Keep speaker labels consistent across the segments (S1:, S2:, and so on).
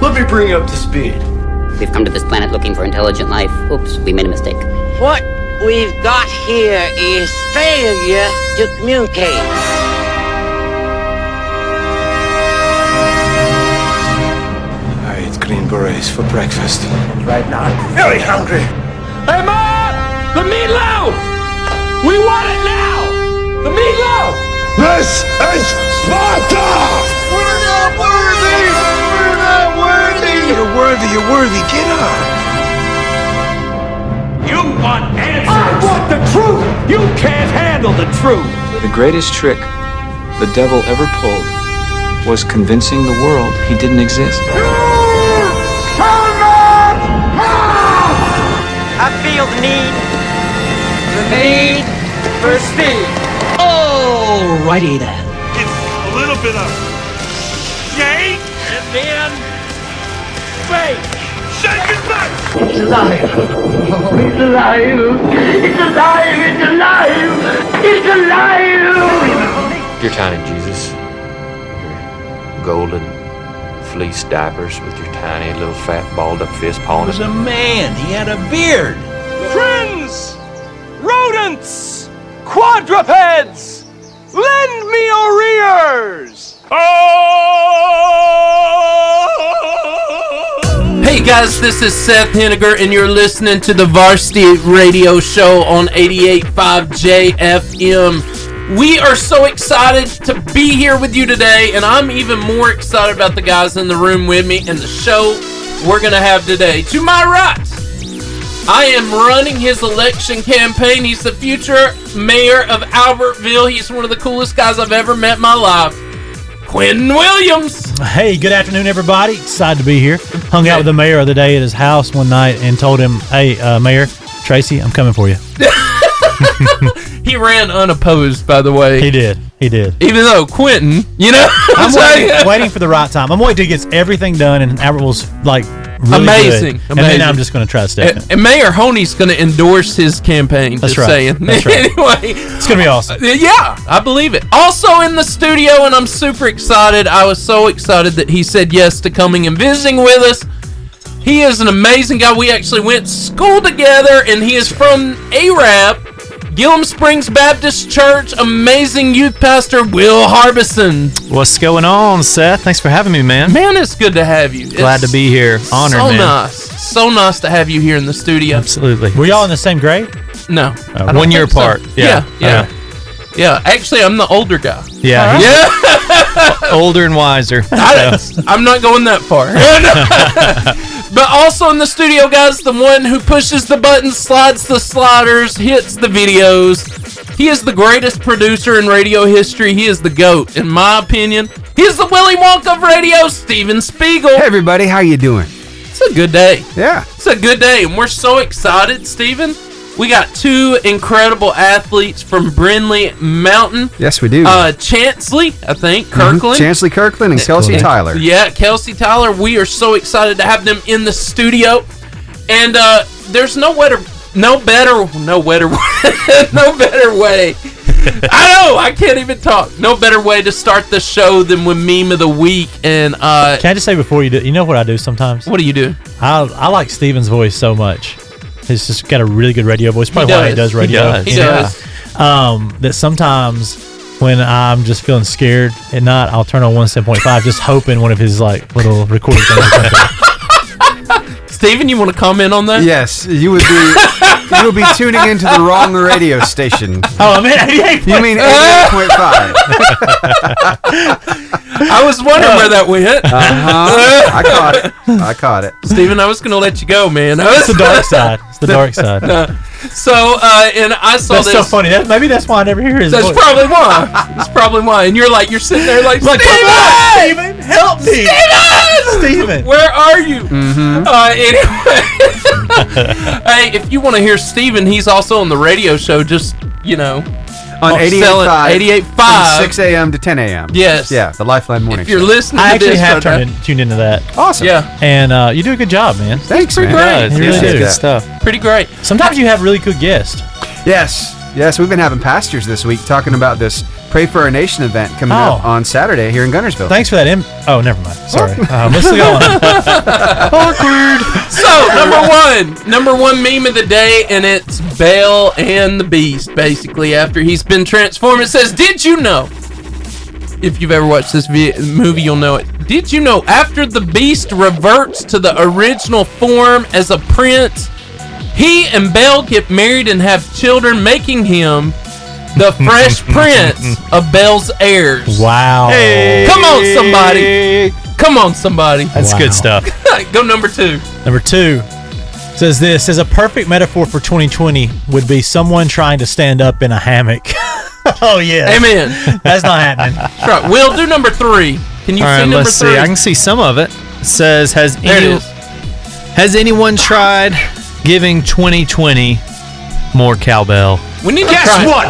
S1: Let me bring you up to speed.
S2: We've come to this planet looking for intelligent life. Oops, we made a mistake.
S3: What we've got here is failure to communicate.
S4: I eat green berets for breakfast.
S5: Right now, I'm very hungry.
S6: Hey, Mom! The meatloaf! We want it now! The meatloaf!
S7: This is Sparta!
S8: We're not worthy! We're not worthy!
S5: You're worthy, you're worthy. Get on!
S6: You want answers! I want the truth! You can't handle the truth!
S4: The greatest trick the devil ever pulled was convincing the world he didn't exist.
S7: You shall not have!
S9: I feel the need, the need for speed.
S10: Alrighty then.
S11: It's a little bit of shake and then fake. Shake it back!
S12: It's alive. Oh, it's alive. It's alive. It's alive. It's alive.
S13: Your tiny Jesus golden fleece diapers with your tiny little fat balled up fist pawing.
S10: He was a man. He had a beard.
S6: Friends, rodents, quadrupeds, lend me your ears. Oh!
S14: Hey guys, this is Seth Henniger, and you're listening to the Varsity Radio Show on 88.5 JFM. We are so excited to be here with you today, and I'm even more excited about the guys in the room with me and the show we're going to have today. To my right, I am running his election campaign. He's the future mayor of Albertville. He's one of the coolest guys I've ever met in my life. Quentin Williams.
S15: Hey, good afternoon, everybody. Excited to be here. Hung out with the mayor of the day at his house one night and told him, hey, uh, Mayor, Tracy, I'm coming for you.
S14: he ran unopposed, by the way.
S15: He did. He did.
S14: Even though Quentin, you know,
S15: I'm waiting, waiting, for the right time. I'm waiting to get everything done, and Albert was like really
S14: amazing.
S15: amazing. And then I'm just going to try to step
S14: and, and, Mayor Honey's going to endorse his campaign.
S15: That's
S14: just right. Saying.
S15: That's right.
S14: anyway,
S15: it's going to be awesome.
S14: Yeah, I believe it. Also in the studio, and I'm super excited. I was so excited that he said yes to coming and visiting with us. He is an amazing guy. We actually went school together, and he is from Arab. Gilliam Springs Baptist Church, amazing youth pastor Will Harbison.
S16: What's going on, Seth? Thanks for having me, man.
S14: Man, it's good to have you.
S16: Glad
S14: it's
S16: to be here. Honored,
S14: so
S16: man.
S14: nice, so nice to have you here in the studio.
S16: Absolutely.
S15: Were y'all in the same grade?
S14: No,
S16: uh, one year apart.
S14: So. Yeah, yeah, yeah. yeah. Actually, I'm the older guy.
S16: Yeah,
S14: right. yeah.
S16: older and wiser.
S14: I, I'm not going that far. But also in the studio, guys, the one who pushes the buttons, slides the sliders, hits the videos. He is the greatest producer in radio history. He is the GOAT, in my opinion. He is the Willy Wonka of radio, Steven Spiegel.
S17: Hey, everybody. How you doing?
S14: It's a good day.
S17: Yeah.
S14: It's a good day, and we're so excited, Steven. We got two incredible athletes from Brindley Mountain.
S17: Yes, we do.
S14: Uh, Chansley, I think, Kirkland. Mm-hmm.
S17: Chansley Kirkland and Kelsey Tyler.
S14: Yeah, Kelsey Tyler. We are so excited to have them in the studio. And uh, there's no better, no better, no better, no better way. I know I can't even talk. No better way to start the show than with meme of the week. And uh,
S15: can I just say before you do, you know what I do sometimes?
S14: What do you do?
S15: I I like Steven's voice so much. He's just got a really good radio voice. Probably
S14: he
S15: why he does radio.
S14: He does. He does.
S15: Yeah. Um, that sometimes when I'm just feeling scared at night, I'll turn on 107.5 just hoping one of his like little recording things
S14: comes Steven, you want to comment on that?
S17: Yes, you would be you would be tuning into the wrong radio station.
S15: Oh, I mean 88.
S17: You mean 88.5.
S14: I was wondering no. where that went.
S15: Uh,
S17: Uh-huh. I caught it. I caught it.
S14: Steven, I was going to let you go, man.
S15: It's the dark side. It's the dark side.
S14: No. So, uh, and I saw
S15: that's
S14: this.
S15: so funny. That, maybe that's why I never hear his
S14: That's
S15: voice.
S14: probably why. That's probably why. And you're like, you're sitting there like,
S15: like
S14: Steven!
S15: Come on, Steven, help me.
S14: Steven!
S15: Steven!
S14: Where are you?
S17: Mm-hmm.
S14: Uh, anyway. hey, if you want to hear Steven, he's also on the radio show. Just, you know, Oh,
S17: on 88.5.
S14: 88.5.
S17: 6 a.m. to 10 a.m.
S14: Yes.
S17: Yeah, the Lifeline Morning
S14: If you're
S17: show.
S14: listening
S15: I
S14: to
S15: actually
S14: this,
S15: have
S14: so
S15: turned in, tuned into that.
S17: Awesome.
S14: Yeah.
S15: And uh, you do a good job, man.
S17: Thanks,
S14: pretty
S17: man.
S14: great.
S15: You really
S16: Yeah,
S15: do.
S16: good stuff.
S14: Pretty great.
S15: Sometimes you have really good guests.
S17: Yes. Yes, we've been having pastors this week talking about this Pray for Our Nation event coming up on Saturday here in Gunnersville.
S15: Thanks for that. Im- oh, never mind. Sorry. Um, let's go on.
S14: Awkward. So number one, number one meme of the day, and it's Bale and the Beast. Basically, after he's been transformed, it says, "Did you know?" If you've ever watched this vi- movie, you'll know it. Did you know after the Beast reverts to the original form as a prince, he and Bale get married and have children, making him the Fresh Prince of Bale's heirs.
S15: Wow.
S14: Come on, somebody. Come on, somebody.
S16: That's good stuff.
S14: Go number two.
S15: Number two says this says a perfect metaphor for 2020 would be someone trying to stand up in a hammock. oh yeah.
S14: Amen.
S15: That's not happening.
S14: That's right. Will do number three. Can you
S16: All
S14: see
S16: right,
S14: number
S16: let's
S14: three?
S16: see. I can see some of it. It says has
S14: There it
S16: any-
S14: is.
S16: has anyone tried giving 2020 more cowbell?
S14: We need
S5: Guess
S16: try it.
S5: what?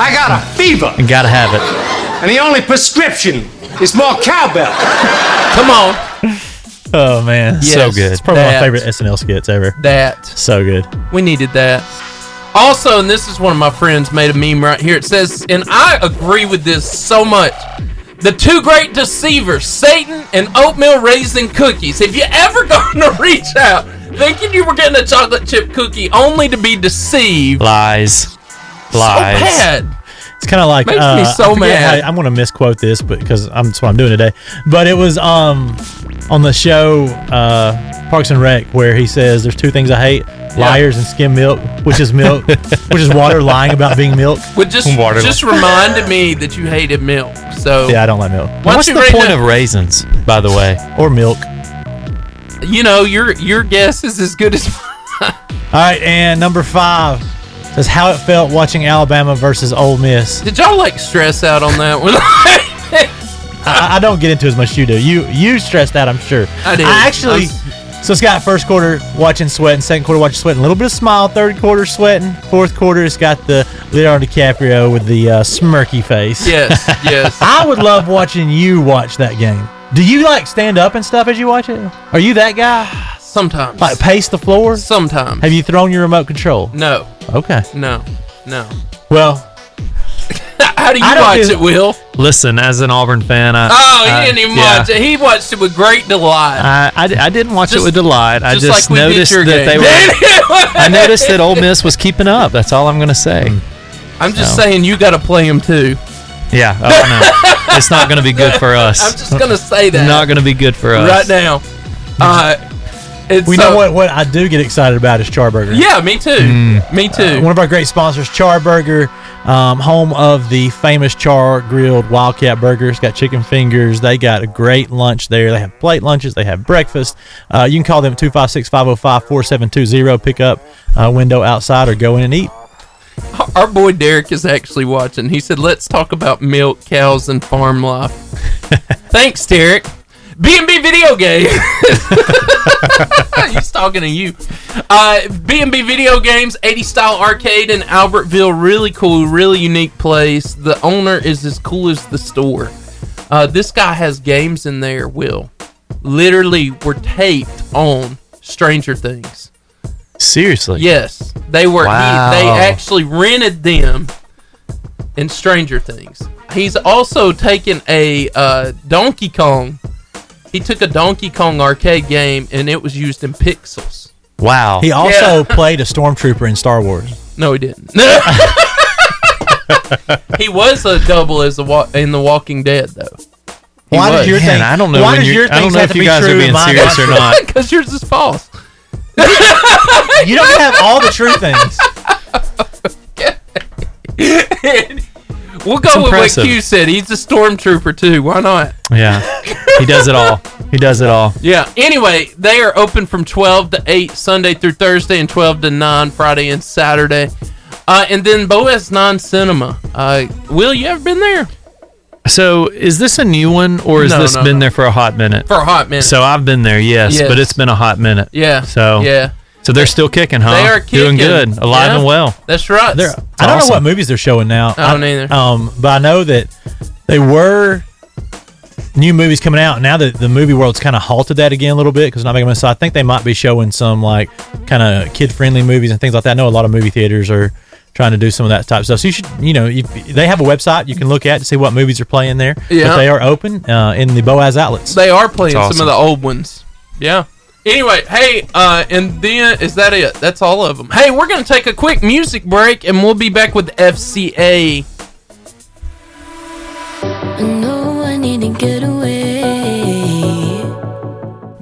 S5: I got a fever,
S16: You gotta have it.
S5: and the only prescription is more cowbell.
S14: Come on.
S15: Oh man, so
S14: Yes,
S15: good. It's probably
S14: that-
S15: my favorite SNL skits ever.
S14: That.
S15: So good.
S14: We needed that. Also, and this is one of my friends made a meme right here. It says, and I agree with this so much. The two great deceivers, Satan and oatmeal raisin cookies. Have you ever gone to reach out thinking you were getting a chocolate chip cookie only to be deceived?
S16: Lies.
S15: Lies.
S14: So bad.
S15: It's kind of like
S14: Makes me
S15: uh,
S14: so
S15: I forget
S14: mad.
S15: how- I'm going to misquote this, but because I'm that's what I'm doing today. But it was um on the show uh, Parks and Rec where he says there's two things I hate: liars and skim milk, which is milk, which is water lying about being milk.
S14: Which just just reminded me that you hated milk. So
S15: yeah, I don't like milk.
S14: Why
S16: What's
S14: don't
S16: the
S14: you rate
S16: point
S14: that-
S16: of raisins, by the way?
S15: Or milk.
S14: You know your your guess is as good as
S15: All right, and number five is how it felt watching Alabama versus Ole Miss.
S14: Did y'all like stress out on that one?
S15: I, I don't get into as much as you do. You you stressed out, I'm sure.
S14: I did.
S15: actually.
S14: I was-
S15: so it's got first quarter watching sweating, second quarter watching sweating, a little bit of smile, third quarter sweating, fourth quarter it's got the Leonardo DiCaprio with the uh, smirky face.
S14: Yes, yes.
S15: I would love watching you watch that game. Do you like stand up and stuff as you watch it? Are you that guy?
S14: Sometimes.
S15: Like pace the floor?
S14: Sometimes.
S15: Have you thrown your remote control?
S14: No,
S15: Okay.
S14: no, no.
S15: Well,
S14: How do you
S16: I don't
S14: watch
S16: do-
S14: it, Will?
S16: Listen, as an Auburn fan,
S15: Uh,
S16: I
S14: Oh,
S16: I-
S14: he didn't even
S16: yeah.
S14: watch it. He watched it with great delight.
S16: I, I, I didn't watch
S14: Just-
S16: it with delight. I
S14: just
S16: just,
S14: like we did
S16: noticed
S14: your
S16: that
S14: game.
S16: they were. I noticed that Ole Miss was keeping up. That's all I'm going to say.
S15: Mm.
S14: I'm just
S16: so.
S14: saying you got to play him too.
S16: Yeah, oh, no. it's not going to be good for us.
S14: I'm just gonna say that
S16: Not going to be good for us.
S14: right now. Uh, it's
S15: we
S14: so-
S15: know what, what I do get excited about is Charburger.
S14: Yeah, me too. Me too.
S15: Uh, one of our great sponsors, Char Burger, um, home of the famous Char Grilled Wildcat Burgers. Got chicken fingers. They got a great lunch there. They have plate lunches. They have breakfast. Uh, you can call them 256 505 4720. Pick up uh, window outside or go in and eat.
S14: Our boy Derek is actually watching. He said, "Let's talk about milk, cows, and farm life." Thanks, Derek. B and B video game. He's talking to you. Uh, B and B video games, 80 style arcade in Albertville. Really cool, really unique place. The owner is as cool as the store. Uh, this guy has games in there. Will literally were taped on Stranger Things.
S16: Seriously.
S14: Yes, they were.
S16: Wow.
S14: He, they actually rented them in Stranger Things. He's also taken a uh, Donkey Kong. He took a Donkey Kong arcade game and it was used in pixels.
S16: Wow.
S15: He also
S14: Yeah.
S15: played a stormtrooper in Star Wars.
S14: No, he didn't. he was a double as a wa- in The Walking Dead though. He
S15: Why
S14: was.
S15: does your
S16: Man,
S15: thing?
S16: I don't know
S15: Why
S16: when
S15: does
S16: you're-
S15: your
S16: I don't
S15: things
S16: know
S15: have
S16: if
S15: to
S16: you
S15: be
S16: guys are
S15: true
S16: being
S15: and mine
S16: serious or not.
S14: Because yours is false.
S15: You don't have all the true things.
S14: We'll go with
S16: impressive.
S14: what Q said. He's a stormtrooper too. Why not?
S16: Yeah. He does it all. He does it all.
S14: Yeah. Anyway, they are open from 12 to 8 Sunday through Thursday and 12 to 9 Friday and Saturday. Uh, and then Boaz Non Cinema. Uh, Will, you ever been there?
S16: So, is this a new one or has
S14: No,
S16: this
S14: no,
S16: been
S14: no.
S16: there for a hot minute?
S14: For a hot minute.
S16: So, I've been there, yes,
S14: Yes.
S16: but it's been a hot minute.
S14: Yeah.
S16: So,
S14: Yeah.
S16: So they're still kicking,
S15: uh,
S16: huh?
S14: They are
S16: Doing
S14: kicking.
S16: good, alive
S14: Yeah.
S16: and well.
S14: That's right.
S15: They're, I don't
S16: awesome.
S15: know what movies they're showing now.
S14: I don't either.
S15: Um, but I know that they were new movies coming out. Now that the movie world's kind of halted that again a little bit because not making money, so I think they might be showing some like kind of kid friendly movies and things like that. I know a lot of movie theaters are trying trying to do some of that type of stuff. So you should, you know, you, they have a website you can look at to see what movies are playing there.
S14: Yeah.
S15: But they are open uh, in the Boaz outlets.
S14: They are playing
S15: That's
S14: some of the
S15: awesome.
S14: old ones. Yeah. Anyway, hey, uh, and then is that it? That's all of them. Hey, we're gonna take a quick music break, and we'll be back with FCA.
S1: I know I need to get away.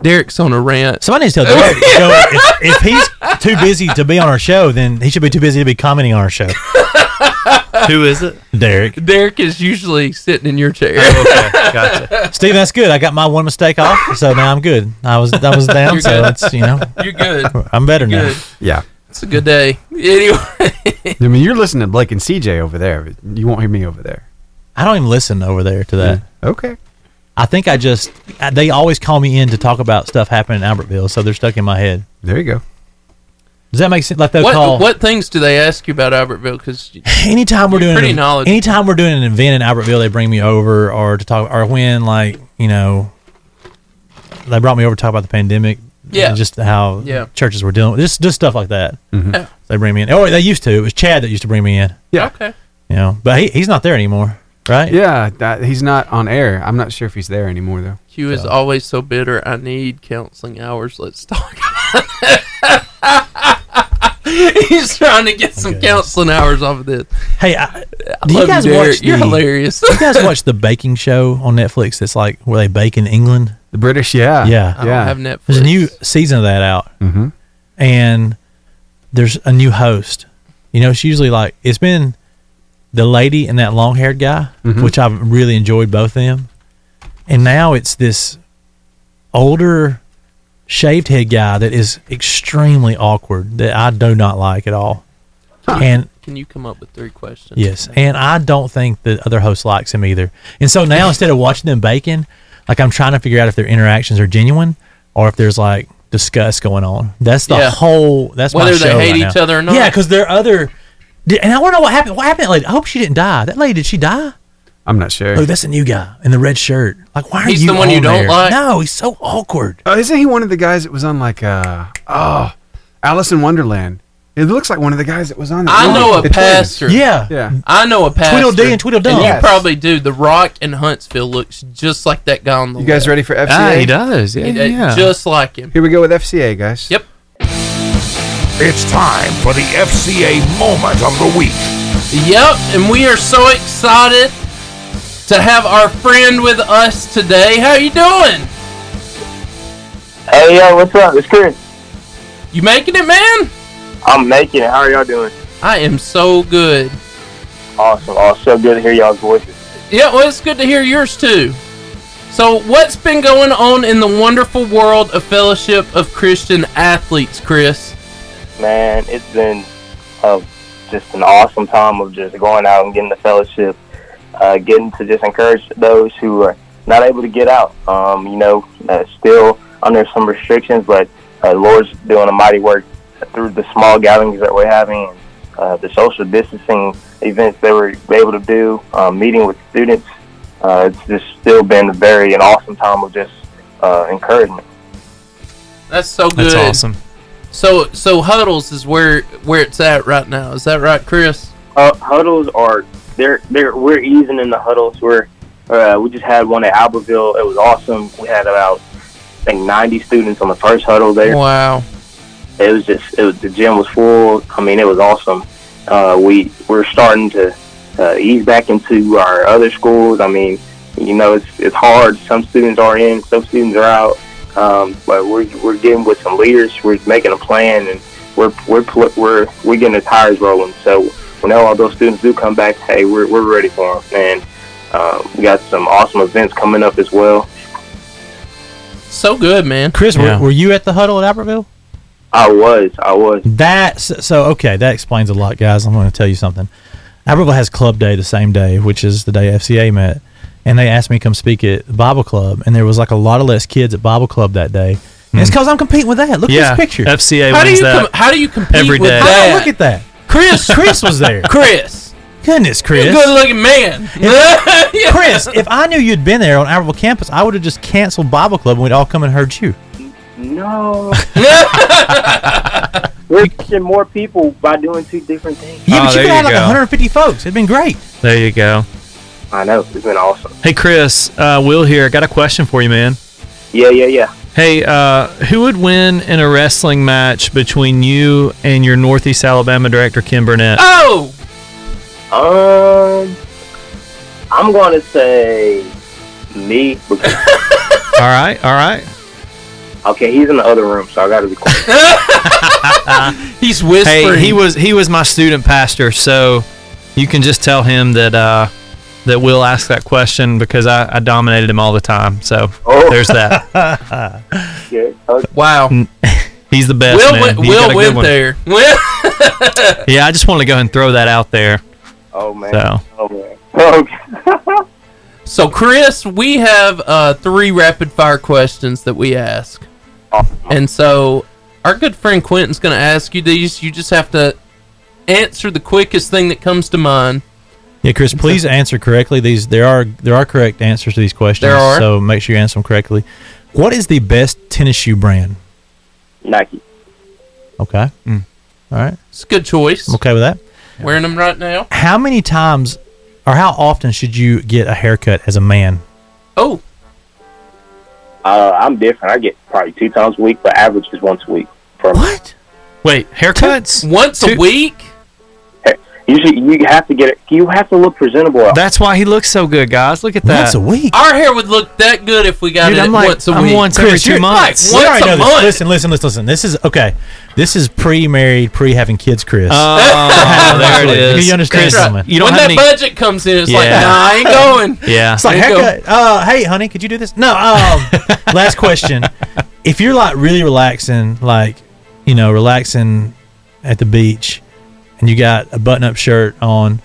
S14: Derek's on a rant.
S15: Somebody needs to tell Derek. you know, if, if he's too busy to be on our show, then he should be too busy to be commenting on our show.
S14: Who is it?
S15: Derek.
S14: Derek is usually sitting in your chair.
S15: okay, gotcha. Steve, that's good. I got my one mistake off, so now I'm good. I was I was down,
S14: You're
S15: so
S14: good.
S15: it's you know
S14: You're good.
S15: I'm better
S14: You're
S15: now.
S14: good.
S17: Yeah.
S14: It's a good day. Anyway,
S17: I mean, you're listening to Blake and CJ over there. But you won't hear me over there.
S15: I don't even listen over there to that.
S17: Okay.
S15: I think I just I, they always call me in to talk about stuff happening in Albertville, so they're stuck in my head.
S17: There you go.
S15: Does that make sense? Like they'll
S14: what
S15: call
S14: what things do they ask you about Albertville? Because
S15: anytime we're doing
S14: pretty
S15: an,
S14: knowledgeable.
S15: anytime we're doing an event in Albertville, they bring me over or to talk or when like you know they brought me over to talk about the pandemic.
S14: Yeah.
S15: and just how
S14: Yeah.
S15: churches were dealing with just just stuff like that.
S14: Mhm. Yeah.
S15: They bring me in. Oh, they used to. It was Chad that used to bring me in.
S17: Yeah.
S14: Okay.
S15: You know, but he, he's not there anymore, right?
S17: Yeah, that, he's not on air. I'm not sure if he's there anymore though.
S14: Q is always so bitter. I need counseling hours. Let's talk. He's trying to get some counseling hours off of this.
S15: Hey, I,
S14: love
S15: Do you guys
S14: Derek.
S15: watch?
S14: You're
S15: the-
S14: hilarious.
S15: do you guys watch the baking show on Netflix? That's like where they bake in England.
S17: The British, yeah,
S15: yeah,
S14: I don't have Netflix.
S15: There's a new season of that out, mm-hmm. and there's a new host. You know, it's usually like it's been the lady and that long-haired guy,
S14: Mhm.
S15: which I've really enjoyed both of them, and now it's this older shaved head guy that is extremely awkward that I do not like at all, and
S14: Can you come up with three questions?
S15: Yes, and I don't think the other host likes him either. And so now instead of watching them baking, like I'm trying to figure out if their interactions are genuine or if there's like disgust going on. That's the
S14: Yeah.
S15: whole. That's my
S14: Whether they
S15: show
S14: hate
S15: right
S14: each
S15: now.
S14: other or not.
S15: Yeah, because their other. Did, and I want to know what happened. What happened, to that lady? I hope she didn't die. That lady, did she die?
S17: I'm not sure.
S15: Oh, that's a new guy in the red shirt. Like, why are
S14: He's
S15: you?
S14: the one you
S15: on
S14: don't
S15: there?
S14: like?
S15: No, he's so awkward.
S17: Oh, isn't he one of the guys that was on like uh oh Alice in Wonderland? It looks like one of the guys that was on. that
S14: I
S17: movie.
S14: know a
S17: The twins.
S14: pastor.
S17: Yeah. Yeah.
S14: I know a pastor.
S15: Tweedledee and Tweedledum.
S14: And you
S15: Yes.
S14: probably do. The Rock in Huntsville looks just like that guy on the
S17: You guys
S14: left.
S17: ready for FCA?
S14: He- uh, Just like him.
S17: Here we go with FCA, guys.
S14: Yep.
S8: It's time for the FCA moment of the week.
S14: Yep, and we are so excited to have our friend with us today. How you doing?
S18: Hey yo, what's up? It's Chris.
S14: You making it, man?
S18: I'm making it. How are y'all doing?
S14: I am so good.
S18: Awesome. Awesome. So good to hear y'all's voices.
S14: Yeah, well, it's good to hear yours too. So, what's been going on in the wonderful world of Fellowship of Christian Athletes, Chris?
S18: Man, it's been uh, just an awesome time of just going out and getting the fellowship, uh, getting to just encourage those who are not able to get out. Um, you know, uh, still under some restrictions, but uh, the Lord's doing a mighty work through the small gatherings that we're having and uh, the social distancing events they were able to do, um, meeting with students. Uh, it's just still been a very an awesome time of just uh, encouragement.
S14: That's so good.
S16: That's awesome.
S14: So, so huddles is where where it's at right now. Is that right, Chris?
S18: Uh, huddles are they're they're we're easing in the huddles. We're uh, we just had one at Albertville. It was awesome. We had about I think ninety students on the first huddle there.
S14: Wow.
S18: It was just it was, the gym was full. I mean, it was awesome. Uh, we we're starting to uh, ease back into our other schools. I mean, you know, it's it's hard. Some students are in, some students are out. Um, but we're we're getting with some leaders. We're making a plan, and we're we're pl- we're we're getting the tires rolling. So when all those students do come back, hey, we're we're ready for them, and uh, we got some awesome events coming up as well.
S14: So good, man.
S15: Chris, were, were you at the huddle at Albertville?
S18: I was, I was.
S15: That's so okay. That explains a lot, guys. I'm going to tell you something. Albertville has Club Day the same day, which is the day FCA met, and they asked me to come speak at Bible Club, and there was like a lot of less kids at Bible Club that day. And it's because I'm competing with that. Look
S16: Hmm. Yeah,
S15: at this picture.
S16: FCA How do wins you that com-
S14: how do you compete
S16: every with day.
S15: How-
S16: that?
S15: Look at that.
S14: Chris,
S15: Chris was there.
S14: Chris,
S15: goodness, Chris,
S14: good looking man.
S15: If- Chris, if I knew you'd been there on Albertville campus, I would have just canceled Bible Club and we'd all come and heard you.
S18: No. We're reaching more people by doing two different things.
S15: Yeah,
S16: Oh,
S15: but you
S16: there
S15: could have had
S16: you
S15: like
S16: go.
S15: 150 folks. It'd been great.
S16: There you go.
S18: I know. It's been awesome.
S16: Hey, Chris, uh, Will here. I got a question for you, man.
S18: Yeah, yeah, yeah.
S16: Hey, uh, who would win in a wrestling match between you and your Northeast Alabama director, Kim Burnett?
S14: Oh!
S18: Um, I'm going to say me. Because,
S16: all right, all right.
S18: okay, he's in the other room, so I got to be quiet.
S14: He's
S16: Hey,
S14: whispering.
S16: he was he was my student pastor, so you can just tell him that uh, that Will asked that question because I, I dominated him all the time. So
S18: Oh.
S16: there's that.
S18: Yeah, okay.
S14: Wow.
S16: He's the best.
S14: Will
S16: man.
S14: went,
S16: You got a
S14: Will went
S16: good one.
S14: there. Will.
S16: Yeah, I just wanted to go ahead and throw that out there.
S18: Oh man.
S16: So.
S18: Oh man. Okay.
S14: So, Chris, we have uh, three rapid fire questions that we ask. And so, our good friend Quentin's going to ask you these. You just have to answer the quickest thing that comes to mind.
S15: Yeah, Chris, please answer correctly. These there are there are correct answers to these questions.
S14: There are.
S15: So make sure you answer them correctly. What is the best tennis shoe brand?
S18: Nike.
S15: Okay.
S14: Mm.
S15: All right.
S14: It's a good choice.
S15: I'm okay with that.
S14: Wearing them right now.
S15: How many times or how often should you get a haircut as a man?
S14: Oh,
S18: Uh, I'm different. I get probably two times a week, but average is once a week. For what?
S16: Wait, haircuts?
S14: Once a week?
S18: Usually, you have to get it. You have to look presentable.
S16: That's why he looks so good, guys. Look at that.
S15: Once a week.
S14: our hair would look that good if we got
S16: Dude,
S14: it
S16: I'm like-
S14: once a
S16: I'm
S14: week.
S16: once every Chris, two you're- months.
S15: You
S14: Like, once
S15: already know
S14: a
S15: this.
S14: month.
S15: Listen, listen, listen, listen. This is okay. This is pre-married, pre-having kids, Chris.
S16: Oh, there it is.
S15: You understand,
S16: Chris,
S15: gentlemen.
S16: you don't
S14: when
S16: have
S14: that
S16: any.
S14: budget comes in, it's like,
S16: Yeah.
S14: nah, I ain't going.
S16: yeah.
S15: It's like
S14: There you go.
S15: haircut. Uh, hey, honey, could you do this? No. Um, last question. If you're like really relaxing, like you know, relaxing at the beach, and you got a button-up shirt on,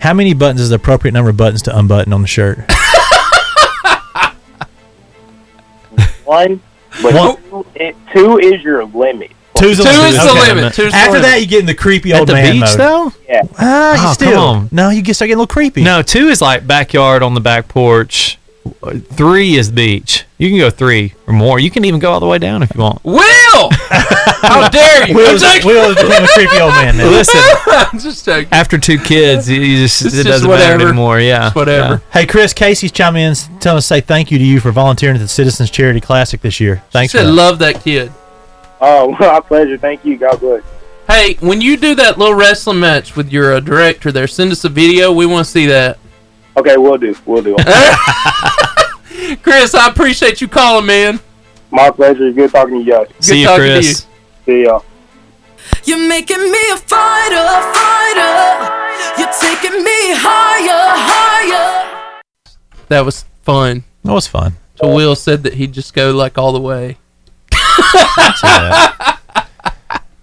S15: how many buttons is the appropriate number of buttons to unbutton on the shirt?
S18: One, but
S15: One-
S18: Two, it, two is your limit.
S15: Two's the
S14: Two
S15: limit.
S14: is the limit. Two's the
S15: After
S14: limit.
S15: that, you get in the creepy
S16: At
S15: old
S16: the
S15: man
S16: beach,
S15: mode.
S16: though?
S18: Yeah.
S15: Ah, you
S16: Oh,
S15: still.
S16: come on.
S15: No, you get start getting a little creepy.
S16: No, two is like backyard on the back porch. Uh, Three is beach. You can go three or more. You can even go all the way down if you want.
S14: Will! How dare you?
S15: Will's,
S14: I'm joking.
S15: Will's became a creepy old man now.
S16: Listen,
S14: I'm just joking.
S16: after two kids, you- you just,
S14: It's
S16: it
S14: just
S16: doesn't
S14: whatever.
S16: matter anymore. Yeah.
S14: It's whatever.
S16: Yeah.
S15: Hey, Chris, Casey's chiming in, s- telling us to say thank you to you for volunteering at the Citizens Charity Classic this year. Thanks
S14: She
S15: for
S14: said,
S15: that.
S14: love that kid.
S18: Oh, my pleasure. Thank you. God bless.
S14: Hey, when you do that little wrestling match with your uh, director there, send us a video. We want to see that.
S18: Okay, we'll do. We'll do.
S14: Chris, I appreciate you calling, man.
S18: my pleasure. Good talking to you guys.
S14: Good
S16: See you,
S14: talking to
S16: Chris.
S14: you.
S18: See y'all.
S1: You're making me a fighter, fighter. You're taking me higher, higher.
S14: That was fun.
S15: That was fun.
S14: So Will said that he'd just go like all the way.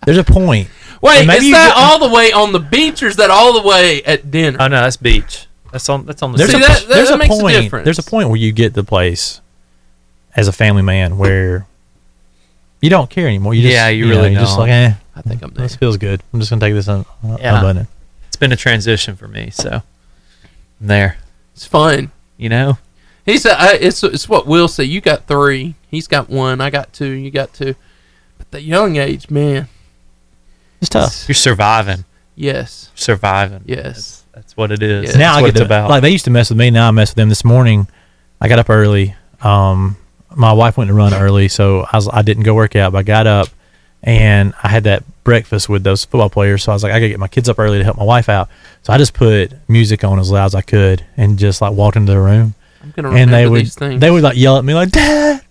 S15: There's a point.
S14: Wait,
S15: And maybe
S14: is
S15: you
S14: that
S15: get- Uh,
S14: all the way on the beach or is that all the way at dinner?
S16: Oh no, that's beach. That's on. That's on the.
S15: There's
S14: See,
S15: a,
S16: beach.
S14: that- that-
S15: there's
S14: that
S15: a
S14: makes a
S15: point.
S14: difference.
S15: there's a point where you get the place as a family man where you don't care anymore. You just,
S16: Yeah, you
S15: know,
S16: really
S15: you're just
S16: don't.
S15: like, eh,
S14: I think I'm there.
S15: this feels good. I'm just gonna take this un- un-
S16: Yeah.
S15: unbutton it.
S16: it's been a transition for me, so I'm there.
S14: It's fun.
S16: You know.
S14: He said, I, "It's it's what Will said. You got three. He's got one. I got two. You got two. But the young age, man.
S15: It's tough.
S16: You're surviving.
S14: Yes,
S16: Surviving.
S14: yes.
S16: That's what it is.
S14: Yeah.
S16: That's
S15: now I
S16: what
S15: get
S16: it's
S15: to,
S16: about.
S15: Like they used to mess with me. Now I mess with them. This morning, I got up early. Um, my wife went to run early, so I, was, I didn't go work out. But I got up and I had that breakfast with those football players. So I was like, I gotta get my kids up early to help my wife out. So I just put music on as loud as I could and just like walked into the room.
S14: I'm gonna
S15: And
S14: remember
S15: they would
S14: these things.
S15: they would like yell at me like, Dad,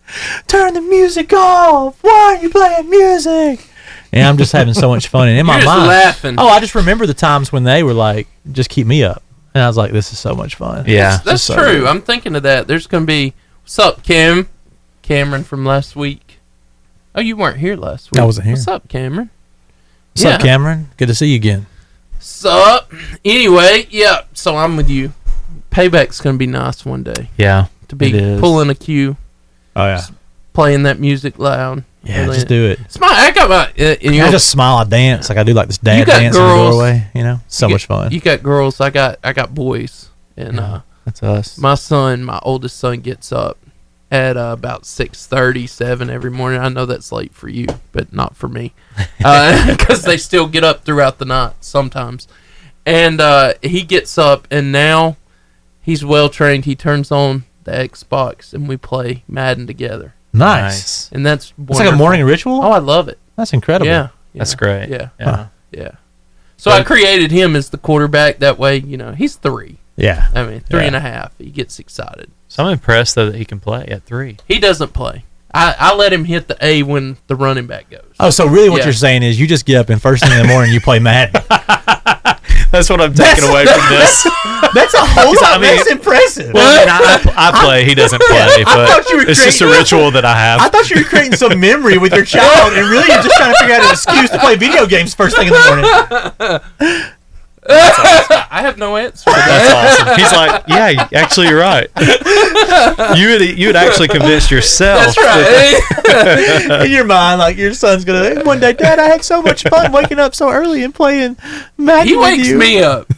S15: turn the music off. Why are you playing music? And I'm just having so much fun. And in my
S14: You're just
S15: mind,
S14: laughing.
S15: oh, I just remember the times when they were like, just keep me up. And I was like, this is so much fun.
S16: yeah.
S14: That's
S15: so-
S14: true. I'm thinking of that. There's gonna be what's up, Cam, Cameron from last week. Oh, you weren't here last week.
S15: I wasn't here.
S14: What's up, Cameron?
S15: What's
S14: yeah.
S15: up, Cameron? Good to see you again.
S14: Sup. Anyway, yeah. So I'm with you. Payback's gonna be nice one day
S16: Yeah.
S14: to be
S16: It is.
S14: pulling a cue,
S15: Oh, yeah.
S14: playing that music loud.
S15: Yeah,
S14: Really-
S15: just do it.
S14: It's my. I got my. Uh, and you
S15: I
S14: know,
S15: just smile, I dance. Like I do like this dad
S14: got
S15: dance in the
S14: girls.
S15: doorway. You know, so
S14: you
S15: much
S14: got-
S15: fun.
S14: You got girls. I got I got boys, and uh,
S16: That's us.
S14: my son, my oldest son, gets up at uh, about 6.30, 7 every morning. I know that's late for you, but not for me because they still get up throughout the night sometimes. And uh, he gets up, and now he's well trained. He turns on the Xbox, and we play Madden together.
S15: Nice.
S14: And that's
S15: It's like a morning ritual.
S14: Oh, I love it.
S15: That's incredible.
S14: Yeah, yeah,
S16: That's great.
S14: Yeah,
S16: Yeah.
S14: yeah. So I created him as the quarterback. That way, you know, he's three.
S15: Yeah.
S14: I mean, three
S16: Yeah.
S14: and a half. He gets excited.
S16: So I'm impressed though that he can play at three.
S14: He doesn't play. I, I let him hit the A when the running back goes.
S15: Oh, so really, what
S14: Yeah.
S15: you're saying is you just get up and first thing in the morning you play Madden.
S16: That's what I'm taking away from this.
S15: That's a whole
S16: I
S15: lot.
S16: mean-
S15: that's impressive.
S16: Well, I, mean, I, I play. He doesn't play.
S15: I
S16: But
S15: thought you were
S16: it's just a
S15: creating-
S16: ritual that I have.
S15: I thought you were creating some memory with your child, and really you're just trying to figure out an excuse to play video games first thing in the morning.
S14: I have no answer. For
S16: That's awesome. He's like, yeah, actually, you're right. You would you would actually convince yourself. that-
S15: in your mind, like your son's gonna "Hey, one day, Dad, I had so much fun waking up so early and playing Madden.
S14: He
S15: with
S14: wakes
S15: you."
S14: me up.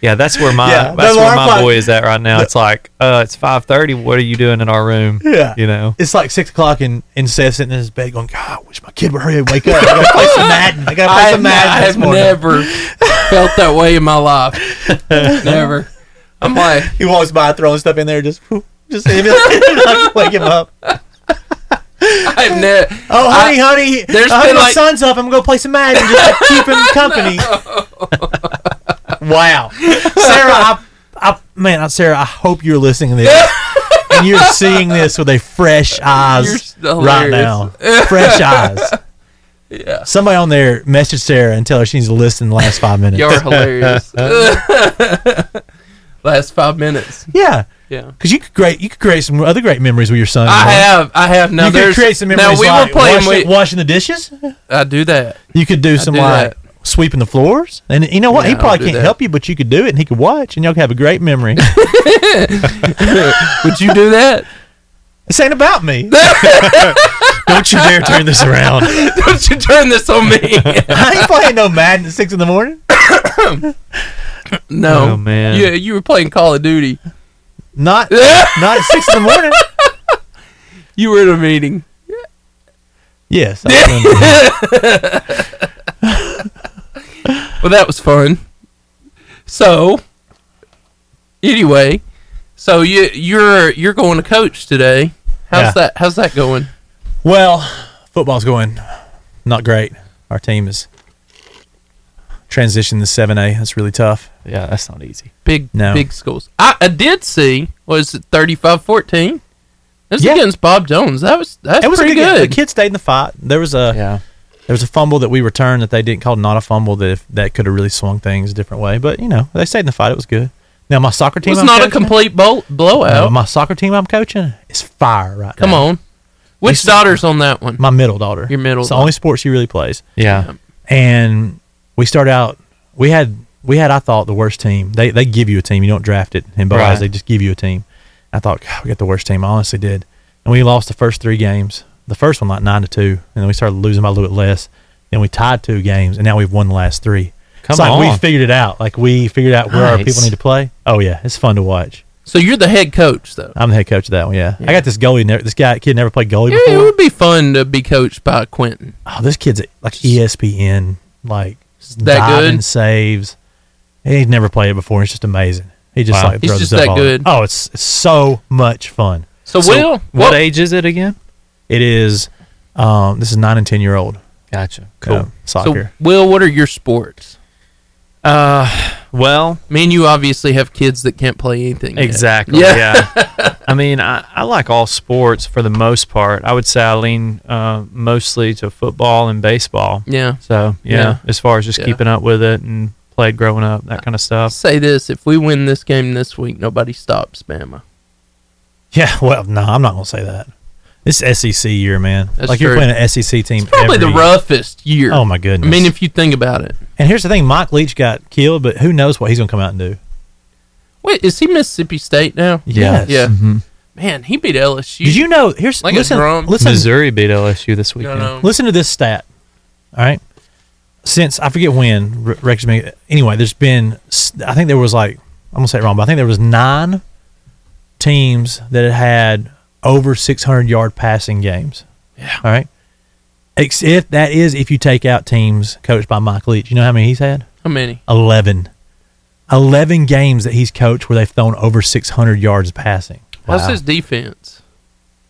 S16: yeah, that's where my
S15: Yeah, the
S16: that's where
S15: alarm
S16: my
S15: clock-
S16: boy is at right now. It's like, uh, it's five thirty. What are you doing in our room?
S15: Yeah.
S16: you know.
S15: It's like six o'clock, and, and Seth's sitting in his bed going, God, I wish my kid would hurry and wake up. I gotta play some Madden. I gotta play
S14: I,
S15: some Madden.
S14: I
S15: this
S14: have
S15: morning."
S14: never felt that way in my life. Never. I'm like,
S15: He walks by throwing stuff in there, just, just like, wake him up.
S14: I've never.
S15: Oh, honey,
S14: I-
S15: honey.
S14: there's
S15: honey,
S14: been
S15: my
S14: like-
S15: son's up. I'm gonna go play some Madden just to keep him company. wow, Sarah, I, I, man, Sarah, I hope you're listening to this and you're seeing this with a fresh eyes
S14: You're so
S15: right now.
S14: hilarious.
S15: Fresh eyes.
S14: Yeah.
S15: Somebody on there message Sarah and tell her she needs to listen in the last five minutes.
S14: You're hilarious. Last five minutes.
S15: yeah.
S14: Yeah.
S15: Because you could create you could create some other great memories with your son.
S14: I have. I have. Now
S15: Uh-huh. you could
S14: there's-
S15: create some memories.
S14: Now we
S15: like
S14: were playing. we-
S15: washing, washing the dishes.
S14: I do that.
S15: You could do
S14: I
S15: some
S14: do
S15: like sweeping the floors, and you know what?
S14: Yeah,
S15: he
S14: I'll
S15: probably
S14: do
S15: can't
S14: that.
S15: help you, but you could do it, and he could watch, and y'all could have a great memory.
S14: Would you do that?
S15: this ain't about me.
S16: Don't you dare turn this around.
S14: Don't you turn this on me?
S15: I ain't playing no Madden at six in the morning.
S14: no.
S16: Oh, man.
S14: Yeah, you were playing Call of Duty.
S15: Not not at six in the morning.
S14: You were in a meeting.
S15: Yes. I remember.
S14: Well, that was fun. So, anyway, so you you're you're going to coach today. How's
S15: Yeah.
S14: that? How's that going?
S15: well, football's going not great. Our team is transitioning to seven A. That's really tough.
S16: Yeah, that's not easy.
S14: Big
S15: No.
S14: big schools. I, I did see was it 35-14? It was
S15: Yeah.
S14: against Bob Jones. That was that's
S15: it was
S14: pretty
S15: a good, game.
S14: good.
S15: The kid stayed in the fight. There was a there was a fumble that we returned that they didn't call not a fumble that if, that could have really swung things a different way. But you know they stayed in the fight. It was good. Now my soccer
S14: It
S15: team.
S14: was
S15: I'm
S14: not a
S15: coaching-
S14: complete bo- blowout.
S15: No, my soccer team I'm coaching is fire right
S14: Come
S15: now.
S14: on. Which
S15: He's-
S14: daughter's on that one?
S15: My middle daughter.
S14: Your middle
S15: It's the only sport she really plays.
S16: Yeah.
S15: And we start out. We had we had I thought the worst team. They they give you a team. You don't draft it in Boaz.
S16: Right.
S15: They just give you a team. I thought God, we got the worst team. I honestly did. And we lost the first three games. The first one like nine to two, and then we started losing by a little bit less. Then we tied two games, and now we've won the last three.
S16: Come
S15: It's like we
S16: on.
S15: figured it out. Like we figured out where our
S16: Nice.
S15: people need to play. Oh yeah, it's fun to watch.
S14: So you're the head coach though.
S15: I'm the head coach of that one. Yeah, I got this goalie. Never, this guy kid never played goalie
S14: Yeah, it
S15: before.
S14: would be fun to be coached by Quentin.
S15: Oh, this kid's like ESPN, like
S14: that
S15: diving
S14: good?
S15: saves. And He's never played it before. It's just amazing. He just
S16: Wow.
S15: like
S14: He's
S15: throws
S14: just
S15: up
S14: that
S15: all over.
S14: good. Uh,
S15: Oh, it's, it's so much fun.
S14: So, Will,
S16: what age is it again?
S15: It is. Um, this is nine and ten year old
S16: Gotcha.
S15: cool.
S16: Cool.
S15: soccer.
S14: So, Will, what are your sports?
S16: Uh, well,
S14: Me and you obviously have kids that can't play anything. yet.
S16: Exactly. Yeah. I mean, I, I like all sports for the most part. I would say I lean uh, mostly to football and baseball.
S14: Yeah.
S16: So yeah,
S14: Yeah.
S16: as far as just
S14: Yeah.
S16: keeping up with it and played growing up, that kind of
S14: I'll
S16: stuff.
S14: say this: if we win this game this week, nobody stops Bama.
S15: yeah. Well, no, I'm not gonna say that. It's SEC year, man.
S14: That's
S15: like you're
S14: true.
S15: playing an SEC team.
S14: Probably
S15: every
S14: the roughest year.
S15: Oh, my goodness.
S14: I mean, if you think about it,
S15: And here's the thing: Mike Leach got killed, but who knows what he's gonna come out and do?
S14: wait, is he Mississippi State now?
S15: Yes. Mm-hmm.
S14: Yeah.
S16: Mhm.
S14: Man, he beat LSU.
S15: Did you know? Here's
S14: Like a
S15: listen.
S14: drum.
S15: Listen,
S16: Missouri beat LSU this
S14: No,
S16: weekend.
S14: no.
S15: Listen to this stat. All right. Since I forget when, Re- Rex made- anyway, there's been, s- I think there was like, I'm going to say it wrong, but I think there was nine teams that had, had over 600 yard passing games. Yeah. All right. Ex- If that is if you take out teams coached by Mike Leach. You know how many he's had?
S14: How many?
S15: 11. 11 games that he's coached where they've thrown over 600 yards passing.
S14: What's his defense?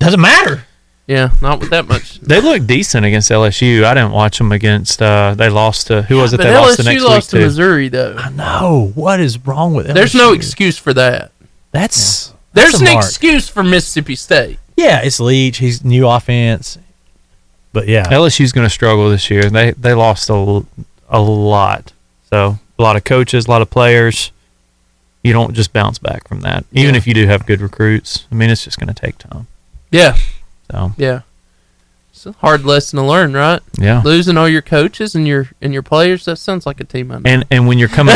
S15: Doesn't matter.
S14: Yeah, not with that much.
S16: They looked decent against LSU. I didn't watch them against. Uh, they lost to who was it?
S14: But
S16: They lost the
S14: LSU
S16: next
S14: lost to
S16: week to.
S14: Missouri, though. I
S15: know. What is wrong with
S14: There's no
S15: LSU?
S14: excuse for that.
S15: That's
S14: There's
S15: that's a
S14: an
S15: mark.
S14: excuse for Mississippi State.
S15: Yeah, it's Leach. He's new offense. But
S14: Uh,
S15: yeah,
S16: LSU's going to struggle this year. They they lost a, l- a lot. So a lot of coaches, a lot of players. You don't just bounce back from that, even if you do have good recruits. I mean, it's just going to take time.
S14: Yeah.
S16: So
S14: Yeah. It's a hard lesson to learn, right?
S16: Yeah.
S14: Losing all your coaches and your and your players, that sounds like a team I know.
S16: and and when you're coming,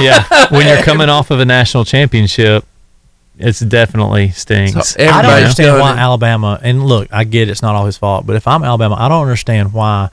S16: yeah, when you're coming off of a national championship, it's definitely stings.
S15: I don't
S16: You know?
S15: understand why Alabama. And look, I get it's not all his fault, but if I'm Alabama, I don't understand why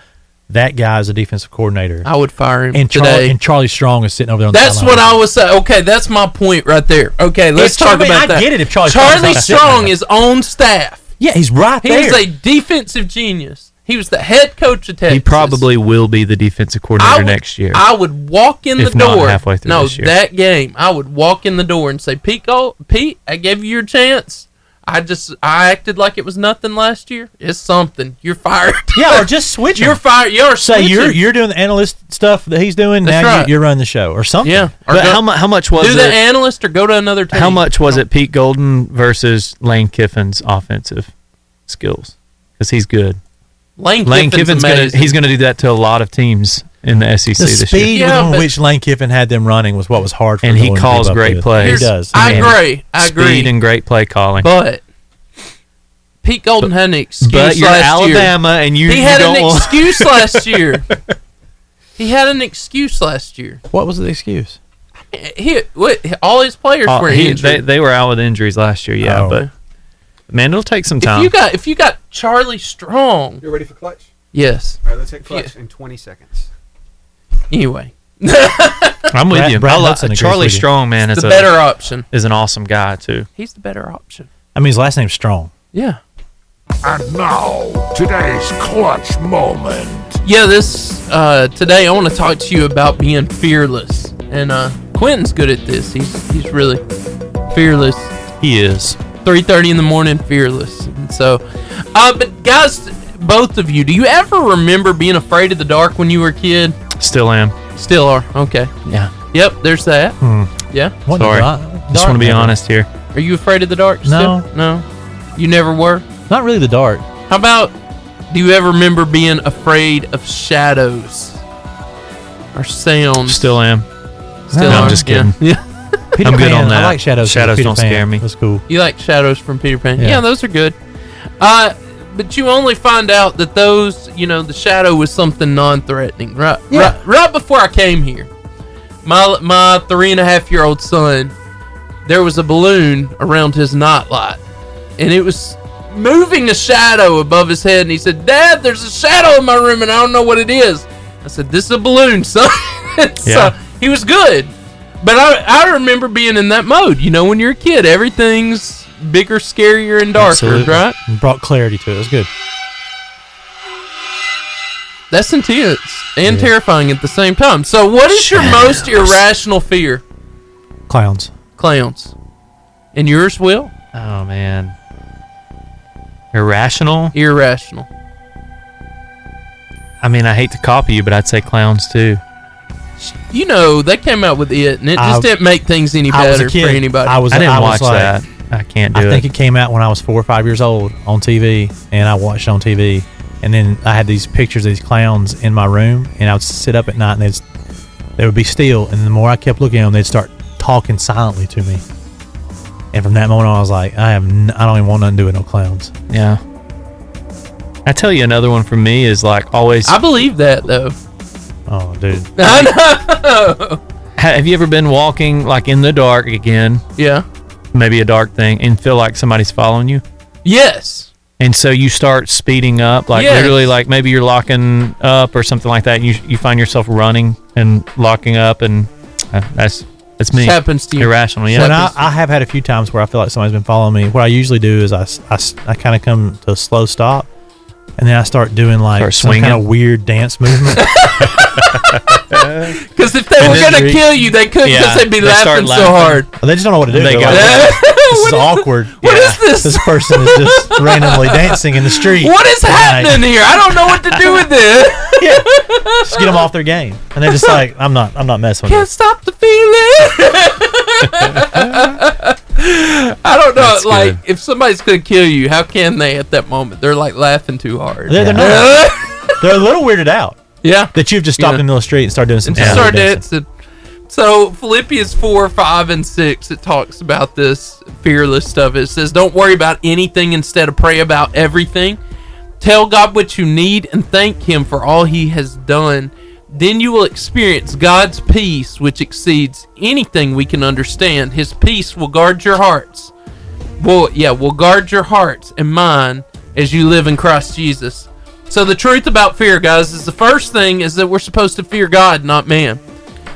S15: that guy is a defensive coordinator.
S14: I would fire him
S15: and Charlie,
S14: today.
S15: and Charlie Strong is sitting over there. On
S14: That's
S15: the
S14: what I was saying. Okay, that's my point right there. Okay, let's
S15: It's- I
S14: talk
S15: mean,
S14: about
S15: I
S14: that.
S15: get it if Charlie Strong's not sitting
S14: Strong
S15: there.
S14: is on staff.
S15: Yeah, he's right
S14: He
S15: there.
S14: is a defensive genius. He was the head coach of Texas.
S16: He probably will be the defensive coordinator
S14: I would-
S16: next year.
S14: I would walk in
S16: If
S14: the
S16: not
S14: door
S16: halfway through
S14: No,
S16: this year.
S14: that game, I would walk in the door and say, "Pico, Pete, I gave you your chance. I just I acted like it was nothing last year. It's something. You're fired.
S15: Yeah, or just switch.
S14: You're fired. You're
S15: Say you're
S14: switching.
S15: you're doing the analyst stuff that he's doing.
S14: That's
S15: now
S14: right.
S15: you, you run the show or something. Yeah.
S16: But how mu- how much was
S14: do the
S16: it?
S14: analyst or go to another team?
S16: How much was it Pete Golden versus Lane Kiffin's offensive skills? Because he's good.
S14: Lane Kiffin's
S16: Kiffin's gonna
S14: amazing.
S16: he's gonna do that to a lot of teams in the SEC
S15: The
S16: this
S15: speed
S16: year.
S15: with which Lane Kiffin had them running was what was hard for
S16: and he
S15: Nolan to keep
S16: calls
S15: up
S16: great
S15: with.
S16: plays.
S15: He does.
S14: I agree. I
S16: speed
S14: agree.
S16: and great play calling.
S14: But Pete Golden had an excuse
S16: but you're
S14: last
S16: Alabama
S14: year.
S16: and you-
S14: he
S16: you
S14: had
S16: don't
S14: an
S16: want-
S14: excuse last year. He had an excuse last year.
S15: What was the excuse?
S14: He what, all his players
S16: Oh,
S14: were
S16: he-
S14: injured.
S16: they, they were out with injuries last year, yeah.
S14: Oh.
S16: But man, it'll take some
S14: if
S16: time.
S14: you got if you got Charlie Strong,
S17: You're ready for clutch?
S14: yes.
S17: All right, let's take clutch in 20 seconds.
S14: Anyway,
S16: I'm with
S14: Brad-
S16: you.
S14: Brad
S16: I lo-
S15: Hudson agrees
S16: Charlie
S15: with you.
S16: Strong, man,
S14: He's
S16: is
S14: the
S16: a
S14: better option.
S16: Is an awesome guy too.
S14: he's the better option.
S15: I mean, his last name's Strong.
S14: Yeah.
S8: And now, today's clutch moment.
S14: Yeah, this uh, today I want to talk to you about being fearless, and uh, Quentin's good at this. He's he's really fearless.
S16: He is.
S14: Three thirty in the morning, fearless. And so, uh, but guys, both of you, do you ever remember being afraid of the dark when you were a kid?
S16: Still am.
S14: Still are. Okay.
S16: Yeah.
S14: Yep. There's that.
S16: Hmm.
S14: Yeah.
S15: What
S16: Sorry.
S15: dark-
S16: Just want to be
S15: dark-
S16: honest here.
S14: Are you afraid of the dark?
S15: No.
S14: Still? No. You never were.
S15: Not really the dark.
S14: How about? Do you ever remember being afraid of shadows or sounds?
S16: Still am.
S14: Still
S16: no, I'm
S14: are,
S16: just
S14: yeah.
S16: kidding.
S14: Yeah.
S16: I'm good on that.
S15: I like shadows.
S16: Shadows
S15: Peter
S16: don't
S15: Pan.
S16: scare me.
S15: That's cool.
S14: You like shadows from Peter Pan. Yeah,
S15: Yeah.
S14: those are good. Uh, but you only find out that those, you know, the shadow was something non-threatening. Right, right, right before I came here, my my three and a half year old son, there was a balloon around his nightlight, and it was moving a shadow above his head. And he said, "Dad, there's a shadow in my room, and I don't know what it is." I said, "This is a balloon, son." so
S16: Yeah.
S14: he was good. But I, I remember being in that mode. You know, when you're a kid, everything's bigger, scarier, and darker,
S15: Absolutely.
S14: right?
S15: Brought clarity to it. It was good.
S14: That's intense and terrifying at the same time. So, what is your most irrational fear?
S15: Clowns.
S14: Clowns. And yours, Will?
S16: Oh man. Irrational.
S14: Irrational.
S16: I mean, I hate to copy you, but I'd say clowns too.
S14: You know, they came out with it, and it just
S15: I-
S14: didn't make things any
S15: I was a
S14: better for
S15: kid.
S14: anybody.
S15: I was.
S16: I didn't watch
S15: was like-
S16: that. I can't do
S15: I
S16: it.
S15: think it came out when I was four or five years old on TV, and I watched it on TV. And then I had these pictures of these clowns in my room, and I would sit up at night, and they'd, they would be still. And the more I kept looking at them, they'd start talking silently to me. And from that moment on, I was like, I have, n- I don't even want nothing to do with no clowns.
S16: Yeah. I tell you, another one for me is like always.
S14: I believe that though.
S15: Oh, dude.
S14: I know.
S16: Ha- Have you ever been walking like in the dark again?
S14: Yeah.
S16: Maybe a dark thing and feel like somebody's following you?
S14: Yes.
S16: And so you start speeding up, like
S14: Yes.
S16: literally, like maybe you're locking up or something like that. And you you find yourself running and locking up, and uh, that's That's me.
S14: This happens to you.
S16: Irrational, yeah.
S15: When I, I have had a few times where I feel like somebody's been following me. What I usually do is I, kind of come to a slow stop, and then I start doing like
S16: Start
S15: some kind of
S16: swinging.
S15: weird dance movement.
S14: Because if they
S15: And
S14: were
S15: then
S14: gonna
S15: we-
S14: kill you, they couldn't because
S15: Yeah,
S14: they'd be
S15: they
S14: laughing,
S15: start
S14: so
S15: laughing.
S14: hard.
S15: They just don't know what to do.
S16: They
S15: They're
S16: go,
S15: like, this is awkward. What is
S14: this?
S15: This person is just randomly dancing in the street.
S14: What is
S15: tonight."
S14: happening here? I don't know what to do with this.
S15: Just get them off their game, and they're just like, "I'm not, I'm not messing with
S14: Can't
S15: this."
S14: stop the feeling. I don't know.
S15: That's
S14: like,
S15: good.
S14: if somebody's gonna kill you, how can they at that moment? They're like laughing too hard.
S15: They're, they're, not, they're a little weirded out.
S14: Yeah,
S15: that you've just stopped in the middle of the street and started doing some.
S14: and just
S15: kind of
S14: start
S15: weird dancing.
S14: dancing. So Philippians four, five, and six, it talks about this fearless stuff. It says, "Don't worry about anything; instead of pray about everything. Tell God what you need and thank Him for all He has done. Then you will experience God's peace, which exceeds anything we can understand. His peace will guard your hearts. Well, yeah, will guard your hearts and mine as you live in Christ Jesus." So the truth about fear, guys, is the first thing is that we're supposed to fear God, not man.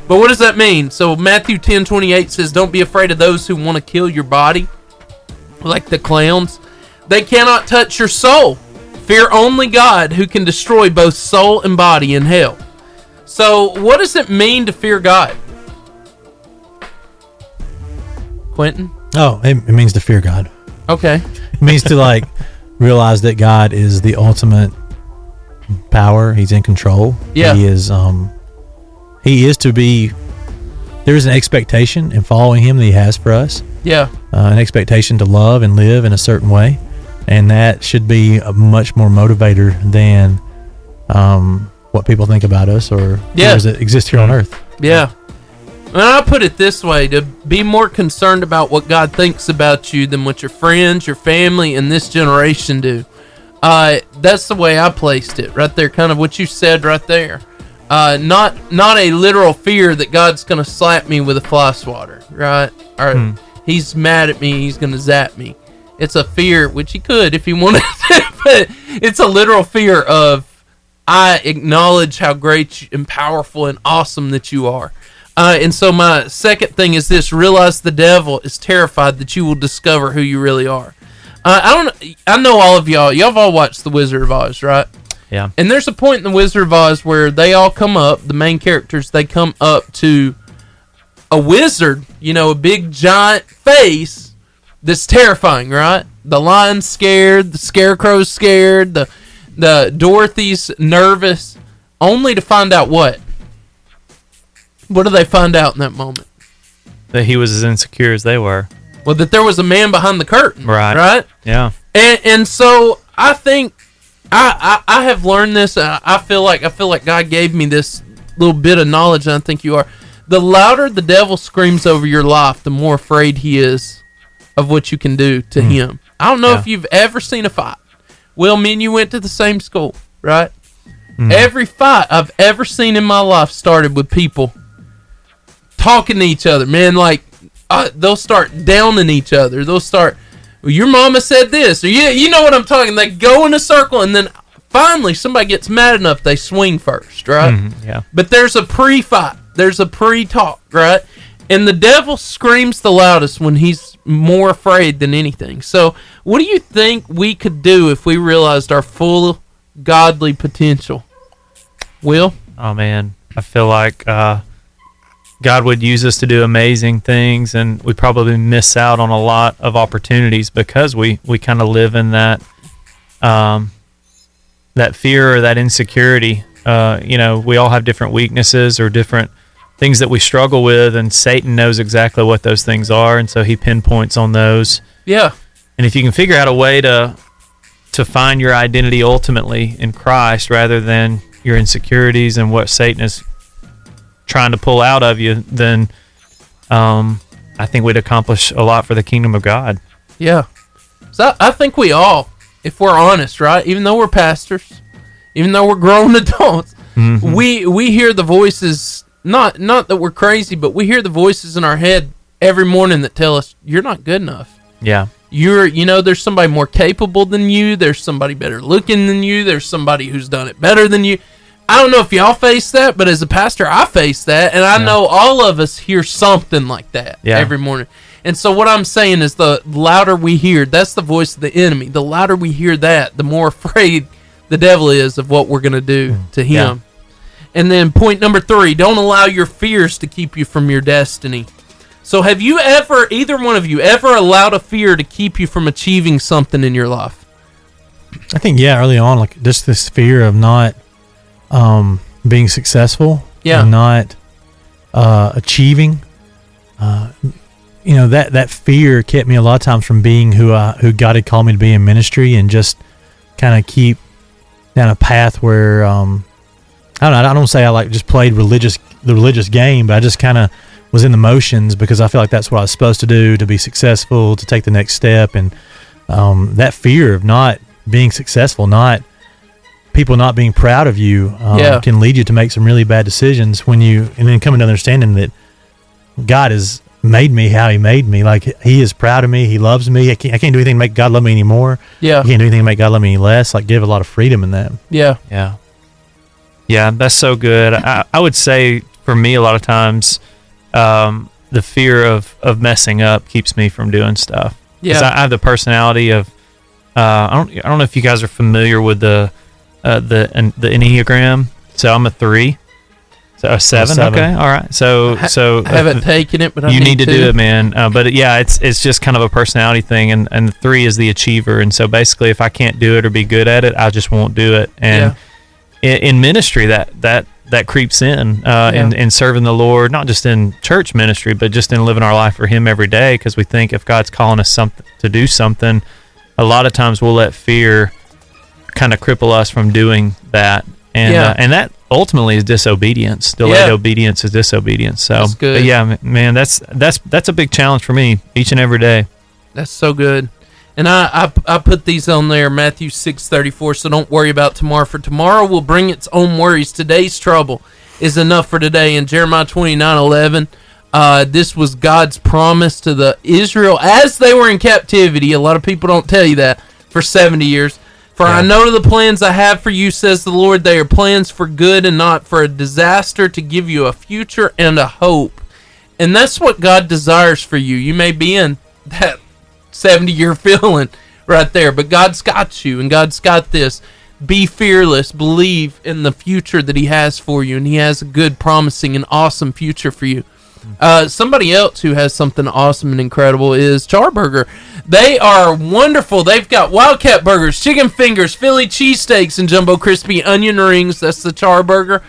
S14: But what does that mean? So Matthew ten twenty eight says, Don't be afraid of those who want to kill your body, like the clowns. They cannot touch your soul. Fear only God who can destroy both soul and body in hell. So what does it mean to fear God? Quentin?
S15: Oh, it, it means to fear God.
S14: Okay.
S15: It means to like realize that God is the ultimate power. He's in control.
S14: Yeah.
S15: He is um he is to be there is an expectation in following him that he has for us.
S14: Yeah.
S15: Uh, an expectation to love and live in a certain way. And that should be a much more motivator than um what people think about us or
S14: Yeah.
S15: those that exist here on earth.
S14: Yeah. And I put it this way to be more concerned about what God thinks about you than what your friends, your family, and this generation do. Uh, that's the way I placed it right there, kind of what you said right there. Uh, not not a literal fear that God's gonna slap me with a fly swatter, right? Or
S16: Hmm.
S14: he's mad at me, he's gonna zap me. It's a fear, which he could if he wanted to, but it's a literal fear of I acknowledge how great and powerful and awesome that you are. Uh, and so my second thing is this: realize the devil is terrified that you will discover who you really are. Uh, I don't. I know all of y'all. Y'all have all watched The Wizard of Oz, right?
S16: Yeah.
S14: And there's a point in The Wizard of Oz where they all come up. The main characters they come up to a wizard. You know, a big giant face that's terrifying, right? The lion's scared. The scarecrow's scared. The the Dorothy's nervous, only to find out what. What do they find out in that moment?
S16: That he was as insecure as they were.
S14: Well, that there was a man behind the curtain.
S16: Right.
S14: Right.
S16: Yeah.
S14: And, and so I think I, I I have learned this. and I, I feel like I feel like God gave me this little bit of knowledge. And I think you are. The louder the devil screams over your life, the more afraid he is of what you can do to him. I don't know if you've ever seen a fight. Will, me and you went to the same school, right? Every fight I've ever seen in my life started with people talking to each other, man. Like uh, they'll start downing each other. They'll start. Well, your mama said this, or yeah, you know what I'm talking. They go in a circle, and then finally somebody gets mad enough they swing first, right?
S16: Mhm, yeah.
S14: But there's a pre-fight. There's a pre-talk, right? And the devil screams the loudest when he's more afraid than anything. So, what do you think we could do if we realized our full godly potential? Will?
S16: Oh man, I feel like uh, God would use us to do amazing things, and we probably miss out on a lot of opportunities because we we kind of live in that um, that fear or that insecurity. Uh, you know, we all have different weaknesses or different things that we struggle with, and Satan knows exactly what those things are, and so he pinpoints on those.
S14: Yeah.
S16: And if you can figure out a way to to find your identity ultimately in Christ rather than your insecurities and what Satan is trying to pull out of you, then um, I think we'd accomplish a lot for the kingdom of God.
S14: Yeah. So I- I think we all, if we're honest, right, even though we're pastors, even though we're grown adults,
S16: Mhm.
S14: we we hear the voices. Not not that we're crazy, but we hear the voices in our head every morning that tell us you're not good enough.
S16: Yeah.
S14: You're you know there's somebody more capable than you. There's somebody better looking than you. There's somebody who's done it better than you. I don't know if y'all face that, but as a pastor, I face that, and I know all of us hear something like that
S16: Yeah.
S14: every morning. And so what I'm saying is, the louder we hear, that's the voice of the enemy. The louder we hear that, the more afraid the devil is of what we're going to do to
S16: Mm, Yeah.
S14: him. And then point number three: don't allow your fears to keep you from your destiny. So, have you ever, either one of you, ever allowed a fear to keep you from achieving something in your life?
S15: I think yeah, early on, like just this fear of not um, being successful,
S14: Yeah.
S15: and not uh, achieving. Uh, you know that that fear kept me a lot of times from being who I who God had called me to be in ministry, and just kind of keep down a path where um, I don't know. I don't say I like just played religious the religious game, but I just kind of was in the motions because I feel like that's what I was supposed to do to be successful, to take the next step, and um, that fear of not being successful, not people not being proud of you, um,
S14: Yeah.
S15: can lead you to make some really bad decisions when you and then coming to understanding that God has made me how He made me. Like He is proud of me. He loves me. I can't, I can't do anything to make God love me anymore.
S14: Yeah.
S15: I can't do anything to make God love me any less. Like give a lot of freedom in that.
S14: Yeah.
S16: Yeah. Yeah, that's so good. I, I would say for me, a lot of times, um, the fear of, of messing up keeps me from doing stuff. 'Cause
S14: Yeah.
S16: I, I have the personality of, uh, I don't, I don't know if you guys are familiar with the, uh, the, and the Enneagram. So I'm a three. So a seven.
S14: seven.
S16: Okay. All right. So,
S14: I-
S16: so uh,
S14: I haven't taken it, but I
S16: you
S14: need
S16: need to do
S14: to.
S16: it, man. Uh, but yeah, it's it's just kind of a personality thing, and and the three is the achiever, and so basically, if I can't do it or be good at it, I just won't do it. And in, in ministry, that that that creeps in, uh, in
S14: Yeah.
S16: in serving the Lord, not just in church ministry, but just in living our life for Him every day, because we think if God's calling us something to do something, a lot of times we'll let fear kind of cripple us from doing that, and
S14: Yeah.
S16: uh, and that ultimately is disobedience. Delayed
S14: Yeah.
S16: obedience is disobedience. So
S14: That's
S16: but
S14: good.
S16: Um, yeah, m- man, that's that's that's a big challenge for me each and every day.
S14: That's so good. And I, I, I put these on there, Matthew six thirty four. So don't worry about tomorrow, for tomorrow will bring its own worries. Today's trouble is enough for today. In Jeremiah twenty nine eleven, uh, this was God's promise to the Israel as they were in captivity. A lot of people don't tell you that for seventy years. For I know the plans I have for you, says the Lord. They are plans for good and not for a disaster, to give you a future and a hope. And that's what God desires for you. You may be in that 70 year feeling right there, but God's got you and God's got this. Be fearless. Believe in the future that He has for you, and He has a good, promising, and awesome future for you. Uh, somebody else who has something awesome and incredible is Charburger. They are wonderful. They've got Wildcat burgers, chicken fingers, Philly cheesesteaks, and jumbo crispy onion rings. That's the Charburger.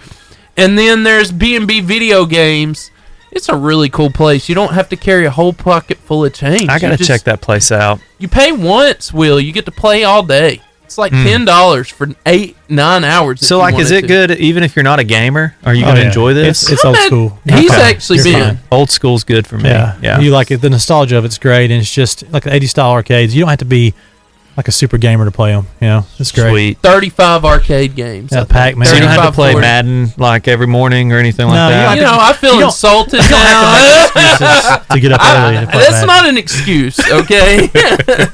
S14: And then there's B&B Video Games. It's a really cool place. You don't have to carry a whole pocket full of change.
S16: I gotta
S14: You just-
S16: check that place out.
S14: You pay once, Will. You get to play all day. It's like
S16: Mm.
S14: ten dollars for eight, nine hours. if
S16: So
S14: you
S16: like, is
S14: wanted
S16: it
S14: to.
S16: good even if you're not a gamer? Are you
S15: Oh,
S16: gonna
S15: yeah.
S16: enjoy this?
S15: It's- it's old I'm a- school.
S14: he's actually
S16: You're
S14: been-
S16: fine. old school's good for me.
S15: Yeah,
S16: Yeah,
S15: You like it. The nostalgia of it's great, and it's just like the '80s style arcades. You don't have to be like a super gamer to play them. You know, it's great.
S16: Sweet.
S14: Thirty-five arcade games.
S15: Yeah,
S14: I think.
S15: Pac-Man.
S16: So you don't have to
S14: 35,
S16: play
S14: 40.
S16: Madden like every morning or anything
S15: No,
S16: like
S15: you
S16: that.
S14: You know, I feel insulted now.
S16: to get up early to play
S14: That's
S16: Madden.
S14: not an excuse, okay?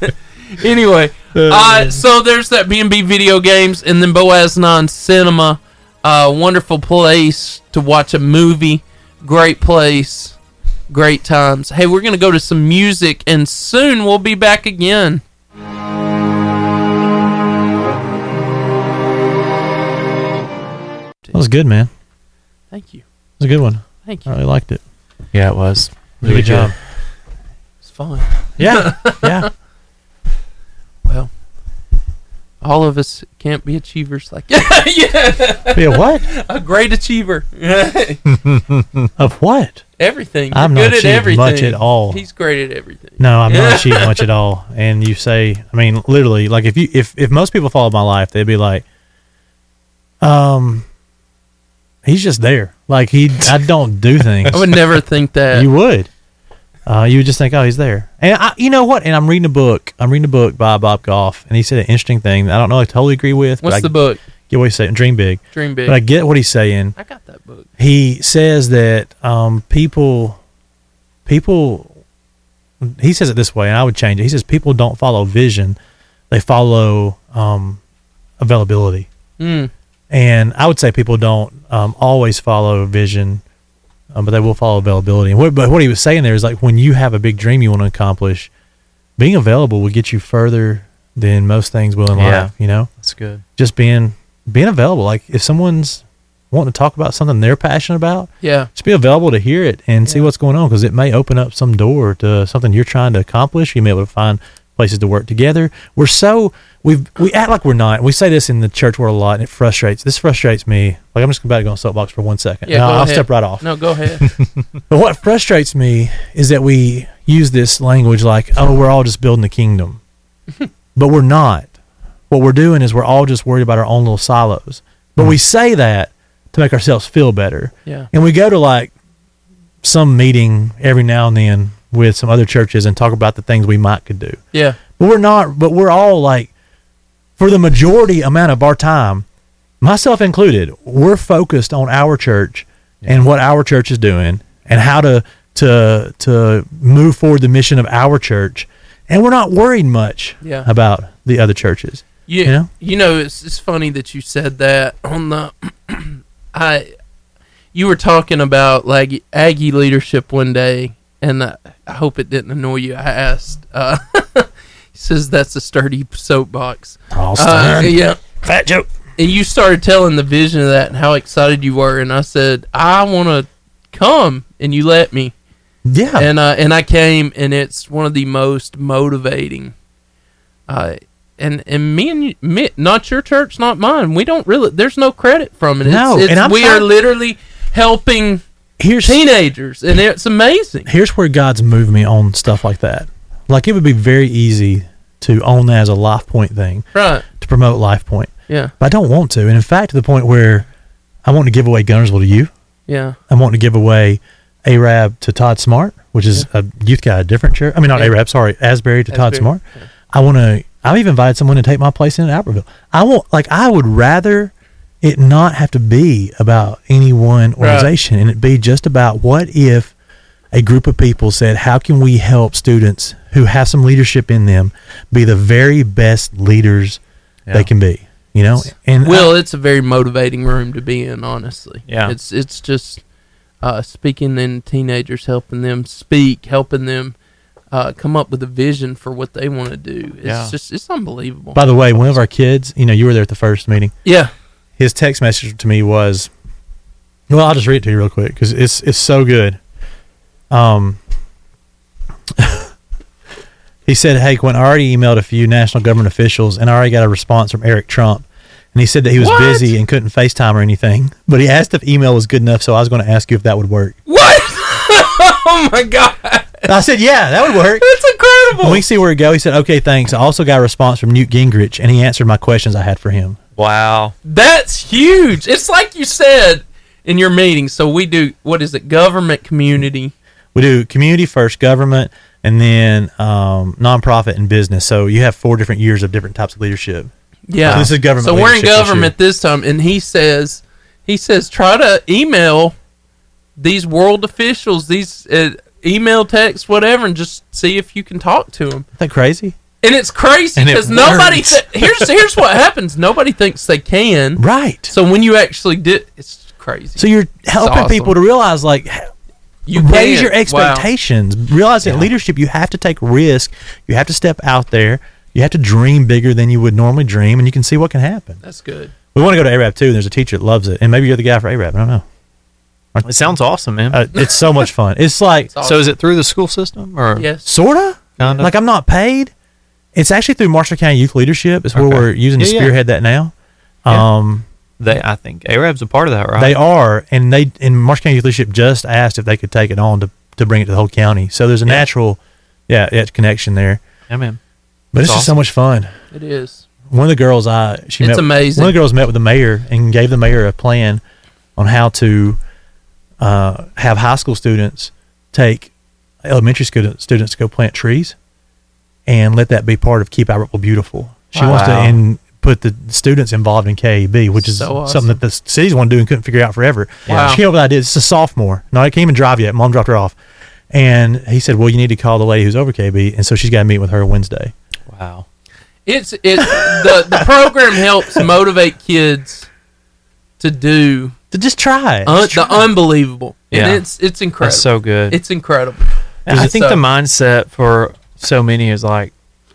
S14: anyway, uh, so there's that B&B video games, and then Boaz Non Cinema, uh, wonderful place to watch a movie, great place, great times. Hey, we're gonna go to some music, and soon we'll be back again.
S15: That was good, man.
S14: Thank you.
S15: It was a good one.
S14: Thank
S15: I really liked it.
S16: Yeah, it was.
S15: Really good job.
S14: It's fun.
S15: Yeah, yeah.
S14: Well, all of us can't be achievers like yeah.
S15: Be a what?
S14: A great achiever.
S15: of what?
S14: everything.
S15: I'm
S14: You're
S15: not
S14: good at
S15: achieving
S14: everything.
S15: much at all.
S14: He's great at everything.
S15: No, I'm not cheating much at all. And you say, I mean, literally, like if you if if most people followed my life, they'd be like, um, he's just there. Like he, I don't do things.
S14: I would never think that.
S15: You would. Uh, you would just think, oh, he's there. And I, you know what? And I'm reading a book. I'm reading a book by Bob Goff, and he said an interesting thing. that I don't know. I totally agree with. but
S14: What's
S15: I
S14: the book?
S15: Get what he's saying. Dream big.
S14: Dream big.
S15: But I get what he's saying. I
S14: got that book.
S15: He says that um, people, people, he says it this way, and I would change it. He says people don't follow vision; they follow um, availability.
S14: Mm.
S15: And I would say people don't um, always follow vision, um, but they will follow availability. And what, but what he was saying there is like when you have a big dream you want to accomplish, being available will get you further than most things will in
S16: Yeah.
S15: life. You know,
S16: That's good.
S15: Just being being available. Like if someone's wanting to talk about something they're passionate about,
S14: Yeah.
S15: just be available to hear it and see what's going on because it may open up some door to something you're trying to accomplish. You may be able to find places to work together. We're so we we act like we're not. We say this in the church world a lot, and it frustrates. This frustrates me. Like I'm just about to go on soapbox for one second.
S14: Yeah,
S15: no,
S14: go
S15: I'll
S14: ahead.
S15: step right off.
S14: No, go ahead.
S15: but what frustrates me is that we use this language like, "Oh, we're all just building the kingdom," but we're not. What we're doing is we're all just worried about our own little silos. But we say that to make ourselves feel better.
S14: Yeah.
S15: And we go to like some meeting every now and then with some other churches and talk about the things we might could do.
S14: Yeah.
S15: But we're not, but we're all like, for the majority amount of our time, myself included, we're focused on our church and what our church is doing and how to to to move forward the mission of our church, and we're not worried much
S14: Yeah.
S15: about the other churches.
S14: You,
S15: you know,
S14: you know, it's it's funny that you said that on the I you were talking about like Aggie leadership one day and I, I hope it didn't annoy you. I asked uh he says that's a sturdy soapbox.
S15: All
S14: Uh,
S15: stern.
S14: yeah.
S15: Fat joke.
S14: And you started telling the vision of that and how excited you were and I said, "I want to come." And you let me.
S15: Yeah.
S14: And uh and I came and it's one of the most motivating uh, and and me and you, me, not your church, not mine. We don't really. There's no credit from it. It's,
S15: No,
S14: it's,
S15: and I'm
S14: we
S15: trying-
S14: are literally helping
S15: here's
S14: teenagers, and it's amazing.
S15: Here's where God's moved me on stuff like that. Like it would be very easy to own that as a life point thing,
S14: Right.
S15: To promote life point,
S14: Yeah.
S15: But I don't want to, and in fact, to the point where I want to give away Gunnersville to you.
S14: Yeah.
S15: I want to give away Arab to Todd Smart, which is a youth guy, at a different church. I mean, not
S14: Yeah.
S15: Arab, sorry, Asbury to Todd
S14: Asbury.
S15: Smart. I want to. I've even invited someone to take my place in Albertville. I want, like, I would rather it not have to be about any one
S14: Right.
S15: organization, and it be just about what if a group of people said, "How can we help students who have some leadership in them be the very best leaders
S14: Yeah.
S15: they can be?" You know, and
S14: Will, it's a very motivating room to be in. Honestly,
S15: Yeah.
S14: It's it's just uh, speaking in teenagers, helping them speak, helping them. Uh, come up with a vision for what they want to do. It's
S15: Yeah.
S14: just it's unbelievable.
S15: By the way, one of our kids, you know, you were there at the first meeting.
S14: Yeah.
S15: His text message to me was, well, I'll just read it to you real quick because it's it's so good. Um, he said, "Hey, Quinn, I already emailed a few national government officials, and I already got a response from Eric Trump, and he said that he was
S14: What?
S15: busy and couldn't FaceTime or anything, but he asked if email was good enough, so I was going to ask you if that would work."
S14: oh my god,
S15: I said, yeah, that would work.
S14: That's incredible.
S15: And we see where it go. He said, "Okay, thanks." I also got a response from Newt Gingrich, and he answered my questions I had for him.
S16: Wow.
S14: That's huge. It's like you said in your meeting. So we do what is it? Government, community.
S15: We do community first, government, and then um, nonprofit and business. So you have four different years of different types of leadership.
S14: Yeah.
S15: So this is government.
S14: So we're in
S15: leadership this year.
S14: government this time, and he says, he says, try to email these world officials, these uh, email, text, whatever, and just see if you can talk to them.
S15: Isn't that crazy?
S14: And it's crazy
S15: And it
S14: because nobody.
S15: works.
S14: Th- here's here's what happens. Nobody thinks they can.
S15: Right.
S14: So when you actually did, it's crazy.
S15: So you're
S14: It's
S15: helping
S14: awesome.
S15: people to realize, like,
S14: You
S15: raise
S14: can.
S15: your
S14: Wow.
S15: expectations. Realize that leadership, you have to take risk. You have to step out there. You have to dream bigger than you would normally dream, and you can see what can happen.
S14: That's good.
S15: We want to go to ARAP too. And there's a teacher that loves it, and maybe you're the guy for ARAP. I don't know.
S16: It sounds awesome, man.
S15: Uh, it's so much fun. It's like
S16: So is it through the school system or
S14: Yes.
S15: sorta?
S16: Kinda.
S15: Like I'm not paid. It's actually through Marshall County Youth Leadership. It's where
S16: Okay.
S15: we're using to
S16: Yeah, yeah.
S15: spearhead that now.
S16: Yeah.
S15: Um,
S16: they? I think Arab's a part of that, right?
S15: They are, and they and Marshall County Youth Leadership just asked if they could take it on to, to bring it to the whole county. So there's a natural, yeah, yeah, connection there.
S16: Yeah, man.
S15: But
S16: That's
S15: it's just so
S16: awesome.
S15: much fun.
S14: It is.
S15: One of the girls I she
S14: It's
S15: met,
S14: amazing.
S15: One of the girls met with the mayor and gave the mayor a plan on how to uh, have high school students take elementary students students to go plant trees and let that be part of Keep Albertville Beautiful. She wants to
S16: Wow.
S15: and put the students involved in KEB, which is
S16: So awesome.
S15: something that the s- cities want to do and couldn't figure out forever.
S16: Wow.
S15: She came up with the idea. It's a sophomore. No, I can't even drive yet. Mom dropped her off. And he said, Well, you need to call the lady who's over KB. And so she's got to meet with her Wednesday.
S16: Wow.
S14: It's it the the program helps motivate kids to do
S15: to just try it.
S14: un-
S15: Just
S14: the
S15: try it.
S14: unbelievable.
S16: Yeah.
S14: And it's it's incredible.
S16: That's so good.
S14: It's incredible.
S16: I think
S14: So-
S16: the mindset for so many is like,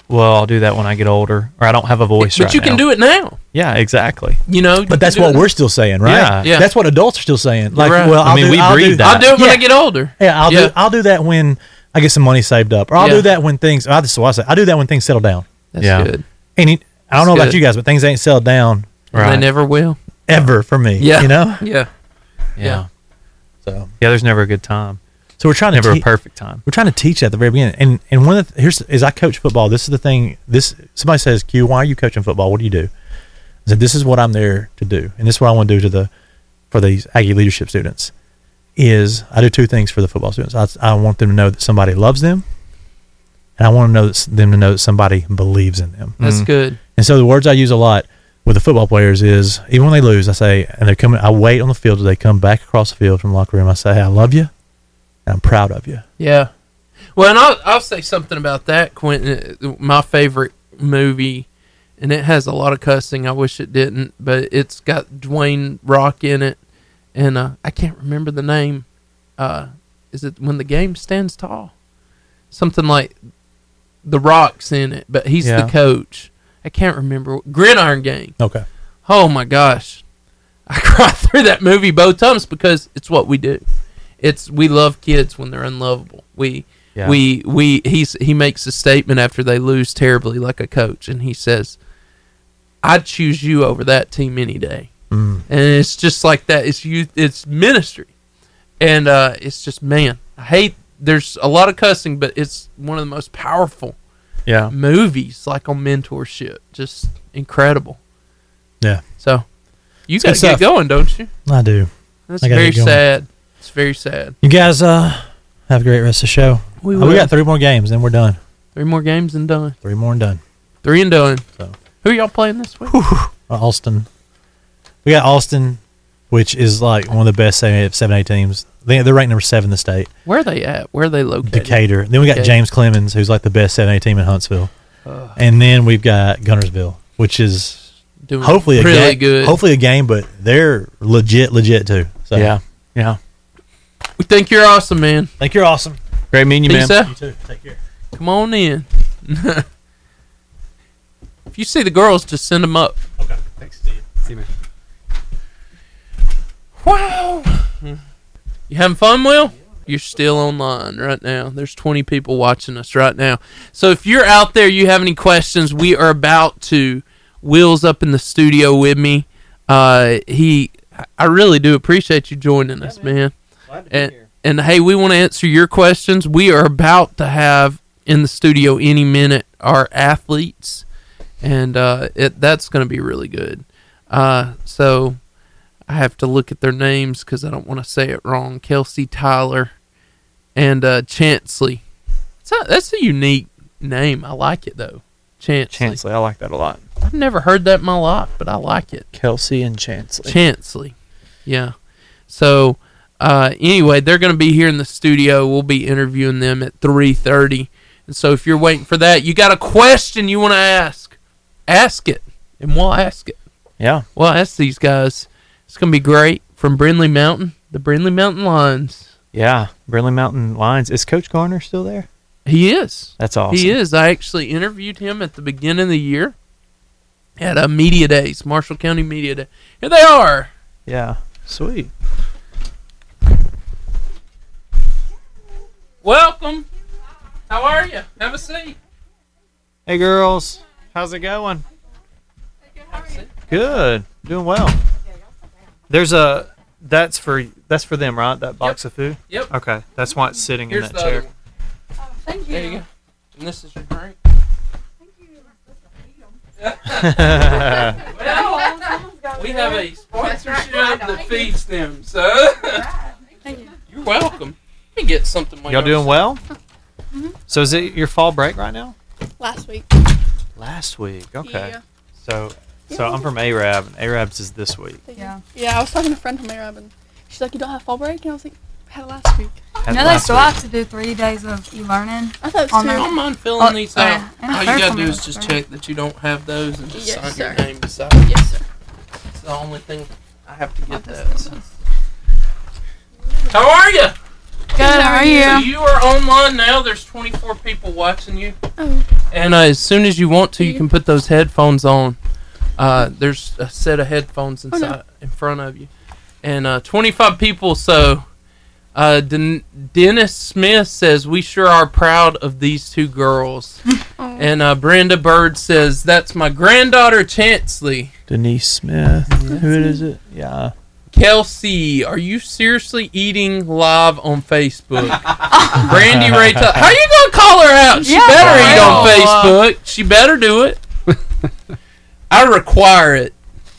S16: well, I'll do that when I get older, or I don't have a voice.
S14: But
S16: right
S14: you can
S16: now.
S14: do it now.
S16: Yeah, exactly.
S14: You know,
S15: But that's what we're still saying, right?
S16: Yeah. Yeah.
S15: That's what adults are still saying. Like,
S16: Right.
S15: well,
S16: I
S15: I'll
S16: mean,
S15: do,
S16: we
S15: I'll
S16: breed
S15: do,
S16: that. I'll
S14: do it when I get older.
S15: Yeah, I'll
S14: Yeah.
S15: do. I'll do that when I get some money saved up, or I'll
S14: Yeah.
S15: do that when things. I just, well, I say, I'll do that when things settle down.
S14: That's Yeah. good.
S15: And it, I don't
S14: That's
S15: know about
S14: good.
S15: you guys, but things ain't settled down.
S14: And They never will.
S15: Ever for me.
S14: Yeah.
S15: You know.
S14: Yeah.
S16: Yeah.
S15: So
S16: yeah, there's never a good time.
S15: So we're trying to
S16: never
S15: te-
S16: a perfect time.
S15: We're trying to teach that at the very beginning. And and one of the, here's is I coach football. This is the thing. This somebody says, "Q, why are you coaching football? What do you do?" I said, "This is what I'm there to do, and this is what I want to do to the for these Aggie leadership students." Is I do two things for the football students. I, I want them to know that somebody loves them, and I want to know that, s- them to know that somebody believes in them.
S14: That's Mhm. good.
S15: And so the words I use a lot with the football players is even when they lose, I say, and they're coming. I wait on the field till they come back across the field from the locker room. I say, "I love you, and I'm proud of you."
S14: Yeah. Well, and I'll, I'll say something about that, Quentin. Uh, My favorite movie, and it has a lot of cussing. I wish it didn't, but it's got Dwayne Rock in it, and uh, I can't remember the name. Uh, is it When the Game Stands Tall? Something like The Rock's in it, but he's
S15: Yeah.
S14: the coach. I can't remember. Gridiron Gang.
S15: Okay.
S14: Oh my gosh. I cried through that movie both times because it's what we do. It's we love kids when they're unlovable. We
S16: Yeah.
S14: we we he's he makes a statement after they lose terribly like a coach and he says I'd choose you over that team any day.
S16: Mm.
S14: And it's just like that. It's youth it's ministry. And uh it's just man, I hate there's a lot of cussing, but it's one of the most powerful Mm,
S16: Yeah.
S14: movies like on mentorship. Just incredible.
S15: Yeah.
S14: So you
S15: It's
S14: got
S15: good
S14: to get
S15: stuff.
S14: going, don't you?
S15: I do.
S14: That's
S15: I gotta
S14: very
S15: get going.
S14: sad. It's very sad.
S15: You guys uh, have a great rest of the show.
S14: We
S15: Uh,
S14: will.
S15: we got three more games, then we're done.
S14: Three more games and done.
S15: Three more and done.
S14: Three and done. Who are y'all playing this week?
S15: Uh, Austin. We got Austin, which is like one of the best 7 7A teams. They, they're ranked number seven in the state.
S14: Where are they at? Where are they located?
S15: Decatur. Then we got
S14: Decatur.
S15: James Clemens, who's like the best 7A team in Huntsville. and then we've got Gunnersville, which is
S14: Doing
S15: hopefully a
S14: really
S15: ga-
S14: good.
S15: Hopefully a game, but they're legit, legit too. So
S16: Yeah. Yeah.
S14: We think you're awesome, man.
S15: Think you're awesome.
S16: Great meeting you,
S14: Peace
S16: man.
S14: out. Come on in. if you see the girls, just send them up.
S15: Okay.
S17: Thanks, Steve. See you, man.
S14: Wow. You having fun, Will? You're still online right now. There's 20 people watching us right now. So if you're out there, you have any questions, we are about to. Will's up in the studio with me. Uh, he, I really do appreciate you joining us, man. and and hey, we want to answer your questions. We are about to have in the studio any minute our athletes, and uh, it that's going to be really good. Uh, so I have to look at their names because I don't want to say it wrong. Kelsey Tyler and uh, Chansley. It's a, that's a unique name. I like it though. Chansley.
S16: Chansley, I like that a lot.
S14: I've never heard that in my life, but I like it.
S16: Kelsey and Chansley.
S14: Chansley. Yeah. So uh, anyway, they're going to be here in the studio. We'll be interviewing them at 3:30. And so if you're waiting for that, you got a question you want to ask, ask it, and we'll ask it.
S16: Yeah.
S14: We'll ask these guys. It's going to be great from Brindley Mountain, the Brindley Mountain Lions.
S16: Yeah. Burnley Mountain Lions. Is Coach Garner still there?
S14: He is.
S16: That's awesome.
S14: He is. I actually interviewed him at the beginning of the year at a media days, Marshall County Media Day. Here they are.
S16: Yeah. Sweet.
S14: Welcome. How are you? Have a seat.
S16: Hey girls, how's it going? Good. Doing well. There's a that's for that's for them, right? That box of food.
S14: Yep.
S16: Okay, that's why it's sitting
S14: Here's
S16: in
S14: the
S16: that chair.
S14: other one.
S19: Oh,
S14: thank you. There you go. And this is your drink. well, we have a sponsorship that feeds them, so you're welcome. Let me get something. while
S16: Y'all
S14: y'all-
S16: doing well?
S19: Mm-hmm.
S16: So is it your fall break right now?
S20: Last week.
S16: Last week. Okay.
S20: Yeah.
S16: So so I'm from Arab and Arabs is this week.
S20: Yeah. Yeah, I was talking to a friend from Arab and she's like, You don't have fall break? And I was like, I had it last week.
S16: Had it
S19: No, they
S16: last
S19: still
S16: week.
S19: have to do three days of e-learning.
S20: I thought it was two.
S19: their-
S20: Don't mind
S14: Filling
S19: Oh,
S14: these
S19: yeah,
S14: out.
S19: and
S14: All you
S19: third
S14: gotta
S19: one
S14: do is
S19: was
S14: just
S19: third.
S14: check that you don't have those and just
S20: Yes,
S14: sign
S20: sir.
S14: your name beside. Yes,
S20: sir.
S14: It's the only thing. I have to get that. How are you?
S19: Good, how are you?
S14: So you are online now. There's 24 people watching you.
S19: Oh.
S14: And uh, as soon as you want to, you can put those headphones on. Uh, there's a set of headphones
S19: Oh, no.
S14: inside in front of you, and uh, 25 people. So uh, Den- Dennis Smith says we sure are proud of these two girls, and uh, Brenda Bird says that's my granddaughter Chansley.
S16: Denise Smith. Who is it? Yeah.
S14: Kelsey, are you seriously eating live on Facebook? Brandy Ray, Tut- how you gonna call her out? She
S6: Yeah,
S14: better
S6: for
S14: eat on
S6: real.
S14: Facebook. She better do it. I require it.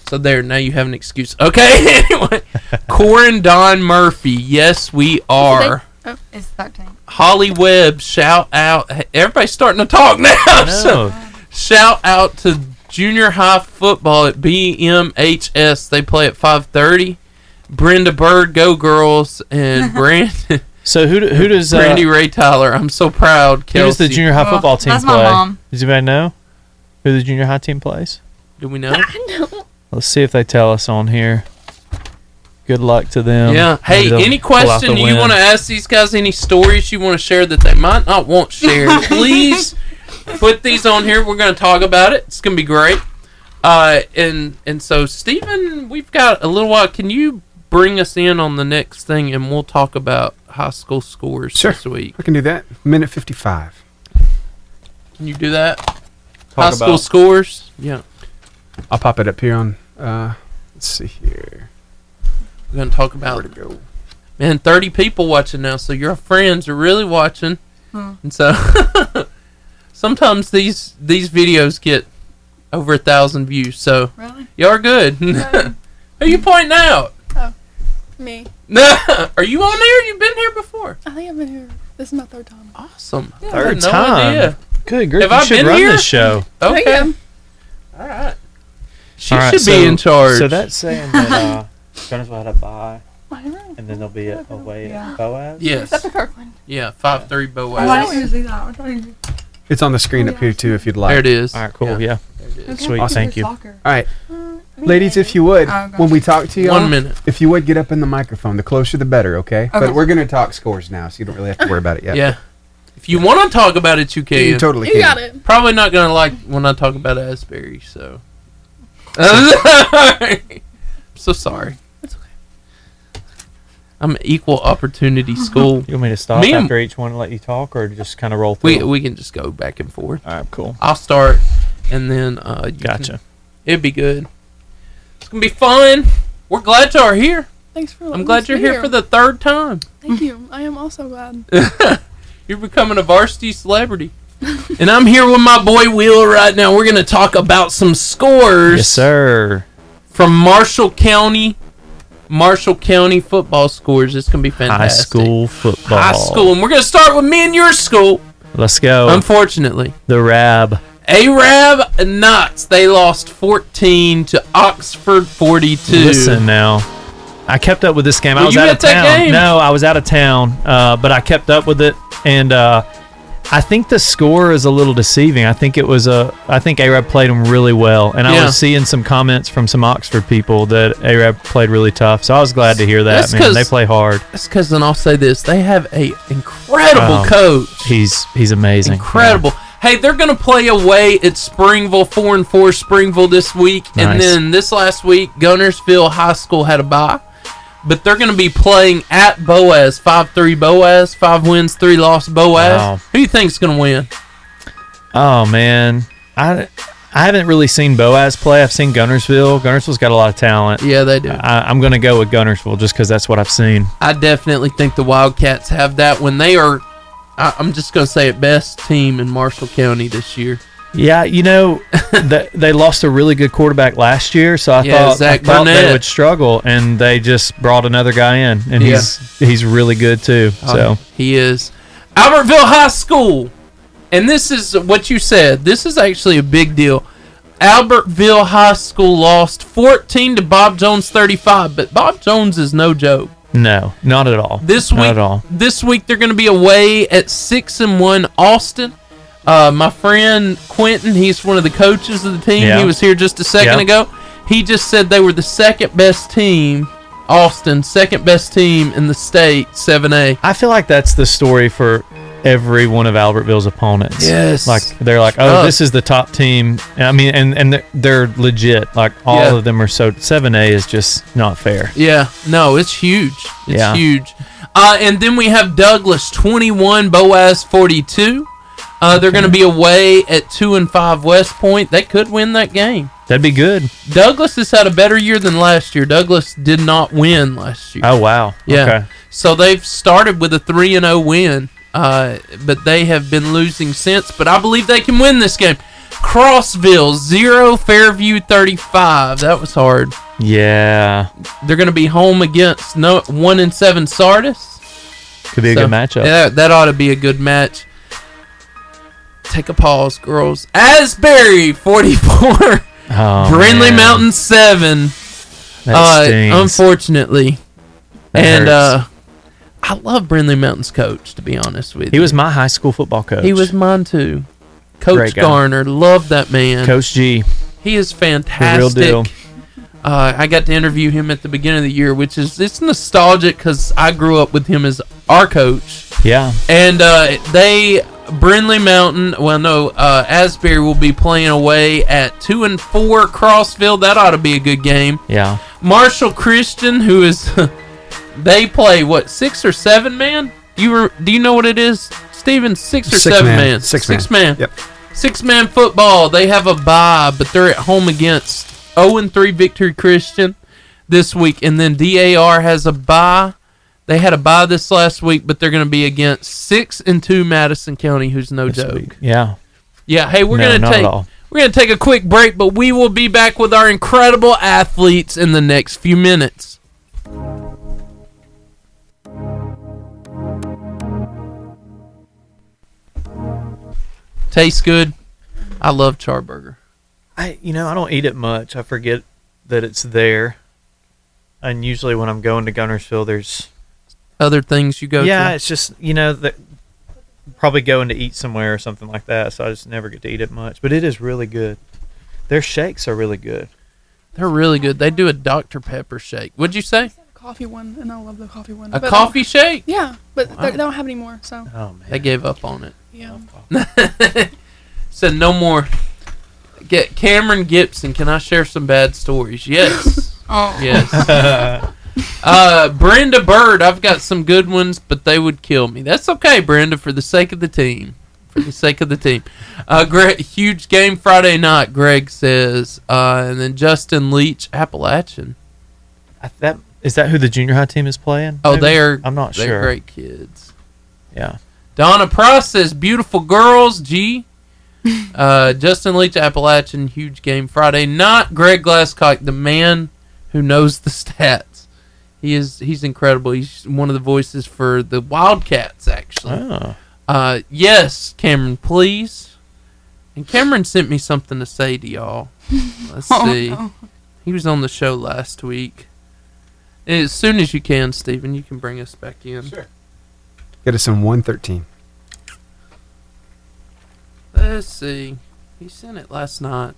S14: So there, now you have an excuse. Okay, anyway, Corin Don Murphy, yes we are.
S19: Oh, it's 13.
S14: Holly Webb, shout out! Hey, Everybody's starting to talk now. So, shout out to junior high football at BMHS. They play at five thirty. Brenda Bird, go girls, and
S16: uh,
S14: Brand.
S16: So who who does, uh,
S14: Brandy Ray Tyler? I'm so proud. Kelsey.
S16: Who does the junior high football team
S19: Oh, that's my
S16: play?
S19: mom.
S16: Does anybody know who the junior high team plays?
S14: Do we know?
S16: Let's see if they tell us on here. Good luck to them.
S14: Yeah. Hey,
S16: Maybe Um, they'll
S14: any
S16: pull out the
S14: question you
S16: win.
S14: want to ask these guys? Any stories you want to share that they might not want shared? Please put these on here. We're going to talk about it. It's going to be great. Uh, and and so Stephen, we've got a little while. Can you bring us in on the next thing, and we'll talk about high school scores this week?
S17: I can do that. Minute 55.
S14: Can you do that? high
S17: Talk
S14: school
S17: about-
S14: scores. Yeah,
S17: I'll pop it up here on. Uh, let's see here.
S14: we're going to talk about. Man, thirty people watching now, so your friends are really watching,
S19: Hmm.
S14: and so sometimes these these videos get over a thousand views. So
S20: Really?
S14: you are good. Who you pointing out?
S20: Me.
S14: are you on there? You've been here before.
S20: I think I've been here. This is my third time.
S14: Awesome.
S20: Yeah.
S14: I had
S16: Third
S14: no
S16: time.
S14: idea.
S16: Good grief.
S14: Have
S16: you
S14: I
S16: should
S14: been
S16: run
S14: here?
S16: this show.
S14: Okay.
S20: Thank you.
S14: All right. She
S16: All right,
S14: should
S16: so-
S14: be in charge.
S16: So that's saying that uh, Gunners will have to buy, and then they'll be at, away at Boaz.
S14: Yes.
S19: That's a Kirkland.
S14: Yeah, five three
S19: Oh, I didn't
S14: Boaz.
S19: usually do that. I thought you did.
S17: It's on the screen up here, too, if you'd like.
S14: There it is.
S16: All right, cool. Yeah.
S19: Okay,
S16: Sweet.
S19: Awesome.
S16: Thank you.
S19: Soccer.
S17: All right. Ladies, if you would, when we talk to you,
S14: One minute.
S17: If you would get up in the microphone, the closer the better, okay?
S14: Okay.
S17: But we're going to talk scores now, so you don't really have to worry about it yet.
S14: Yeah. If you want to talk about it, you can.
S17: You totally You can. got
S20: it.
S14: Probably not gonna like when I talk about Asbury. So. I'm so sorry.
S20: It's okay.
S14: I'm an equal opportunity school.
S16: You want me to stop
S14: Me and-
S16: after each one and let you talk, or just kind of roll through?
S14: We we can just go back and forth.
S16: All right, cool.
S14: I'll start, and then uh, you
S16: Gotcha.
S14: can- it'd be good. It's gonna be fun. We're glad y'all are here.
S20: Thanks for letting
S14: I'm glad
S20: us
S14: you're
S20: be
S14: here for the third time.
S20: Thank you. I am also glad.
S14: You're becoming a varsity celebrity. and I'm here with my boy Will right now. We're going to talk about some scores.
S16: Yes, sir.
S14: From Marshall County. Marshall County football scores. It's going to be
S16: High
S14: fantastic.
S16: school football.
S14: High school. And we're going to start with me and your school.
S16: Let's go.
S14: Unfortunately.
S16: The Rab.
S14: Arab Knots. They lost 14 to Oxford 42.
S16: Listen now. I kept up with this game.
S14: Were
S16: I was
S14: you
S16: out
S14: at
S16: of
S14: that
S16: town.
S14: game?
S16: No, I was out of town, uh, but I kept up with it, and uh, I think the score is a little deceiving. I think it was a. I think Arab played him really well, and I
S14: Yeah.
S16: was seeing some comments from some Oxford people that Arab played really tough. So I was glad to hear that.
S14: That's
S16: man,
S14: 'cause-
S16: they play hard.
S14: That's because, and I'll say this, they have a incredible
S16: Um,
S14: coach.
S16: He's he's amazing.
S14: incredible. Hey, they're going to play away at Springville, four and four Springville this week, and
S16: Nice.
S14: then this last week, Gunnersville High School had a bye. But they're going to be playing at Boaz, five three Boaz, five wins, three loss Boaz.
S16: Wow.
S14: Who do you think's going to win?
S16: Oh man, I I haven't really seen Boaz play. I've seen Gunnersville. Gunnersville's got a lot of talent.
S14: Yeah, they do.
S16: I, I'm gonna go with Gunnersville just because that's what I've seen.
S14: I definitely think the Wildcats have that when they are. I, I'm just going to say it best team in Marshall County this year.
S16: Yeah, you know, th- they lost a really good quarterback last year, so I
S14: Yeah,
S16: thought, I
S14: Zach
S16: thought they
S14: Barnett.
S16: would struggle, and they just brought another guy in, and
S14: Yeah.
S16: he's he's really good too.
S14: Oh,
S16: So
S14: he is Albertville High School, and this is what you said. This is actually a big deal. Albertville High School lost 14 to Bob Jones 35, but Bob Jones is no joke.
S16: no, not at all.
S14: This
S16: not
S14: week-
S16: at all.
S14: This week they're going to be away at six and one Austin. Uh, my friend Quentin, he's one of the coaches of the team.
S16: Yeah.
S14: He was here just a second
S16: Yeah.
S14: ago. He just said they were the second best team, Austin, second best team in the state, 7A.
S16: I feel like that's the story for every one of Albertville's opponents.
S14: Yes.
S16: Like they're like, oh, this is the top team. And I mean, and and they're- they're legit. Like all
S14: Yeah.
S16: of them are so. Seven A is just not fair.
S14: Yeah, no, it's huge. It's
S16: Yeah.
S14: huge. Uh, and then we have Douglas 21, Boaz 42. Uh, they're going to be away at 2 and 5 West Point. They could win that game.
S16: That'd be good.
S14: Douglas has had a better year than last year. Douglas did not win last year.
S16: Oh wow.
S14: Yeah.
S16: Okay.
S14: So they've started with a 3 and 0 win, uh, but they have been losing since. But I believe they can win this game. Crossville 0, Fairview 35. That was hard.
S16: Yeah.
S14: They're going to be home against no, 1 and 7 Sardis.
S16: Could be a
S14: So,
S16: good matchup.
S14: Yeah, that ought to be a good match. Take a pause, girls. Asbury 44,
S16: Oh,
S14: Brindley
S16: man.
S14: Mountain 7.
S16: That
S14: uh,
S16: stings.
S14: unfortunately.
S16: That
S14: and
S16: hurts.
S14: uh I love Brindley Mountain's coach, to be honest with
S16: He
S14: you.
S16: was my high school football coach.
S14: He was mine too.
S16: Great
S14: Coach
S16: guy.
S14: Garner, love that man.
S16: Coach G.
S14: He is
S16: The
S14: fantastic.
S16: real deal.
S14: Uh, I got to interview him at the beginning of the year, which is it's nostalgic because I grew up with him as our coach.
S16: Yeah.
S14: And uh, they Brindley Mountain, well, no, uh, Asbury will be playing away at two and four Crossville. That ought to be a good game.
S16: Yeah.
S14: Marshall Christian, who is they play what six or seven man? You were, do you know what it is, Steven? Six or
S17: Six
S14: seven
S17: man.
S14: man.
S17: Six man.
S14: six man. Yep. Six man football. They have a bye, but they're at home against zero and three Victory Christian this week, and then DAR has a bye. They had a bye this last week, but they're going to be against six and two Madison County, who's no joke.
S16: Oh. Yeah.
S14: Yeah, hey, we're
S16: No,
S14: gonna
S16: not at
S14: take
S16: all.
S14: we're gonna take a quick break, but we will be back with our incredible athletes in the next few minutes. Tastes good. I love charburger.
S16: I you know I don't eat it much. I forget that it's there. And usually when I'm going to Gunnersville, there's
S14: Other things you go
S16: yeah,
S14: to?
S16: it's just you know that probably going to eat somewhere or something like that. So I just never get to eat it much. But it is really good. Their shakes are really good.
S14: They're really good. They do a Dr. Pepper shake. What'd you say?
S20: coffee one, and I love the coffee one.
S14: A
S20: But- uh,
S14: coffee shake?
S20: Yeah, but
S14: Wow.
S20: they they don't have any more, so.
S16: Oh man.
S14: They gave up on it.
S20: Yeah.
S14: Said no more. Get Cameron Gibson. Can I share some bad stories? Yes.
S19: Oh.
S14: Yes. uh, Brenda Bird. I've got some good ones, but they would kill me. That's okay, Brenda. For the sake of the team. For the sake of the team. Uh, great, huge game Friday night. Greg says, uh, and then Justin Leach, Appalachian.
S16: I, that is that who the junior high team is playing?
S14: Oh,
S16: maybe?
S14: they are.
S16: I'm not
S14: they're
S16: sure.
S14: Great kids.
S16: Yeah.
S14: Donna Price says, "Beautiful girls." G. Uh, Justin Leach, Appalachian, huge game Friday. Not Greg Glasscock, the man who knows the stats. He is. He's incredible. He's one of the voices for the Wildcats, actually.
S16: Oh.
S14: Uh, yes, Cameron, please. And Cameron sent me something to say to y'all. Let's
S19: Oh,
S14: see.
S19: no.
S14: He was on the show last week. As soon as you can, Stephen, you can bring us back in. Sure.
S17: Get us in 113.
S14: Let's see. He sent it last night.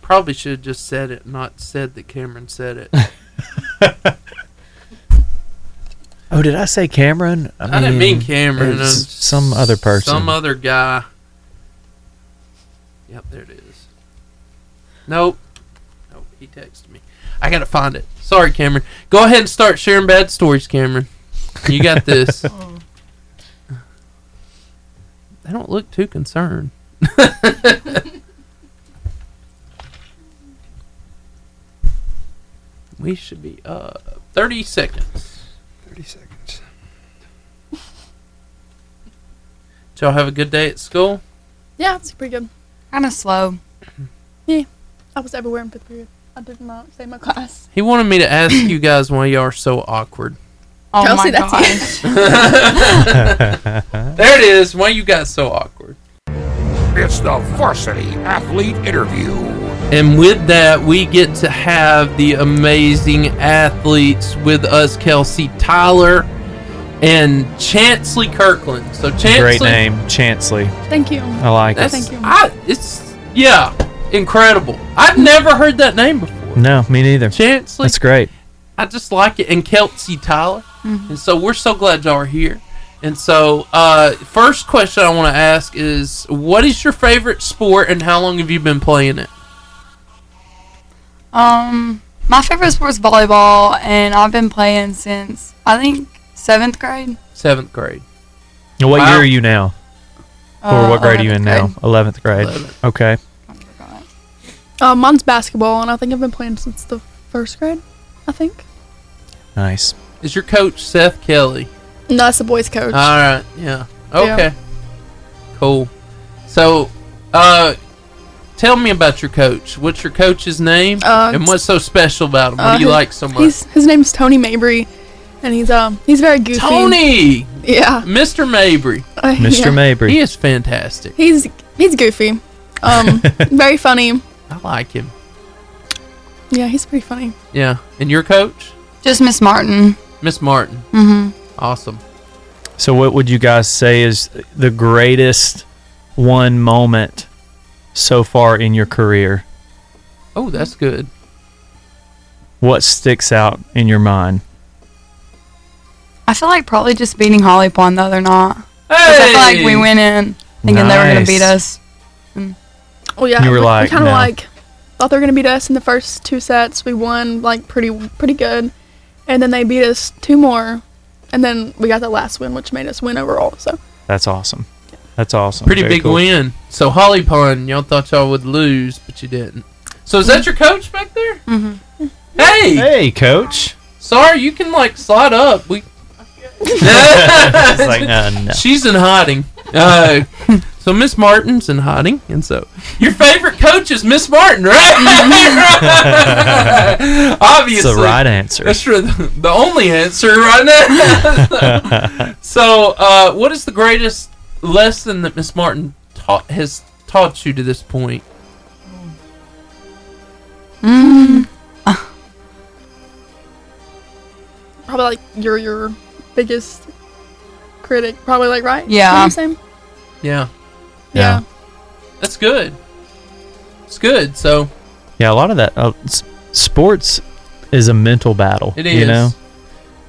S14: Probably should have just said it, not said that Cameron said it.
S16: Oh, did I say Cameron?
S14: I didn't mean Cameron.
S16: it was Some other person.
S14: Some other guy. Yep, there it is. Nope. Nope, he texted me. I gotta find it. Sorry, Cameron. Go ahead and start sharing bad stories, Cameron. You got this. they don't look too concerned. we should be up. 30 seconds.
S17: 30 seconds.
S14: Did y'all have a good day at school?
S20: Yeah, it's pretty good.
S19: Kind of slow.
S20: Yeah, I was everywhere in fifth period. I did not stay in my class.
S14: He wanted me to ask you guys why y'all are so awkward.
S19: Oh
S20: Kelsey,
S19: my
S20: that's
S19: gosh.
S14: There it is. Why you guys so awkward?
S8: It's the varsity athlete interview.
S14: And with that, we get to have the amazing athletes with us, Kelsey Tyler and Chansley Kirkland. So Chansley,
S16: Great name, Chansley.
S20: Thank you.
S16: I like it.
S20: Thank you.
S14: I, it's yeah. incredible. I've never heard that name before.
S16: No, me neither.
S14: Chansley?
S16: That's great.
S14: I just like it. And Kelsey Tyler.
S20: Mm-hmm.
S14: And so we're so glad y'all are here. And so, uh, first question I want to ask is what is your favorite sport and how long have you been playing it?
S19: Um, my favorite sport's volleyball, and I've been playing since I think seventh grade.
S14: Seventh grade.
S16: And what year are you now?
S19: Uh,
S16: or what grade are you in
S19: 11th
S16: now? Eleventh grade. Okay.
S20: Uh, mine's basketball, and I think I've been playing since the first grade. I think.
S16: Nice.
S14: Is your coach Seth Kelly?
S20: No, that's the boys' coach.
S14: All right. Yeah.
S20: Yeah.
S14: Okay. Cool. So, uh, tell me about your coach. What's your coach's name?
S20: Uh,
S14: and what's so special about him? What
S20: Uh,
S14: do you like so much?
S20: He's, his name's Tony Mabry, and he's um he's very goofy.
S14: Tony.
S20: Yeah.
S14: Mr. Mabry.
S20: Uh, Mr. yeah. Mabry.
S14: He is fantastic.
S20: He's he's goofy, um, very funny.
S14: I like him.
S20: Yeah, he's pretty funny.
S14: Yeah. And your coach,
S19: Just Miss Martin.
S14: Miss Martin.
S19: Mm-hmm.
S14: Awesome.
S16: So, what would you guys say is the greatest one moment so far in your career?
S14: Oh, that's good.
S16: What sticks out in your mind?
S19: I feel like probably just beating Holly Pond the other night. 'Cause I feel like we
S16: Hey!
S19: went in thinking they were gonna
S16: Nice.
S19: beat us.
S20: Well, yeah,
S16: You were
S20: we-
S16: like,
S20: we kind of
S16: no.
S20: like thought they were gonna beat us in the first two sets. We won like pretty pretty good, and then they beat us two more, and then we got the last win, which made us win overall. So
S16: That's awesome. That's awesome.
S14: Pretty
S16: Very
S14: big
S16: cool.
S14: win. So Holly Pond, y'all thought y'all would lose, but you didn't. So is that your coach back there?
S19: Mm-hmm.
S14: Hey.
S16: Hey, coach.
S14: Sorry, you can like slide up. We.
S16: It's like, uh, no.
S14: She's in hiding. Uh, so Miss Martin's in hiding, and so your favorite coach is Miss Martin, right? Obviously,
S16: It's the right answer.
S14: That's true. The only answer right now. so, uh, what is the greatest lesson that Miss Martin taught has taught you to this point?
S19: Mm.
S20: probably like you're your biggest critic, probably like right?
S19: Yeah.
S20: What you saying?
S14: Yeah,
S20: Yeah.
S14: that's good. It's good. So
S16: Yeah, a lot of that. Uh, s- sports is a mental battle.
S14: It
S16: You
S14: is.
S16: know,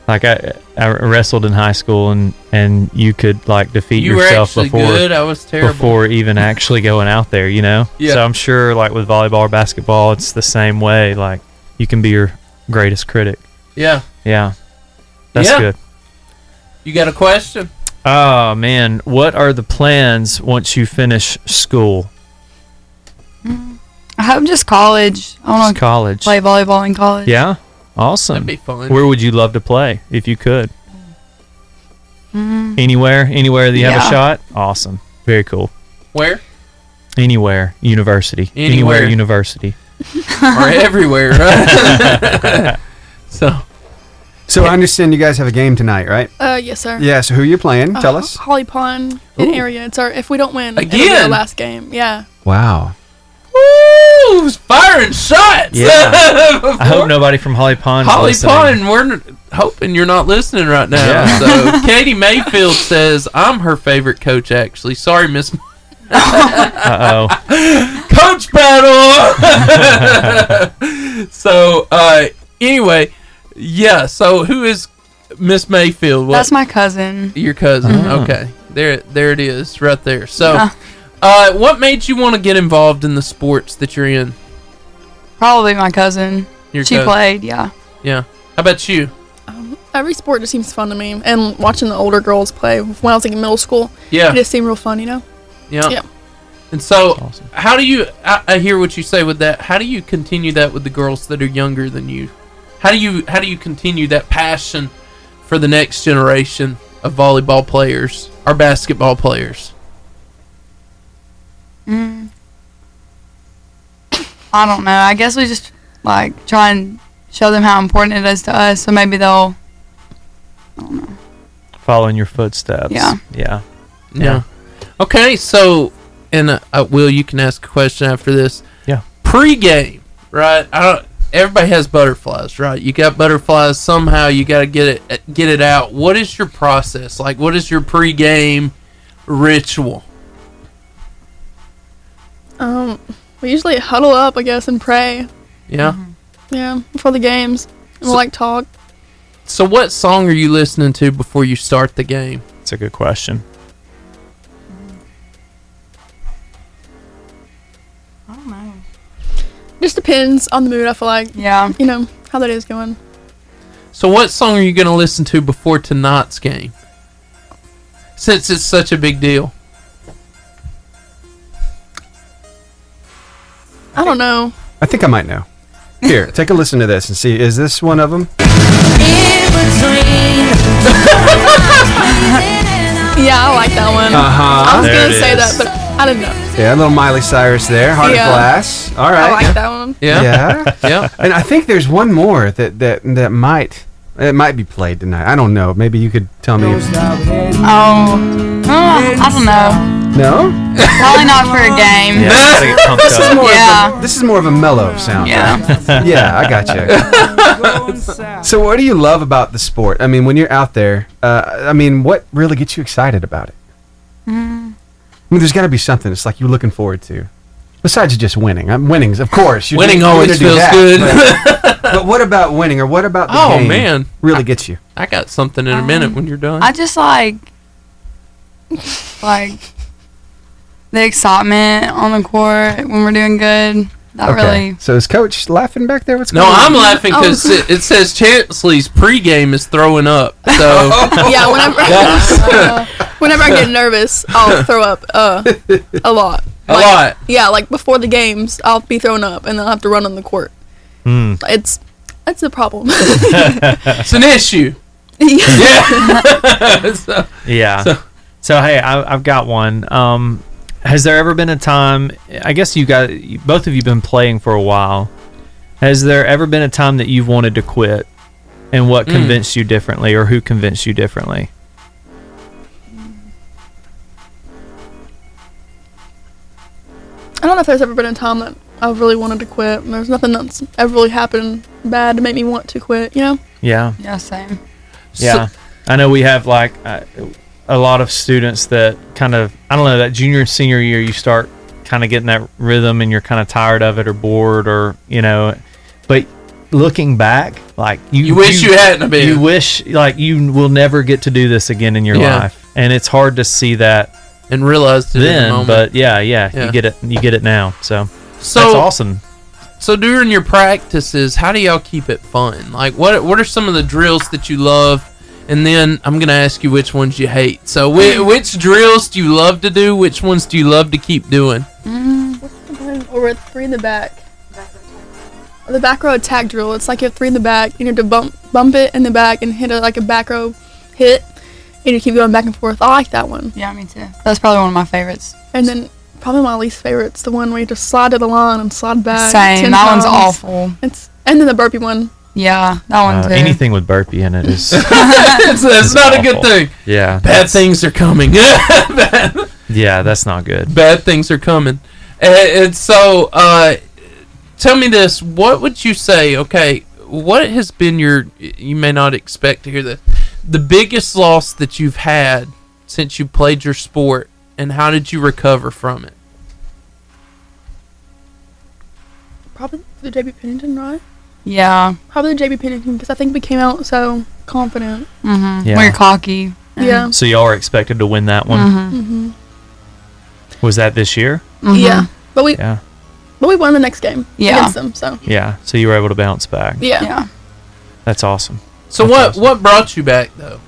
S16: like I, I wrestled in high school, and and you could like defeat
S14: You were
S16: yourself
S14: actually
S16: before
S14: good, I was terrible.
S16: before even actually going out there. You know.
S14: Yeah.
S16: So I'm sure like with volleyball or basketball, it's the same way. Like you can be your greatest critic.
S14: Yeah.
S16: Yeah. That's
S14: Yeah.
S16: good.
S14: you got a question?
S16: Oh man, what are the plans once you finish school?
S19: I hope just college. I want
S16: Just
S19: to
S16: college.
S19: play volleyball in college.
S16: Yeah. Awesome.
S14: That'd be fun.
S16: Where would you love to play if you could?
S19: Mm.
S16: Anywhere, anywhere that you have
S14: Mm-hmm. Yeah.
S16: a shot. Awesome. Very cool.
S14: Where?
S16: Anywhere, university.
S14: Anywhere.
S16: university.
S14: or everywhere, right? so
S17: So I understand you guys have a game tonight, right?
S20: Uh, yes, sir.
S17: Yeah. So who are you playing?
S20: Uh,
S19: Uh-huh.
S17: Tell us.
S20: Holly Pond in
S17: Ooh.
S20: area. It's our if we don't win it'll be
S14: Again?
S20: our last game. Yeah.
S17: Wow.
S14: Woo! Who's firing shots?
S16: Yeah. I hope nobody from Holly Pond. is
S14: Holly
S16: listening.
S14: Pond, we're n- hoping you're not listening right now.
S16: Yeah.
S14: So Katie Mayfield says I'm her favorite coach. Actually, sorry, Miss
S16: Uh oh.
S14: Coach Battle. so uh, anyway, yeah. So who is Miss Mayfield? What-
S19: That's my cousin.
S14: your cousin.
S19: Oh.
S14: Okay, there there it is, right there. So,
S19: Yeah.
S14: uh, what made you want to get involved in the sports that you're in?
S19: Probably my cousin.
S14: Your
S19: she
S14: cousin.
S19: played. Yeah.
S14: Yeah. How about you?
S20: Every sport just seems fun to me, and watching the older girls play when I was like in middle school,
S14: Yeah.
S20: it just seemed real fun, you know.
S14: Yeah.
S20: Yeah.
S14: And so, how do you? I, I hear what you say with that. How do you continue that with the girls that are younger than you? How do you how do you continue that passion for the next generation of volleyball players or basketball players?
S19: Mm. I don't know. I guess we just like try and show them how important it is to us, so maybe they'll.
S16: Following your footsteps.
S19: Yeah.
S16: Yeah.
S14: Yeah. Okay, so and uh, uh, Will, you can ask a question after this.
S16: Yeah.
S14: Pre-game, right? I don't, everybody has butterflies, right? You got butterflies. Somehow you got to get it uh, get it out. What is your process like? What is your pre-game ritual?
S20: Um, We usually huddle up, I guess, and pray.
S14: Yeah.
S20: Yeah, before the games. And we'll like talk.
S14: So, what song are you listening to before you start the game?
S16: That's a good question.
S19: I don't know.
S20: Just depends on the mood, I feel like.
S19: Yeah.
S20: You know, how that is going.
S14: So, what song are you going to listen to before tonight's game? Since it's such a big deal.
S20: I don't know.
S17: I think I might know. Here, take a listen to this and see. Is this one of them?
S20: Yeah, I like that one.
S17: Uh-huh.
S20: I was
S17: There
S20: gonna
S17: it
S20: say
S17: is.
S20: that, but I didn't know.
S17: Yeah, a little Miley Cyrus there. Heart
S20: Yeah.
S17: of Glass. All
S19: Oh,
S17: right.
S20: I like that one.
S17: Yeah.
S14: yeah.
S17: And I think there's one more that that that might it might be played tonight. I don't know. Maybe you could tell me.
S19: Oh. Mm, I don't know.
S17: No.
S19: Probably not for a game.
S17: this is more.
S19: Yeah.
S17: Of a, this is more of a mellow sound. Yeah. yeah. I got you. so, what do you love about the sport? I mean, when you're out there, uh, I mean, what really gets you excited about it?
S19: Mm.
S17: I mean, there's got to be something. It's like you're looking forward to. Besides just winning, I'm winnings, of course. You're
S14: Winning
S17: you're
S14: always
S17: gonna do
S14: feels
S17: But, but what about winning, or what about the
S14: Oh,
S17: game
S14: man.
S17: really gets you?
S14: I got something in a minute when you're done.
S19: I just like like the excitement on the court when we're doing good. That really
S17: So is Coach laughing back there? What's
S14: no,
S17: going on?
S14: I'm laughing because
S19: Oh.
S14: it, it says Chansley's pregame is throwing up. So
S20: yeah, whenever
S14: That's-
S20: whenever I get nervous, I'll throw up uh, a lot.
S14: a lot.
S20: Yeah, like before the games, I'll be thrown up and I'll have to run on the court.
S16: Hmm.
S20: It's that's the problem.
S14: It's an issue. So-
S16: Yeah.
S14: So-
S16: So, hey, I, I've got one. Um, has there ever been a time? I guess you got you- both of you been playing for a while. Has there ever been a time that you've wanted to quit, and what
S14: Mm.
S16: convinced you differently, or who convinced you differently?
S20: I don't know if there's ever been a time that I've really wanted to quit. and There's nothing that's ever really happened bad to make me want to quit. You know?
S16: Yeah.
S19: yeah, same.
S16: Yeah. I know we have like uh, a lot of students that kind of, I don't know, that junior and senior year, you start kind of getting that rhythm and you're kind of tired of it or bored or, you know, but looking back, like you,
S14: You wish you hadn't been.
S16: You wish, like, you will never get to do this again in your
S14: Yeah.
S16: life. And it's hard to see that
S14: and realize it in the
S16: then,
S14: moment.
S16: but yeah, yeah,
S14: Yeah.
S16: you get it, you get it now. So,
S14: So-
S16: that's awesome.
S14: So during your practices, how do y'all keep it fun? Like what what are some of the drills that you love? And then I'm gonna ask you which ones you hate. So whi which drills do you love to do? Which ones do you love to keep doing?
S20: What's the one or with three in the back? The back row attack drill. It's like you have three in the back. You need to bump bump it in the back and hit it like a back row hit, and you keep going back and forth. I like that one.
S19: Yeah, me too. That's probably one of my favorites.
S20: And then probably my least favorite's the one where you just slide to the line and slide back.
S19: Same.
S20: 10
S19: That one's
S20: times.
S19: awful.
S20: It's and then the burpee one.
S19: Yeah, that one
S16: Uh,
S19: too.
S16: anything with burpee in it is,
S14: it's, it's
S16: is
S14: not a
S16: awful.
S14: good thing.
S16: Yeah.
S14: Bad things are coming. Bad-
S16: Yeah. That's not good.
S14: bad things are coming. And, and so, uh, tell me this: What would you say? Okay, what has been your? You may not expect to hear this. The biggest loss that you've had since you played your sport, and how did you recover from it?
S20: Probably the JB Pennington, right?
S19: yeah.
S20: Probably the JB Pennington because I think we came out so confident.
S19: Mm-hmm.
S16: Yeah.
S19: We're cocky.
S20: Yeah.
S16: So y'all are expected to win that one. Mm-hmm.
S20: hmm
S16: Was that this year?
S20: Yeah. But we
S16: Yeah.
S20: but we won the next game
S19: Mm-hmm. Yeah.
S20: against them. So
S16: Yeah. So you were able to bounce back.
S20: yeah.
S19: Yeah.
S16: That's awesome.
S14: So, what what brought you back though?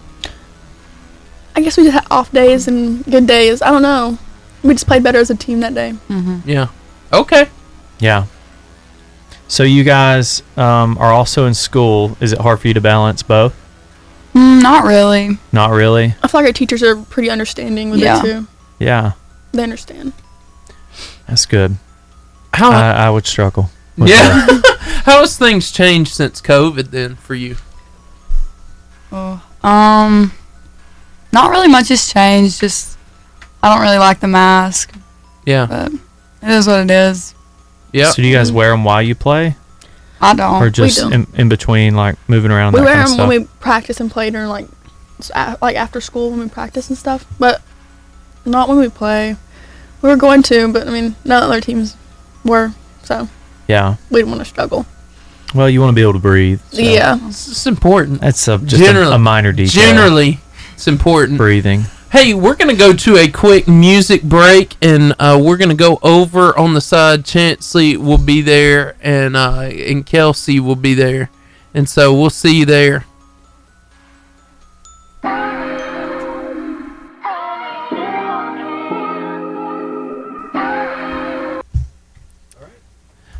S20: I guess we just had off days and good days. I don't know. We just played better as a team that day.
S19: Mm-hmm.
S14: Yeah. Okay.
S16: Yeah. So you guys um, are also in school. Is it hard for you to balance both?
S19: Mm, not really.
S16: Not really.
S20: I feel like our teachers are pretty understanding with
S19: Yeah.
S20: it too.
S16: Yeah.
S20: They understand.
S16: That's good.
S14: How
S20: Uh-huh.
S16: I, I would struggle. with that.
S14: yeah. how has things changed since COVID then for you?
S19: Um, not really much has changed. Just I don't really like the mask.
S14: Yeah.
S16: Uh,
S19: But it is what it is.
S14: Yeah.
S16: So do you guys wear them while you play,
S19: I don't.
S16: or just
S20: don't.
S16: in, in between, like moving around?
S20: Oh, we
S16: that
S20: wear
S16: kind of
S20: them when
S16: stuff?
S20: we practice and play during like s- a- like after school when we practice and stuff, but not when we play. We were going to, but I mean, none of the other teams were. So
S16: Yeah.
S20: we didn't want to struggle.
S16: Well, you want to be able to breathe.
S20: Yeah.
S14: It's important.
S16: That's a, just a-
S14: Generally-
S16: a, minor detail.
S14: Generally, it's important.
S16: breathing.
S14: Hey, we're going to go to a quick music break and uh, we're going to go over on the side. Chansley will be there and, uh, and Kelsey will be there. And so we'll see you there.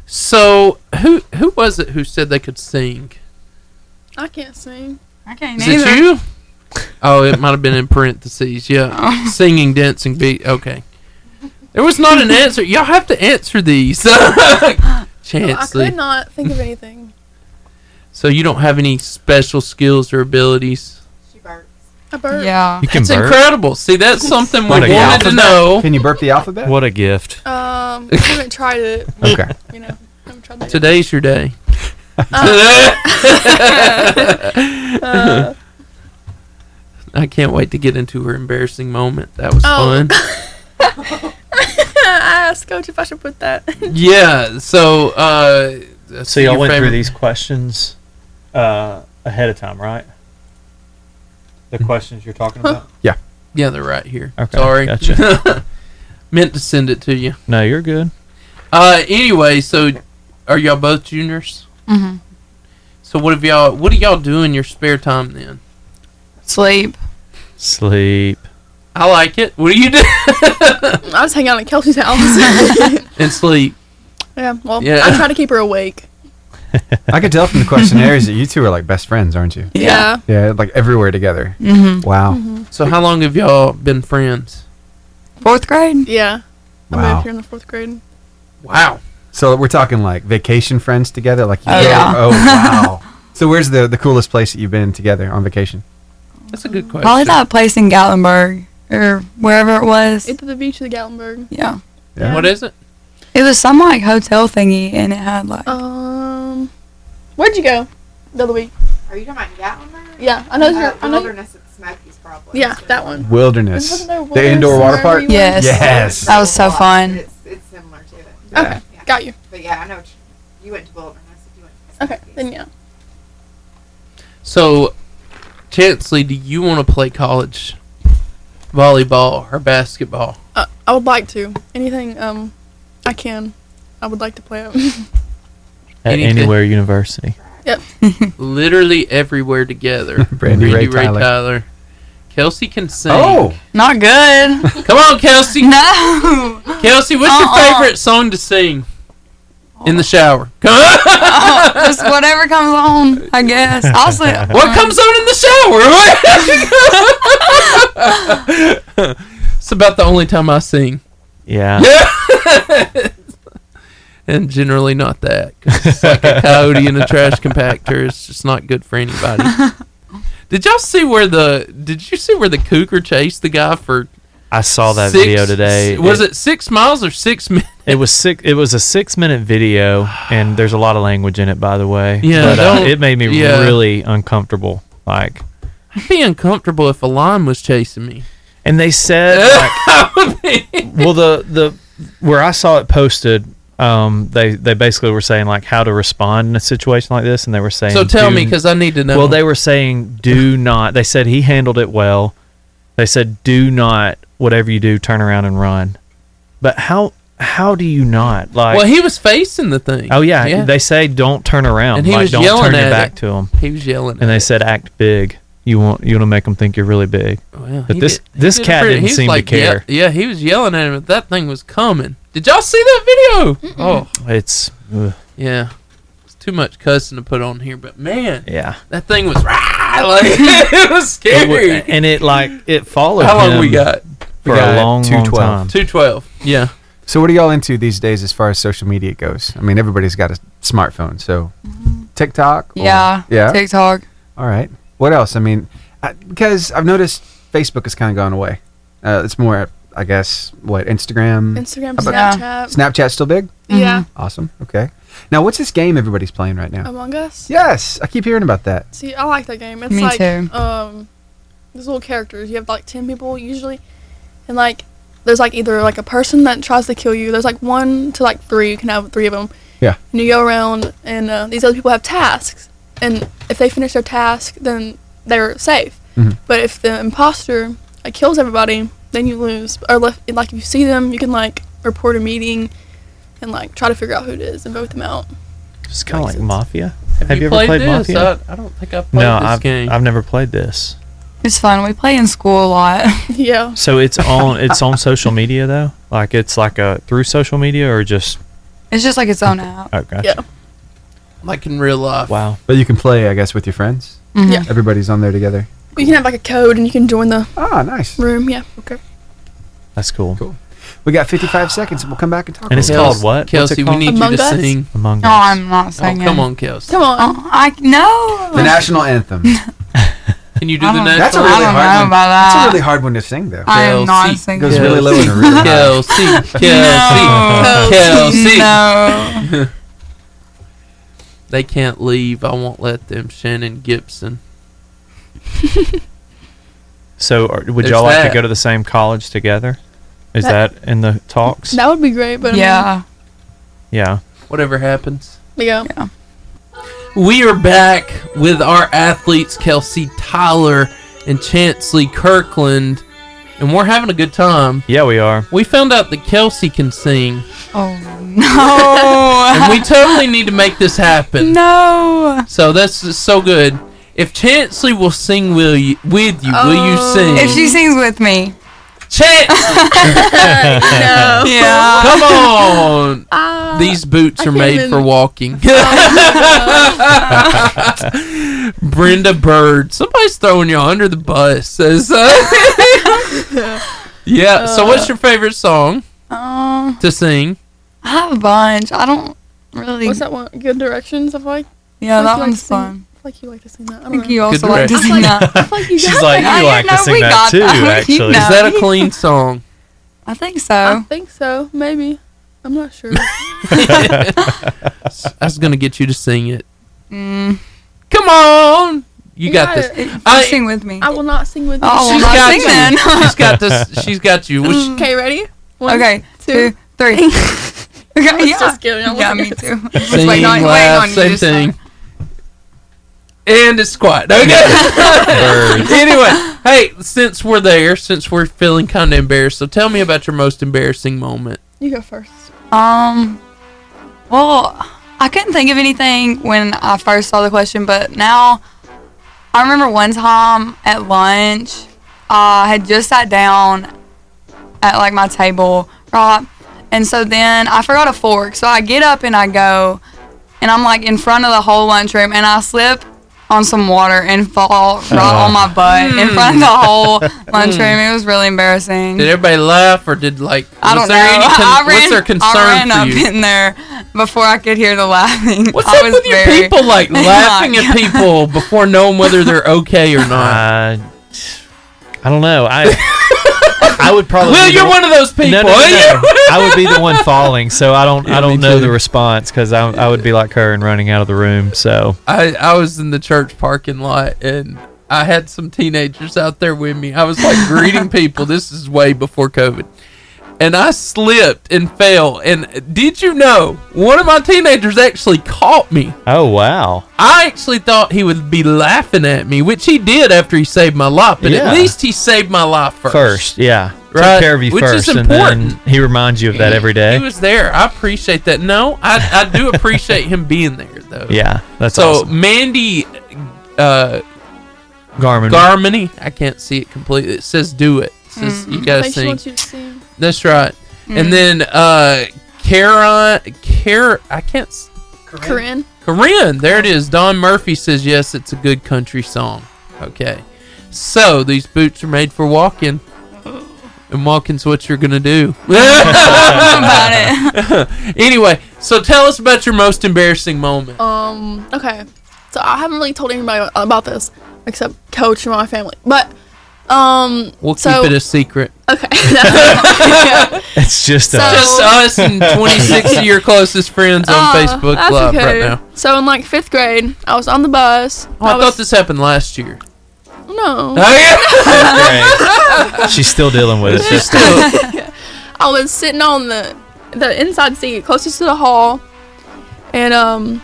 S14: So who who was it who said they could sing?
S20: I can't sing.
S19: I can't
S14: Is it you? Oh, it might have been in parentheses. Yeah, singing, dancing, beat. Okay, there was not an answer. Y'all have to answer these.
S20: Oh, I could
S14: Chansley,
S20: not think of anything.
S14: so you don't have any special skills or abilities.
S20: I burped.
S19: Yeah.
S16: You can
S14: It's
S16: burp.
S14: incredible. See, that's something we
S16: What a
S14: wanted to
S16: gift.
S14: know.
S17: Can you burp the alphabet?
S16: What a gift.
S20: Um, I haven't tried it.
S17: Okay.
S20: You know, I haven't tried that. yet.
S14: Today's your day.
S20: Uh,
S14: I can't wait to get into her embarrassing moment. That was
S20: Oh.
S14: fun.
S20: I asked Coach if I should put that.
S14: Yeah. So, uh, that's
S16: So y'all
S14: your
S16: went
S14: favorite-
S16: through these questions uh, ahead of time, right? The
S14: Mm-hmm.
S16: questions you're talking about.
S17: Yeah.
S14: Yeah, they're right here.
S16: Okay,
S14: Sorry.
S16: gotcha.
S14: Meant to send it to you.
S16: No, you're good.
S14: Uh, anyway, so are y'all both juniors?
S19: Mhm.
S14: So what have y'all? What do y'all do in your spare time then?
S19: Sleep.
S16: Sleep.
S14: I like it. What do you do?
S20: I was hanging out at Kelsey's house.
S14: and sleep.
S20: yeah. Well,
S14: Yeah.
S20: I try to keep her awake.
S17: I could tell from the questionnaires that you two are like best friends, aren't you?
S20: Yeah.
S17: Yeah, like everywhere together.
S19: Mhm.
S17: Wow.
S14: So how long have y'all been friends?
S19: Fourth grade.
S20: Yeah. I
S17: Wow.
S20: moved here in the fourth grade.
S14: Wow.
S17: So we're talking like vacation friends together. Like you
S19: Oh,
S17: go-
S19: yeah.
S17: Oh wow. so where's the the coolest place that you've been together on vacation?
S14: That's a good question.
S19: Probably that place in Gatlinburg or wherever it was.
S20: It's at the beach of the Gatlinburg.
S19: yeah.
S17: Yeah.
S14: What is it?
S19: It was some like hotel thingy, and it had like
S20: Um, where'd you go the other week?
S21: Are you talking about Gatlinburg?
S20: Yeah, I know
S21: Uh,
S20: you're- I know-
S21: Wilderness at Smokies, probably.
S20: Yeah, that one.
S17: Wilderness.
S20: Wasn't there
S17: The
S20: wilderness
S17: indoor water
S20: somewhere
S17: park.
S20: you went?
S19: yes,
S17: Yes.
S19: that was so fun.
S21: It's, it's similar to it.
S20: Okay, got you.
S21: But yeah, I know what you, you went to Wilderness. If you went to
S20: Okay, then yeah.
S14: So, Chansley, do you want to play college volleyball or basketball?
S20: Uh, I would like to. Anything um, I can. I would like to play it.
S16: At
S14: Anything.
S16: anywhere university.
S20: yep.
S14: Literally everywhere together.
S17: Brandy Ray Tyler.
S14: Kelsey can sing.
S17: Oh,
S19: Not good.
S14: Come on, Kelsey.
S19: no.
S14: Kelsey, what's your
S19: Uh-uh.
S14: favorite song to sing? In the shower. Come on.
S19: Oh, just whatever comes on, I guess. I'll say
S14: what comes on in the shower? it's about the only time I sing.
S16: Yeah.
S14: and generally not that 'cause it's like a coyote in a trash compactor it's just not good for anybody did y'all see where the did you see where the cougar chased the guy for
S16: I saw that
S14: six-
S16: video today.
S14: was it, six miles or six minutes
S16: It was six. It was a six-minute video, and there's a lot of language in it, by the way.
S14: Yeah,
S16: but, uh,
S14: don't-
S16: it made me
S14: yeah.
S16: really uncomfortable. Like,
S14: i'd be uncomfortable if a lion was chasing me
S16: and they said, like- well, the the where I saw it posted, um, they they basically were saying like how to respond in a situation like this, and they were saying,
S14: so tell
S16: do-
S14: me because i need to know
S16: Well, they were saying do not. They said he handled it well. They said do not whatever you do, turn around and run. But how how do you not like?
S14: well he was facing the thing
S16: Oh yeah, they say don't turn around.
S14: And he
S16: like,
S14: was
S16: don't
S14: yelling
S16: turn
S14: at
S16: your back
S14: it.
S16: to them.
S14: he was yelling
S16: And they said act big. You want you want to make them think you're really big.
S14: Well,
S16: but
S14: he
S16: this
S14: did- he
S16: this
S14: did a
S16: cat
S14: pretty- he
S16: didn't
S14: was
S16: seem
S14: like,
S16: to care.
S14: Yeah, yeah, he was yelling at him. but That thing was coming. Did y'all see that video? Oh,
S16: It's ugh,
S14: yeah. It's too much cussing to put on here, but man,
S16: yeah.
S14: that thing was rah, like it was
S16: It wa-
S14: scary.
S16: and it like it followed.
S14: How long we
S16: him
S14: got?
S16: For
S17: We
S16: a
S17: got
S16: long, long
S17: 212.
S16: time.
S14: Two twelve. Yeah.
S17: So what are y'all into these days as far as social media goes? I mean, everybody's got a smartphone, so TikTok. or-
S19: Mm-hmm. yeah,
S17: Yeah.
S19: TikTok.
S17: All right. What else? I mean, I, because I've noticed Facebook has kind of gone away. Uh, it's more, I guess, what Instagram.
S20: Instagram,
S17: How
S20: Snapchat.
S17: about- Mm-hmm. Snapchat's still big.
S20: Yeah.
S17: Awesome. Okay. Now, what's this game everybody's playing right now?
S20: Among Us.
S17: Yes, I keep hearing about that.
S20: See, I like that game. It's
S19: Me
S20: like
S19: too.
S20: um, these little characters. You have like ten people usually, and like there's like either like a person that tries to kill you. There's like one to like three. You can have three of them.
S17: Yeah.
S20: And you go around, and uh, these other people have tasks, and if they finish their task, then they're safe.
S17: Mhm.
S20: But if the imposter like, kills everybody, then you lose. Or lef- like if you see them, you can like report a meeting, and like try to figure out who it is and vote them out.
S16: It's kind of like Mafia. Have,
S14: you
S16: you, ever
S14: played
S16: played,
S14: this?
S16: Mafia?
S14: I- I don't think I've played
S16: no,
S14: this
S16: I've,
S14: game.
S16: I've never played this.
S19: It's fun. We play in school a lot.
S20: yeah.
S16: So it's on it's on social media though. Like it's like a through social media or just
S19: It's just like its own app.
S16: oh gotcha.
S20: Yeah.
S14: Like in real life.
S16: Wow.
S17: But you can play, I guess, with your friends.
S20: Mhm. Yeah.
S17: Everybody's on there together.
S20: You can have like a code, and you can join the
S17: ah nice
S20: room. Yeah. Okay.
S16: That's cool. Cool.
S17: We got 55 seconds, and we'll come back and talk.
S16: And it's
S17: about it.
S16: called what?
S14: Kelsey, we need
S20: Among
S14: you to
S20: Us?
S14: sing.
S16: Among
S19: No, I'm not
S14: Oh,
S19: singing.
S14: come on, Kelsey.
S20: Come on.
S19: Oh, I no.
S17: the national anthem.
S14: Can you do the next
S17: That's a
S14: one?
S19: I
S17: really
S19: don't
S17: hard
S19: know
S17: one.
S19: about
S17: That's
S19: that.
S17: a really hard one to sing, though.
S19: Uh-huh.
S14: Uh,
S19: I am not
S14: Kelsey.
S19: singing.
S17: Goes really low and
S14: Kelsey.
S17: really high.
S19: No.
S14: Kelsey, Kelsey, Kelsey.
S19: No.
S14: they can't leave. I won't let them. Shannon Gibson.
S16: So are, would
S14: There's
S16: y'all like
S14: that.
S16: to go to the same college together? Is
S20: That-
S16: that, in the talks?
S20: That would be great, but yeah,
S19: Yeah.
S16: Yeah.
S14: Whatever happens.
S20: yeah.
S14: We are back with our athletes, Kelsey Tyler and Chansley Kirkland, and we're having a good time.
S16: Yeah, we are.
S14: We found out that Kelsey can sing,
S19: Oh no.
S14: and we totally need to make this happen.
S19: no.
S14: So that's just so good. If Chansley will sing will you, with you, will you sing?
S19: Oh. If she sings with me.
S14: Chansley,
S20: no.
S19: Yeah.
S14: come on!
S20: Ah.
S14: These boots
S20: I
S14: are
S20: can't
S14: made
S20: even-
S14: for walking. Brenda Bird. Somebody's throwing you under the bus. Says, uh, yeah.
S19: Uh.
S14: So, what's your favorite song
S19: Um,
S14: to sing?
S19: I have a bunch. I don't really.
S20: What's that one? Good directions. I feel like.
S19: Yeah,
S20: I feel
S19: that
S20: like
S19: one's
S20: sing-
S19: fun.
S20: I feel like you like to sing that. I
S19: I
S20: don't
S19: think
S20: know.
S19: you also
S14: Good
S19: like to
S14: direction.
S19: sing that.
S20: I feel like you
S16: She's
S20: got
S16: like,
S20: that.
S19: I
S16: you
S19: didn't
S16: like
S19: know
S16: to sing
S19: we
S16: that
S19: got
S16: too,
S19: that. You
S16: actually.
S19: know.
S14: Is that a clean song?
S19: I think
S20: I
S19: so.
S20: think so. Maybe. I'm not sure.
S14: I was gonna get you to sing it.
S19: Mm,
S14: Come on, you got
S20: Yeah,
S14: this.
S19: if you
S14: I-
S19: sing with me.
S20: I will not sing with you.
S19: Oh, well,
S14: She's
S19: not
S14: got
S19: sing
S14: you.
S19: then. Mm.
S14: She's got this. She's got you. Which-
S20: okay, ready? One,
S19: okay,
S20: two.
S19: two, three.
S20: I
S19: okay,
S20: was
S19: yeah.
S20: just kidding. I
S19: yeah,
S20: wasn't
S19: me
S20: gonna
S19: too.
S14: Singing,
S19: waiting on- waiting
S14: laugh,
S19: on you
S14: same
S19: to start.
S14: thing. And it's quiet. Okay. anyway, hey, since we're there, since we're feeling kind of embarrassed, so tell me about your most embarrassing moment.
S20: You go first.
S19: Um, well, I couldn't think of anything when I first saw the question, but now I remember one time at lunch, I had just sat down at like my table, right? And so then I forgot a fork, so I get up and I go, and I'm like in front of the whole lunchroom, and I slip on some water and fall right on my butt in front of the whole lunchroom. It was really embarrassing.
S14: Did everybody laugh, or did like
S19: Mm. I
S14: was
S19: don't
S14: there
S19: know.
S14: any con-
S19: I ran,
S14: was there
S19: I ran
S14: concern
S19: up
S14: for you?
S19: in there before I could hear the laughing.
S14: What's
S19: I
S14: up
S19: was
S14: with your
S19: very-
S14: people like laughing at people before knowing whether they're okay or not?
S16: Uh, I don't know. I I would probably.
S14: Will,
S16: be the
S14: you're
S16: one-
S14: one of those people.
S16: Uh, No, no, no, no. I would be the one falling, so I don't.
S14: Yeah,
S16: I
S14: me
S16: don't know
S14: too.
S16: the response because I, I would be like her and running out of the room. So
S14: I, I was in the church parking lot and I had some teenagers out there with me. I was like greeting people. This is way before COVID. And I slipped and fell. And did you know one of my teenagers actually caught me?
S16: oh wow,
S14: I actually thought he would be laughing at me, which he did after he saved my life. But
S16: Yeah.
S14: at least he saved my life first.
S16: first yeah,
S14: Right,
S16: take care of you
S14: which is
S16: first, and then he reminds you of that every day.
S14: He was there. I appreciate that. No, I, I do appreciate him being there though.
S16: yeah, that's
S14: so
S16: awesome.
S14: Mandy uh
S16: Garmin.
S14: Garmony. I can't see it completely. It says do it. It says you
S20: I
S14: gotta
S20: think she
S14: sing.
S20: wants you to sing.
S14: That's right. And then uh Karen Karen I can't s-
S20: Corinne.
S14: Corinne, there it is. Don Murphy says yes, it's a good country song. Okay. So these boots are made for walking. And walking's what you're gonna do.
S19: about it.
S14: anyway, so tell us about your most embarrassing moment.
S20: Um. Okay. So I haven't really told anybody about this except Coach and my family, but um.
S14: We'll
S20: so,
S14: keep it a secret.
S20: Okay. Yeah.
S16: It's just
S20: So-
S16: us.
S14: Just us and 26 of your closest friends on
S20: Aw,
S14: Facebook
S20: Oh, uh, that's
S14: Live
S20: okay.
S14: right now.
S20: So in like fifth grade, I was on the bus.
S14: Oh, I,
S20: was,
S14: thought this happened last year.
S20: no.
S14: Oh, yeah.
S16: She's still dealing with it.
S14: She's still.
S20: I was sitting on the the inside seat closest to the hall, and um,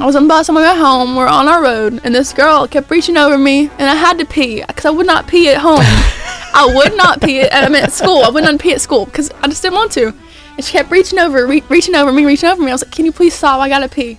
S20: I was on the bus on my way home. We're on our road, and this girl kept reaching over me, and I had to pee because I would not pee at home. I would not pee at I mean, at school. I would not pee at school because I just didn't want to. And she kept reaching over, re- reaching over me, reaching over me. I was like, "Can you please stop? I gotta pee."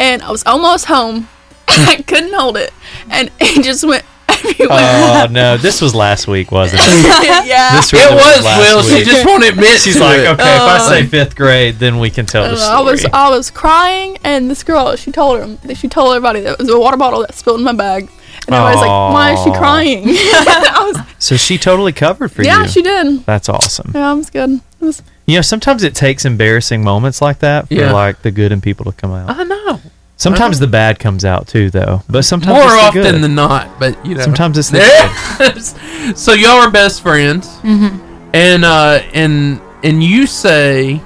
S20: And I was almost home. I couldn't hold it, and it just went
S15: Oh no, this was last week, wasn't it?
S20: yeah.
S15: This
S14: It
S15: really
S14: was,
S15: last
S14: Will. She
S15: week.
S14: just won't admit
S15: She's
S14: to
S15: like,
S14: it. Oh.
S15: okay, if I
S20: Uh,
S15: say fifth grade, then we can tell the story.
S20: Oh, I was I was crying, and this girl she told him that she told everybody that it was a water bottle that spilled in my bag, and I was like, why is she
S16: Aw.
S20: crying? I was,
S16: So she totally covered for you.
S20: yeah, she did.
S16: That's awesome.
S20: Yeah, I was good. It was,
S16: You know, sometimes it takes embarrassing moments like that for
S14: Yeah.
S16: like the good in people to come
S19: Uh,
S16: out.
S14: I know.
S19: uh-huh.
S16: Sometimes the bad comes out too, though. But sometimes
S14: More
S16: it's the
S14: often
S16: good.
S14: than not, but you know.
S16: Sometimes it's the
S14: there. so y'all are best friends,
S20: Mm-hmm.
S9: Mhm.
S14: and uh, and and you say,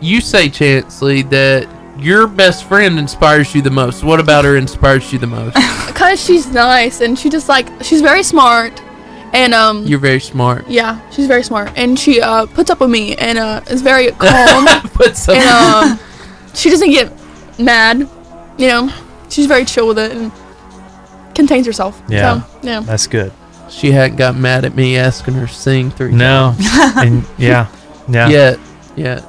S14: you say, Chansley, that your best friend inspires you the most. What about her inspires you the most?
S20: Cause she's nice, and she just like she's very smart, and um.
S14: You're very smart.
S20: yeah, she's very smart, and she uh, puts up with me, and uh, is very calm.
S14: puts up
S20: and
S14: with-
S20: um, she doesn't get mad. You know, she's very chill with it and contains herself.
S14: Yeah.
S20: so, yeah.
S16: That's good.
S14: She hadn't got mad at me asking her to sing three.
S16: No.
S14: times.
S16: And- yeah. Yeah.
S14: Yet. Yet.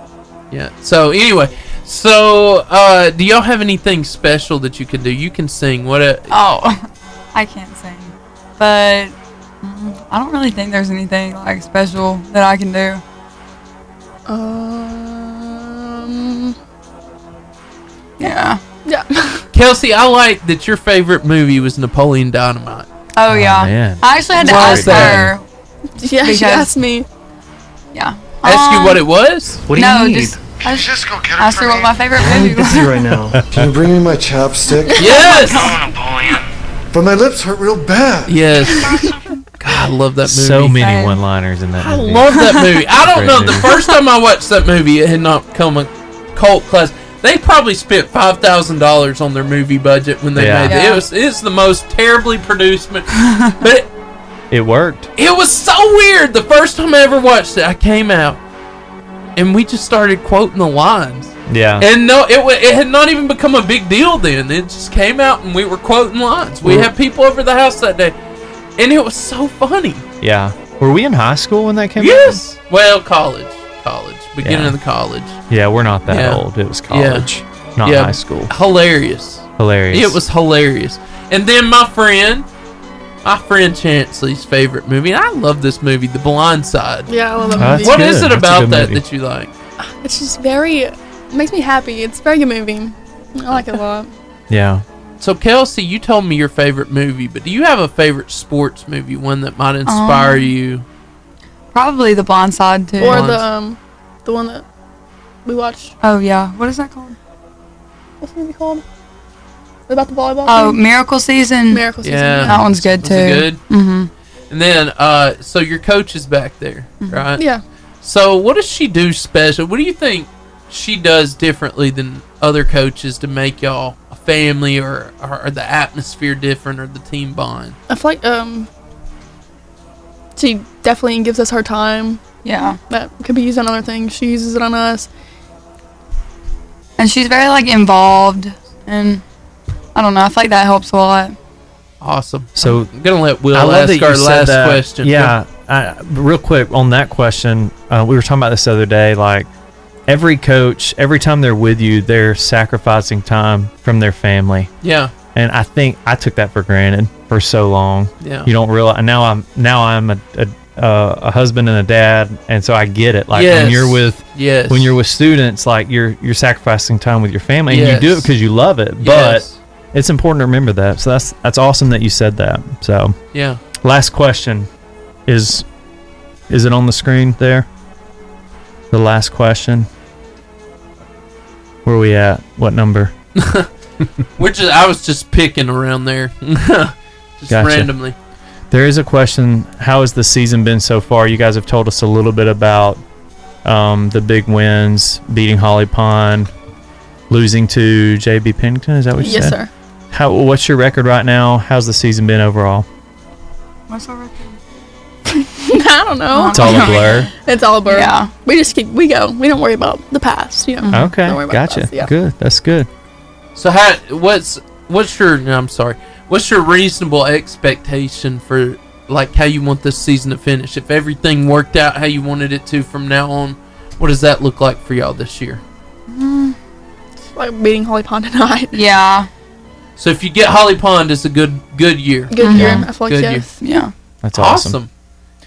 S14: Yet. So anyway, so uh, do y'all have anything special that you can do? You can sing. What? A,
S19: Oh, I can't sing, but mm, I don't really think there's anything like special that I can do.
S20: Um.
S19: Yeah.
S20: Yeah.
S14: Kelsey, I like that your favorite movie was Napoleon Dynamite.
S19: Oh, yeah.
S14: man.
S19: I actually had to
S14: Why is
S19: ask
S14: that?
S19: her.
S20: Yeah, she asked me.
S19: Yeah.
S14: Ask you what
S19: Um,
S14: it was?
S19: no, just I was just gonna get ask her what my favorite movie was.
S2: right now. Can you bring me my chapstick?
S14: Yes.
S2: But my lips hurt real bad.
S14: Yes. God, I love that movie.
S16: So many one-liners in that
S14: I
S16: movie.
S14: love that movie. I don't
S16: Great
S14: know. The
S16: movie.
S14: first time I watched that movie, it had not become a cult classic. They probably spent five thousand dollars on their movie budget when they
S16: Yeah.
S14: made it.
S16: Yeah.
S14: It was it's the most terribly produced, mo- but
S16: It worked.
S14: It was so weird. The first time I ever watched it, I came out and we just started quoting the lines.
S16: Yeah.
S14: And no, it wa it had not even become a big deal then. It just came out and we were quoting lines. We
S16: Were-
S14: had people over the house that day, and it was so funny.
S16: yeah. Were we in high school when that came
S14: yes. Well, college, college, beginning
S16: Yeah.
S14: of the college.
S16: out? Yeah, we're not that
S14: Yeah.
S16: old. It was
S14: Yeah.
S16: college, not
S14: Yeah.
S16: high school.
S14: Hilarious.
S16: Hilarious.
S14: It was hilarious. And then my friend, my friend Chansley's favorite movie, and I love this movie, The Blind Side.
S20: Yeah, I love that
S14: What
S20: movie. That's good.
S14: is it
S20: That's a
S14: about
S20: good
S14: that
S20: movie.
S14: that you like?
S20: It's just very makes me happy. It's a very good movie. I like it a lot.
S16: Yeah.
S14: So Kelsey, you told me your favorite movie, but do you have a favorite sports movie, one that might inspire
S19: Um,
S14: you?
S19: Probably The Blind Side too.
S20: Or the um, the one that we watched.
S19: Oh yeah, what is that called?
S20: What's the movie called? About the volleyball.
S19: Oh,
S20: team?
S19: Miracle Season.
S20: Miracle Season.
S14: Yeah.
S19: That one's good
S14: Was
S19: too.
S14: it good?
S19: hmm
S14: And then, uh, so your coach is back there,
S19: Mm-hmm.
S14: right?
S20: Yeah.
S14: So what does she do special? What do you think she does differently than other coaches to make y'all a family or, or, or the atmosphere different or the team bond?
S20: I feel like um, she definitely gives us her time.
S19: Yeah.
S20: That could be used on other things. She uses it on us.
S19: And she's very like involved, and I don't know. I feel like that helps a lot.
S14: Awesome.
S16: So
S14: I'm gonna let Will
S16: I love that
S14: ask
S16: you
S14: our
S16: said
S14: last
S16: that.
S14: question.
S16: Yeah, I, real quick on that question, uh, we were talking about this the other day. Like every coach, every time they're with you, they're sacrificing time from their family.
S14: Yeah.
S16: and I think I took that for granted for so long.
S14: Yeah.
S16: you don't realize. And now I'm now I'm a. a uh, a husband and a dad, and so I get it. Like when
S14: Yes.
S16: you're with,
S14: Yes.
S16: when you're with students, like you're you're sacrificing time with your family, and you do
S14: Yes.
S16: it because you love it. But
S14: Yes.
S16: it's important to remember that. So that's that's awesome that you said that. So
S14: Yeah.
S16: Last question is is it on the screen there? The last question. Where we at? What number?
S14: We're just I was just picking around there. just
S16: Gotcha.
S14: randomly.
S16: There is a question. How has the season been so far? You guys have told us a little bit about um, the big wins, beating Holly Pond, losing to JB Pennington. Is that what you
S20: Yes,
S16: said?
S20: sir.
S16: How, what's your record right now? How's the season been overall?
S19: What's our record?
S20: I don't know.
S16: It's all a blur.
S20: It's all a blur. Yeah. We just keep we go. We don't worry about the past. You know. Don't worry
S16: Okay,
S20: about
S16: gotcha.
S20: The past, yeah.
S16: Good. That's good.
S14: So how what's what's your no, I'm sorry. What's your reasonable expectation for like how you want this season to finish? If everything worked out how you wanted it to from now on, what does that look like for y'all this year?
S20: Mm. It's like meeting Holly Pond tonight.
S19: Yeah.
S14: So if you get Holly Pond, it's a good good year.
S20: Good Mhm. year, I feel like,
S14: Good year.
S20: yes. Yeah.
S16: That's
S14: awesome.
S16: awesome.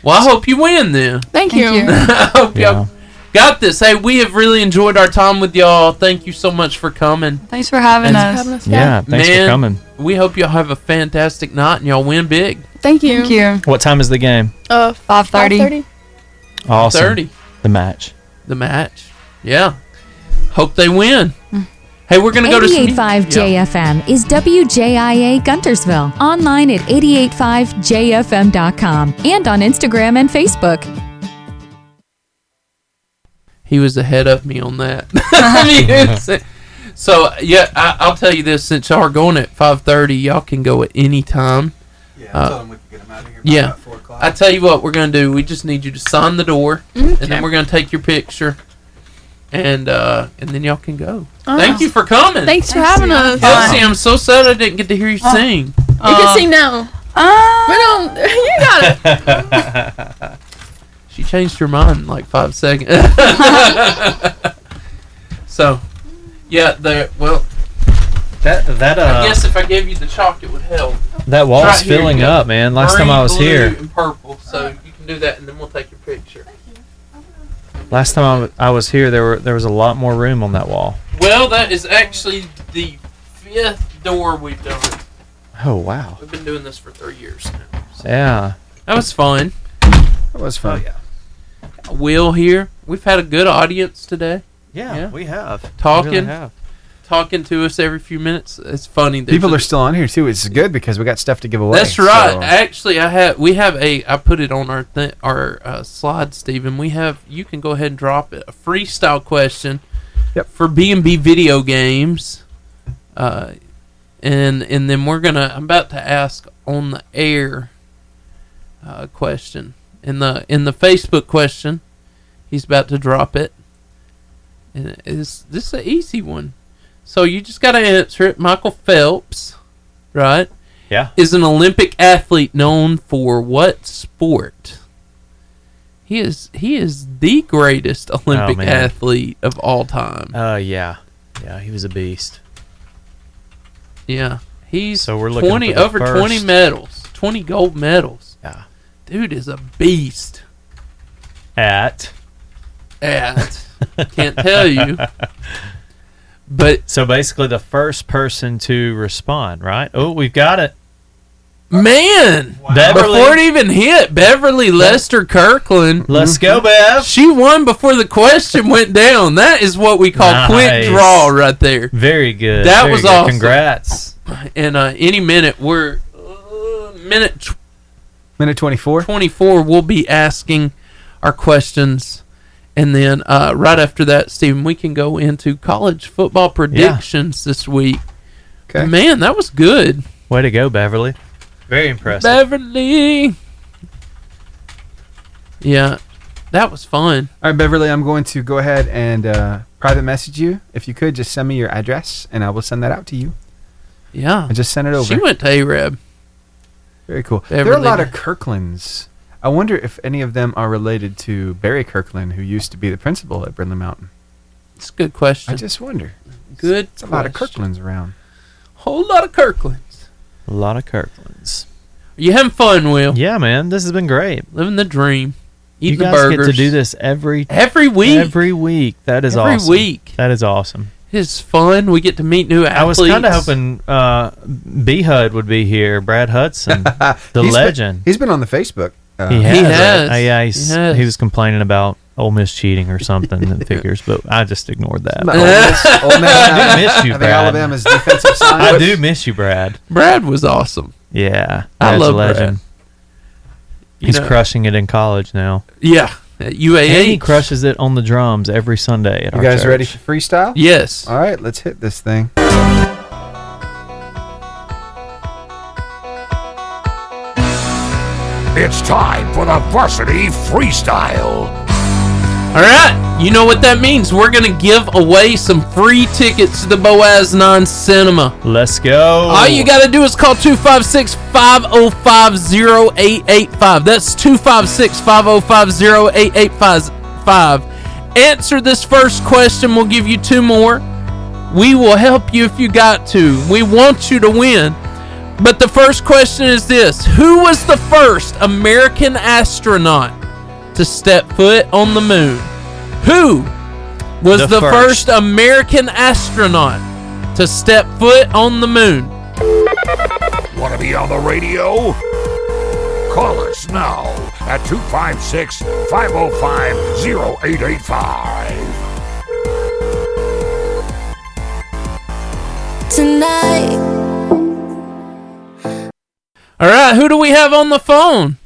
S14: Well, I hope you win then.
S20: Thank you.
S14: I hope y'all got this. Hey, we have really enjoyed our time with y'all. Thank you so much for coming.
S19: Thanks for having us.
S16: Yeah, thanks for
S14: Man,
S16: coming.
S14: We hope y'all have a fantastic night and y'all win big.
S20: Thank you.
S19: Thank you.
S16: What time is the game?
S20: Uh,
S19: five thirty.
S20: 5:30.
S16: Awesome.
S14: 30.
S16: The match.
S14: The match. Yeah. Hope they win. Hey, we're going to go to some-
S3: 885 JFM is WJIA Guntersville. Online at 885JFM.com and on Instagram and Facebook.
S14: He was ahead of me on that.
S20: Uh-huh.
S14: I mean, it's- so yeah, I, I'll tell you this: since y'all are going at five thirty, y'all can go at any time. Yeah, I told him we could get them out of here. yeah, I tell you what, we're gonna do. We just need you to sign the door, and
S19: Okay.
S14: then we're gonna take your picture, and uh, and then y'all can go.
S20: Oh.
S14: Thank you for coming.
S20: Thanks for having us.
S14: Elsie, I'm so sad I didn't get to hear you sing.
S20: you
S14: Uh,
S20: can sing now. we don't. You got it.
S14: She changed her mind in like five seconds. so, yeah, there. Well,
S16: that that uh,
S14: I guess if I gave you the chalk, it would help.
S16: That wall's
S14: Right here,
S16: filling
S14: you got
S16: up, man. Last time
S14: green,
S16: I was
S14: blue,
S16: here-
S14: and purple. So you can do that, and then we'll take your picture.
S16: Last time I wa- I was here, there were there was a lot more room on that wall.
S14: Well, that is actually the fifth door we've done.
S16: Oh wow.
S14: We've been doing this for three years now. So.
S16: Yeah.
S14: That was fun.
S17: That was fun.
S14: Will here. We've had a good audience today.
S16: Yeah, we have. We
S14: Talking.
S16: really have.
S14: Talking to us every few minutes. It's funny. There's
S17: People
S14: a-
S17: are still on here too. It's good because we got stuff to give away.
S14: That's right.
S17: so-
S14: Actually, I have. We have a. I put it on our th- our uh, slide, Stephen. We have. You can go ahead and drop it. A freestyle question. For B and B video games, uh, and and then we're gonna. I'm about to ask on the air. Uh, question in the in the Facebook question. He's about to drop it. And is this is an easy one? So you just got to answer it. Michael Phelps, right?
S16: Yeah.
S14: Is an Olympic athlete known for what sport? He is he is the greatest Olympic
S16: Oh, man.
S14: athlete of all time.
S16: Uh yeah. Yeah, he was a beast.
S14: Yeah. He's
S16: so we're looking
S14: Twenty
S16: for the
S14: over twenty
S16: first-
S14: medals, twenty gold medals.
S16: Yeah.
S14: Dude is a beast
S16: at
S14: at can't tell you. But
S16: so basically the first person to respond, right? Oh, we've got it.
S14: Man,
S16: Beverly.
S14: before it even hit, Beverly Lester Kirkland.
S16: Let's go, Bev.
S14: She won before the question went down. That is what we call
S16: Nice.
S14: quick draw right there.
S16: Very good.
S14: That
S16: Very
S14: was
S16: good.
S14: awesome.
S16: Congrats.
S14: And uh, any minute, we're uh, minute tw-
S17: Minute 24.
S14: 24, we'll be asking our questions. And then uh, right after that, Stephen, we can go into college football predictions this week. Man, that was good.
S16: Way to go, Beverly. Very impressive.
S14: Beverly. Yeah, that was fun.
S17: All right, Beverly, I'm going to go ahead and uh, private message you. If you could, just send me your address, and I will send that out to you.
S14: Yeah.
S17: I just sent it over.
S14: She went to Arab.
S17: Very cool. there are a
S14: Beverly
S17: lot of Kirklands. I wonder if any of them are related to Barry Kirkland, who used to be the principal at Brindley Mountain.
S14: It's a good question.
S17: I just wonder.
S14: Good.
S17: It's a lot of Kirklands around.
S14: Whole lot of Kirkland.
S16: A lot of Kirklands.
S14: Are you having fun, Will?
S16: Yeah, man. This has been great.
S14: Living the dream. Eating
S16: you
S14: the
S16: guys
S14: burgers.
S16: get to do this every
S14: Every week.
S16: Every week. That is
S14: Every
S16: awesome.
S14: week.
S16: That is awesome.
S14: It's fun. We get to meet new athletes.
S16: I was kind of hoping uh, B HUD would be here. Brad Hudson, Uh, the
S17: He's been-
S16: legend.
S17: he's been on the Facebook. Uh,
S16: he has.
S14: He
S16: right?
S14: has.
S16: Uh, yeah, he's,
S14: He
S16: he,
S14: has.
S16: was complaining about Ole Miss cheating or something. that figures, but I just ignored that.
S17: Ole Miss- Ole Miss-
S16: I do miss you,
S17: I think
S16: Brad.
S17: Alabama's defensive side.
S16: I do miss you, Brad.
S14: Brad was awesome.
S16: Yeah,
S14: I
S16: Brad's a
S14: love Brad. You
S16: He's
S14: know-
S16: crushing it in college now.
S14: Yeah, at UAH.
S16: and he crushes it on the drums every Sunday. At
S17: You
S16: our
S17: guys
S16: church.
S17: ready for freestyle?
S14: Yes.
S17: All right, let's hit this thing.
S7: Hey,
S8: It's time for the varsity freestyle.
S14: All right, you know what that means. We're going to give away some free tickets to the Boaz 9 Cinema.
S16: Let's go.
S14: All you got to do is call 256 505 0885. That's 256 505 0885. Answer this first question. We'll give you two more. We will help you if you got to. We want you to win. But the first question is this Who was the first American astronaut to step foot on the moon? Who was
S16: The
S14: the,
S16: first.
S14: first American astronaut to step foot on the moon?
S8: Want to be on the radio? Call us now at 256 505 0885.
S4: Tonight.
S14: All right, who do we have on the phone?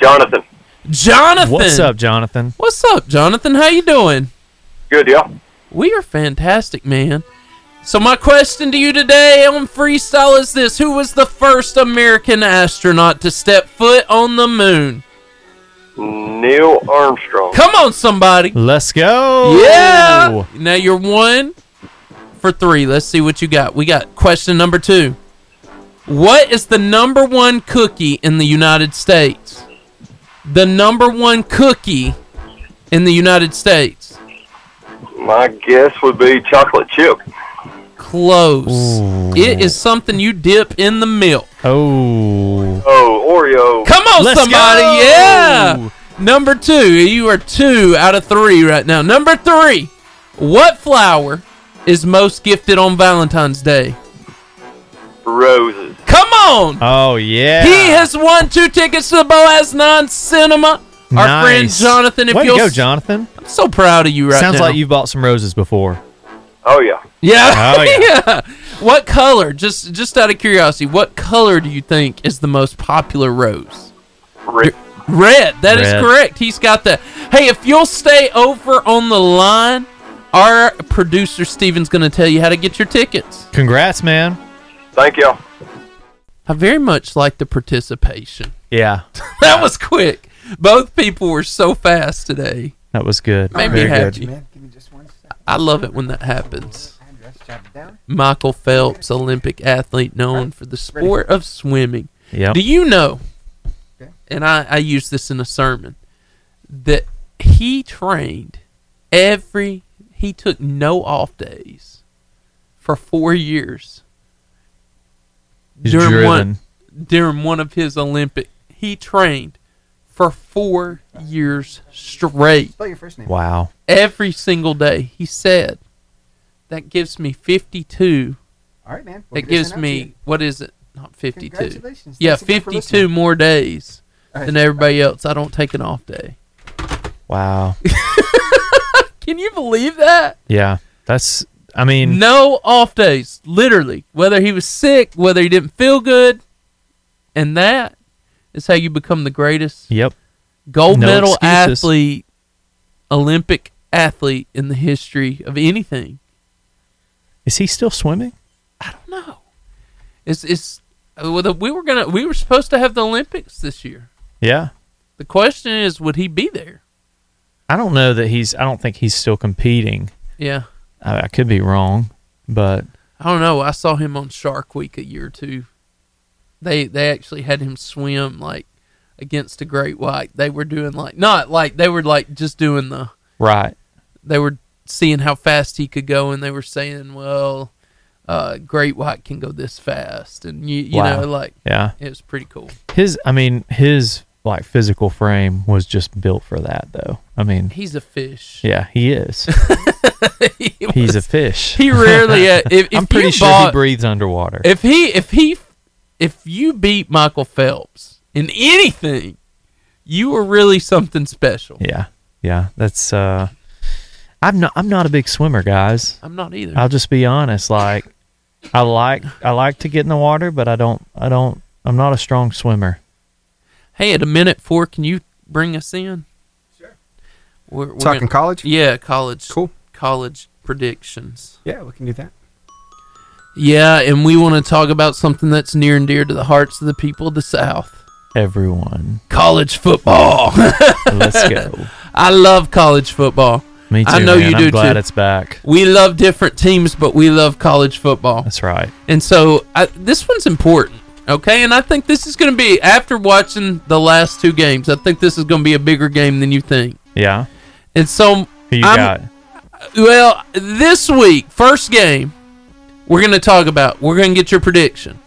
S16: Jonathan.
S14: Jonathan.
S16: What's up, Jonathan?
S14: What's up, Jonathan? How you doing?
S16: Good, yeah.
S14: We are fantastic, man. So my question to you today on freestyle is this: Who was the first American astronaut to step foot on the moon?
S18: Neil Armstrong.
S14: Come on, somebody.
S16: Let's go.
S14: Yeah. Now you're one for three. Let's see what you got. We got question number two. What is the number one cookie in the United States? The number one cookie in the United States.
S18: My guess would be chocolate chip.
S14: Close. It is something you dip in the milk.
S16: Oh.
S18: Oh, Oreo.
S14: Come on,
S18: Let's
S14: somebody.
S18: go.
S14: Yeah. Number two. You are two out of three right now. Number three. What flower is most gifted on Valentine's Day?
S18: Roses.
S14: Come on.
S16: Oh, yeah.
S14: He has won two tickets to the Boaz Non Cinema. Our
S16: Nice.
S14: friend Jonathan, if
S16: Way to
S14: you'll
S16: go, Jonathan.
S14: I'm so proud of you right
S16: Sounds
S14: now.
S16: like you've bought some roses before.
S18: Oh yeah.
S14: Yeah.
S16: Oh, yeah.
S14: What color? Just just out of curiosity, what color do you think is the most popular rose?
S18: Red.
S14: Red. That is
S16: Red.
S14: correct. He's got the. Hey, if you'll stay over on the line, our producer Steven's going to tell you how to get your tickets.
S16: Congrats, man.
S18: Thank you.
S14: I very much like the participation.
S16: Yeah.
S14: that was quick. Both people were so fast today.
S16: That was good.
S14: Made me
S16: Very good.
S14: happy. I love it when that happens. Michael Phelps, Olympic athlete known for the sport of swimming.
S16: Yep.
S14: Do you know? And I, I used this in a sermon that he trained every he took no off days for four years
S16: He's
S14: during
S16: driven.
S14: one during one of his Olympic he trained for four years straight.
S17: Spell your first name.
S16: Wow.
S14: Every single day. He said that gives me fifty two.
S17: All right, man. We'll
S14: that
S17: get this
S14: gives
S17: sent out to
S14: me
S17: you.
S14: what is it? Not fifty two.
S17: Congratulations.
S14: Yeah,
S17: Thanks again for
S14: fifty two more days
S17: All right.
S14: than everybody else. I don't take an off day.
S16: Wow.
S14: Can you believe that?
S16: Yeah. That's, I mean,
S14: no off days, literally. Whether he was sick, whether he didn't feel good, and that is how you become the greatest
S16: yep.
S14: gold
S16: No
S14: medal
S16: excuses.
S14: athlete, Olympic athlete in the history of anything.
S16: Is he still swimming?
S14: It's it's uh, well, the- we were gonna we were supposed to have the Olympics this year.
S16: Yeah.
S14: The question is, would he be there?
S16: I don't know that he's, I don't think he's still competing.
S14: Yeah.
S16: I, I could be wrong, but
S14: I don't know. I saw him on Shark Week a year or two. They they actually had him swim like against a great white. They were doing like not like they were like just doing the
S16: right.
S14: they were seeing how fast he could go and they were saying, well, uh, great white can go this fast and you you
S16: Wow.
S14: know like
S16: Yeah.
S14: it was pretty cool.
S16: His, I mean, his like physical frame was just built for that, though. I mean,
S14: He's a fish.
S16: yeah, he is. he's a fish.
S14: He rarely uh, if, if
S16: I'm pretty
S14: you
S16: sure he
S14: bought-
S16: breathes underwater.
S14: If he if he if you beat Michael Phelps in anything, you were really something special.
S16: Yeah, yeah. That's uh, I'm not. I'm not a big swimmer, guys.
S14: I'm not either.
S16: I'll just be honest. Like, I like. I like to get in the water, but I don't. I don't. I'm not a strong swimmer.
S14: Hey, at a minute four, can you bring us in? Sure. We're, we're
S17: Talking
S14: gonna-
S17: college?
S14: Yeah, college. Cool. College predictions.
S17: Yeah, we can do that.
S14: Yeah, and we want to talk about something that's near and dear to the hearts of the people of the South.
S16: everyone.
S14: College football.
S16: Let's go.
S14: I love college football.
S16: Me
S14: I
S16: too,
S14: know
S16: man.
S14: you
S16: I'm
S14: do
S16: glad
S14: too.
S16: it's back.
S14: We love different teams, but we love college football.
S16: That's right.
S14: And so I, this one's important, okay? And I think this is going to be after watching the last two games. I think this is going to be a bigger game than you think.
S16: Yeah.
S14: And so
S16: Who you got?
S14: Well, this week, first game, we're going to talk about. We're going to get your prediction.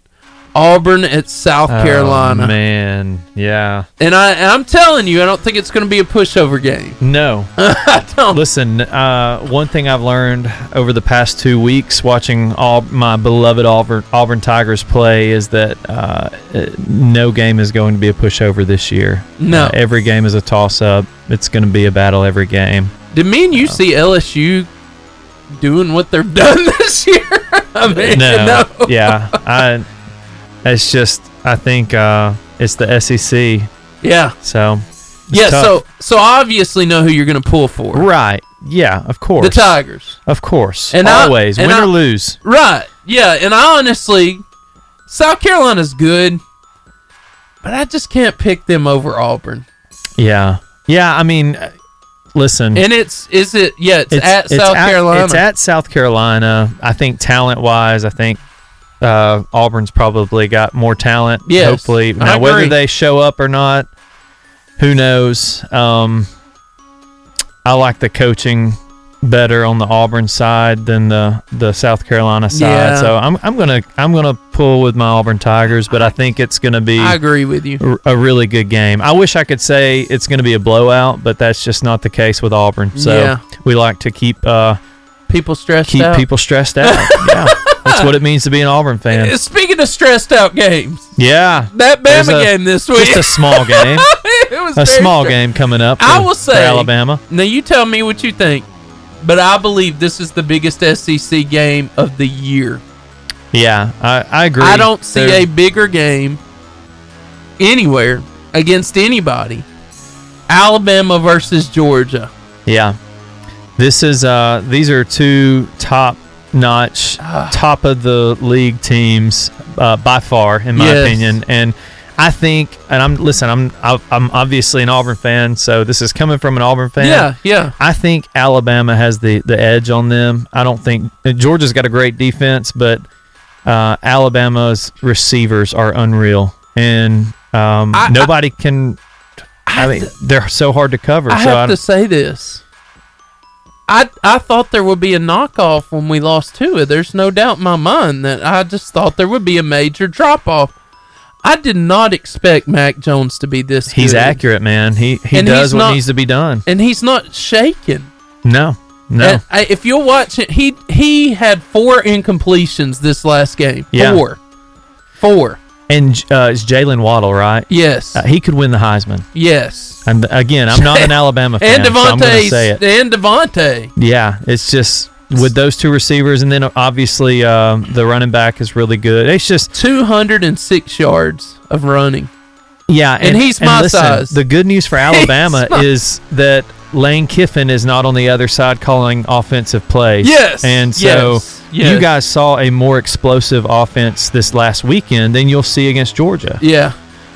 S14: Auburn at South
S16: Oh,
S14: Carolina.
S16: man, yeah.
S14: And I and I'm telling you, I don't think it's going to be a pushover game.
S16: No.
S14: I don't.
S16: Listen, uh, one thing I've learned over the past two weeks watching all my beloved Auburn, Auburn Tigers play is that uh, uh, no game is going to be a pushover this year.
S14: No.
S16: Uh, every game is a toss up. It's going to be a battle every game.
S14: Did me and you see LSU doing what they've done this year? I mean,
S16: no.
S14: no.
S16: yeah. I, it's just, I think uh, it's the SEC.
S14: Yeah.
S16: So. it's
S14: Yeah,
S16: tough.
S14: so so obviously know who you're going to pull for.
S16: Right. Yeah, of course.
S14: The Tigers.
S16: Of course.
S14: And I-
S16: Always.
S14: and
S16: win
S14: I-
S16: or lose.
S14: Right. Yeah, and I honestly South Carolina's good, but I just can't pick them over Auburn.
S16: Yeah. Yeah, I mean, uh, listen.
S14: And it's is it yeah, it's, at South
S16: at-
S14: Carolina.
S16: It's at South Carolina. I think talent wise, I think uh, Auburn's probably got more talent.
S14: Yes,
S16: hopefully.
S14: I
S16: Now, whether
S14: agree.
S16: they show up or not, who knows? Um, I like the coaching better on the Auburn side than the, the South Carolina side.
S14: Yeah.
S16: So I'm, I'm gonna I'm gonna pull with my Auburn Tigers, but I think it's gonna be
S14: I agree with you.
S16: r- a really good game. I wish I could say it's going to be a blowout, but that's just not the case with Auburn. So
S14: Yeah.
S16: we like to keep uh,
S14: People stressed
S16: keep
S14: out.
S16: people stressed out. yeah, that's what it means to be an Auburn fan.
S14: Uh, Speaking of stressed out games,
S16: Yeah,
S14: that
S16: There's
S14: Bama
S16: a-
S14: game this week.
S16: Just a small game.
S14: it was
S16: a
S14: very
S16: small
S14: stra-
S16: game coming up.
S14: I
S16: for-
S14: will
S16: for
S14: say
S16: Alabama.
S14: Now you tell me what you think, but I believe this is the biggest SEC game of the year.
S16: Yeah, I, I agree.
S14: I don't see
S16: They're-
S14: a bigger game anywhere against anybody. Alabama versus Georgia.
S16: Yeah. This is uh these are two top notch
S14: Ah.
S16: top of the league teams uh, by far in my
S14: Yes.
S16: opinion and I think and I'm listen I'm I- I'm obviously an Auburn fan so this is coming from an Auburn fan
S14: Yeah, yeah.
S16: I think Alabama has the the edge on them I don't think uh, Georgia's got a great defense but uh, Alabama's receivers are unreal and um, nobody can I, mean they're so hard to cover
S14: I
S16: so
S14: have
S16: I,
S14: to say this. I I thought there would be a knockoff when we lost Tua. There's no doubt in my mind that I just thought there would be a major drop off. I did not expect Mac Jones to be this.
S16: He's
S14: good.
S16: accurate, man. He he
S14: And
S16: does
S14: he's
S16: what
S14: not-
S16: needs to be done.
S14: and he's not shaken.
S16: No, no.
S14: And I, if you'll watch it, he he had four incompletions this last game.
S16: Yeah.
S14: Four, four.
S16: and uh, it's Jalen Waddle, right?
S14: Yes,
S16: uh, he could win the Heisman.
S14: Yes,
S16: And again, I'm not an Alabama fan,
S14: and
S16: so I'm going
S14: Devontae
S16: to say it.
S14: and Devontae.
S16: Yeah, it's just with those two receivers, and then uh, obviously um, the running back is really good. It's just
S14: 206 yards of running.
S16: Yeah,
S14: And he's my size.
S16: The good news for Alabama is that Lane Kiffin is not on the other side calling offensive plays.
S14: Yes,
S16: and so
S14: yes, yes.
S16: you guys saw a more explosive offense this last weekend than you'll see against Georgia.
S14: Yeah,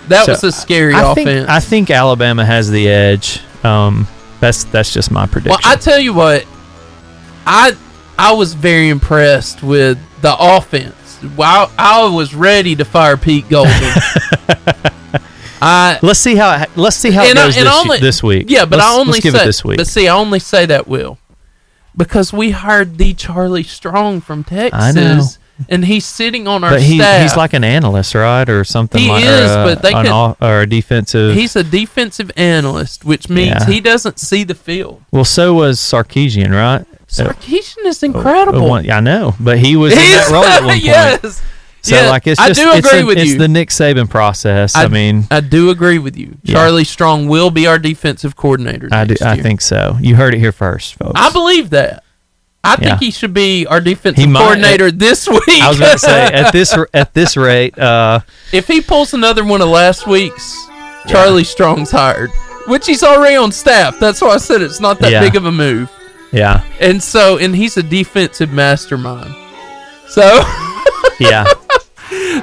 S14: that
S16: So,
S14: was a scary
S16: I
S14: offense.
S16: Think, I think Alabama has the edge. Um, that's that's just my prediction.
S14: Well, I tell you what, I I was very impressed with the offense. Wow, I was ready to fire Pete Golden. I
S16: let's see how it- let's see how it goes this, ye- this week.
S14: Yeah, but
S16: let's,
S14: I only
S16: let's give
S14: say,
S16: it this week.
S14: But see, I only say that will because we hired the Charlie Strong from Texas,
S16: I know.
S14: and he's sitting on our
S16: But he,
S14: staff.
S16: he's like an analyst, right, or something.
S14: He
S16: like,
S14: is,
S16: or, uh,
S14: but they
S16: an
S14: could-
S16: off- or a defensive.
S14: he's a defensive analyst, which means
S16: Yeah.
S14: he doesn't see the field.
S16: Well, so was Sarkeesian, right?
S14: Sarkeesian is
S16: Uh,
S14: incredible.
S16: one- I know, but he was in that
S14: He's-
S16: role at one point.
S14: yes.
S16: So
S14: Yeah,
S16: like it's
S14: I
S16: just
S14: do
S16: it's
S14: agree
S16: a-
S14: with
S16: it's
S14: you.
S16: the Nick Saban process. I, mean,
S14: I do agree with you.
S16: Yeah.
S14: Charlie Strong will be our defensive coordinator.
S16: I do,
S14: next
S16: I
S14: year.
S16: think so. You heard it here first, folks.
S14: I believe that. I
S16: Yeah.
S14: think he should be our defensive
S16: He might-
S14: coordinator this week.
S16: I was going to say at this r- at this rate, uh,
S14: if he pulls another one of last week's, Charlie Strong's hired, which he's already on staff. That's why I said it's not that
S16: Yeah.
S14: big of a move.
S16: yeah,
S14: And so, and he's a defensive mastermind. So,
S16: yeah.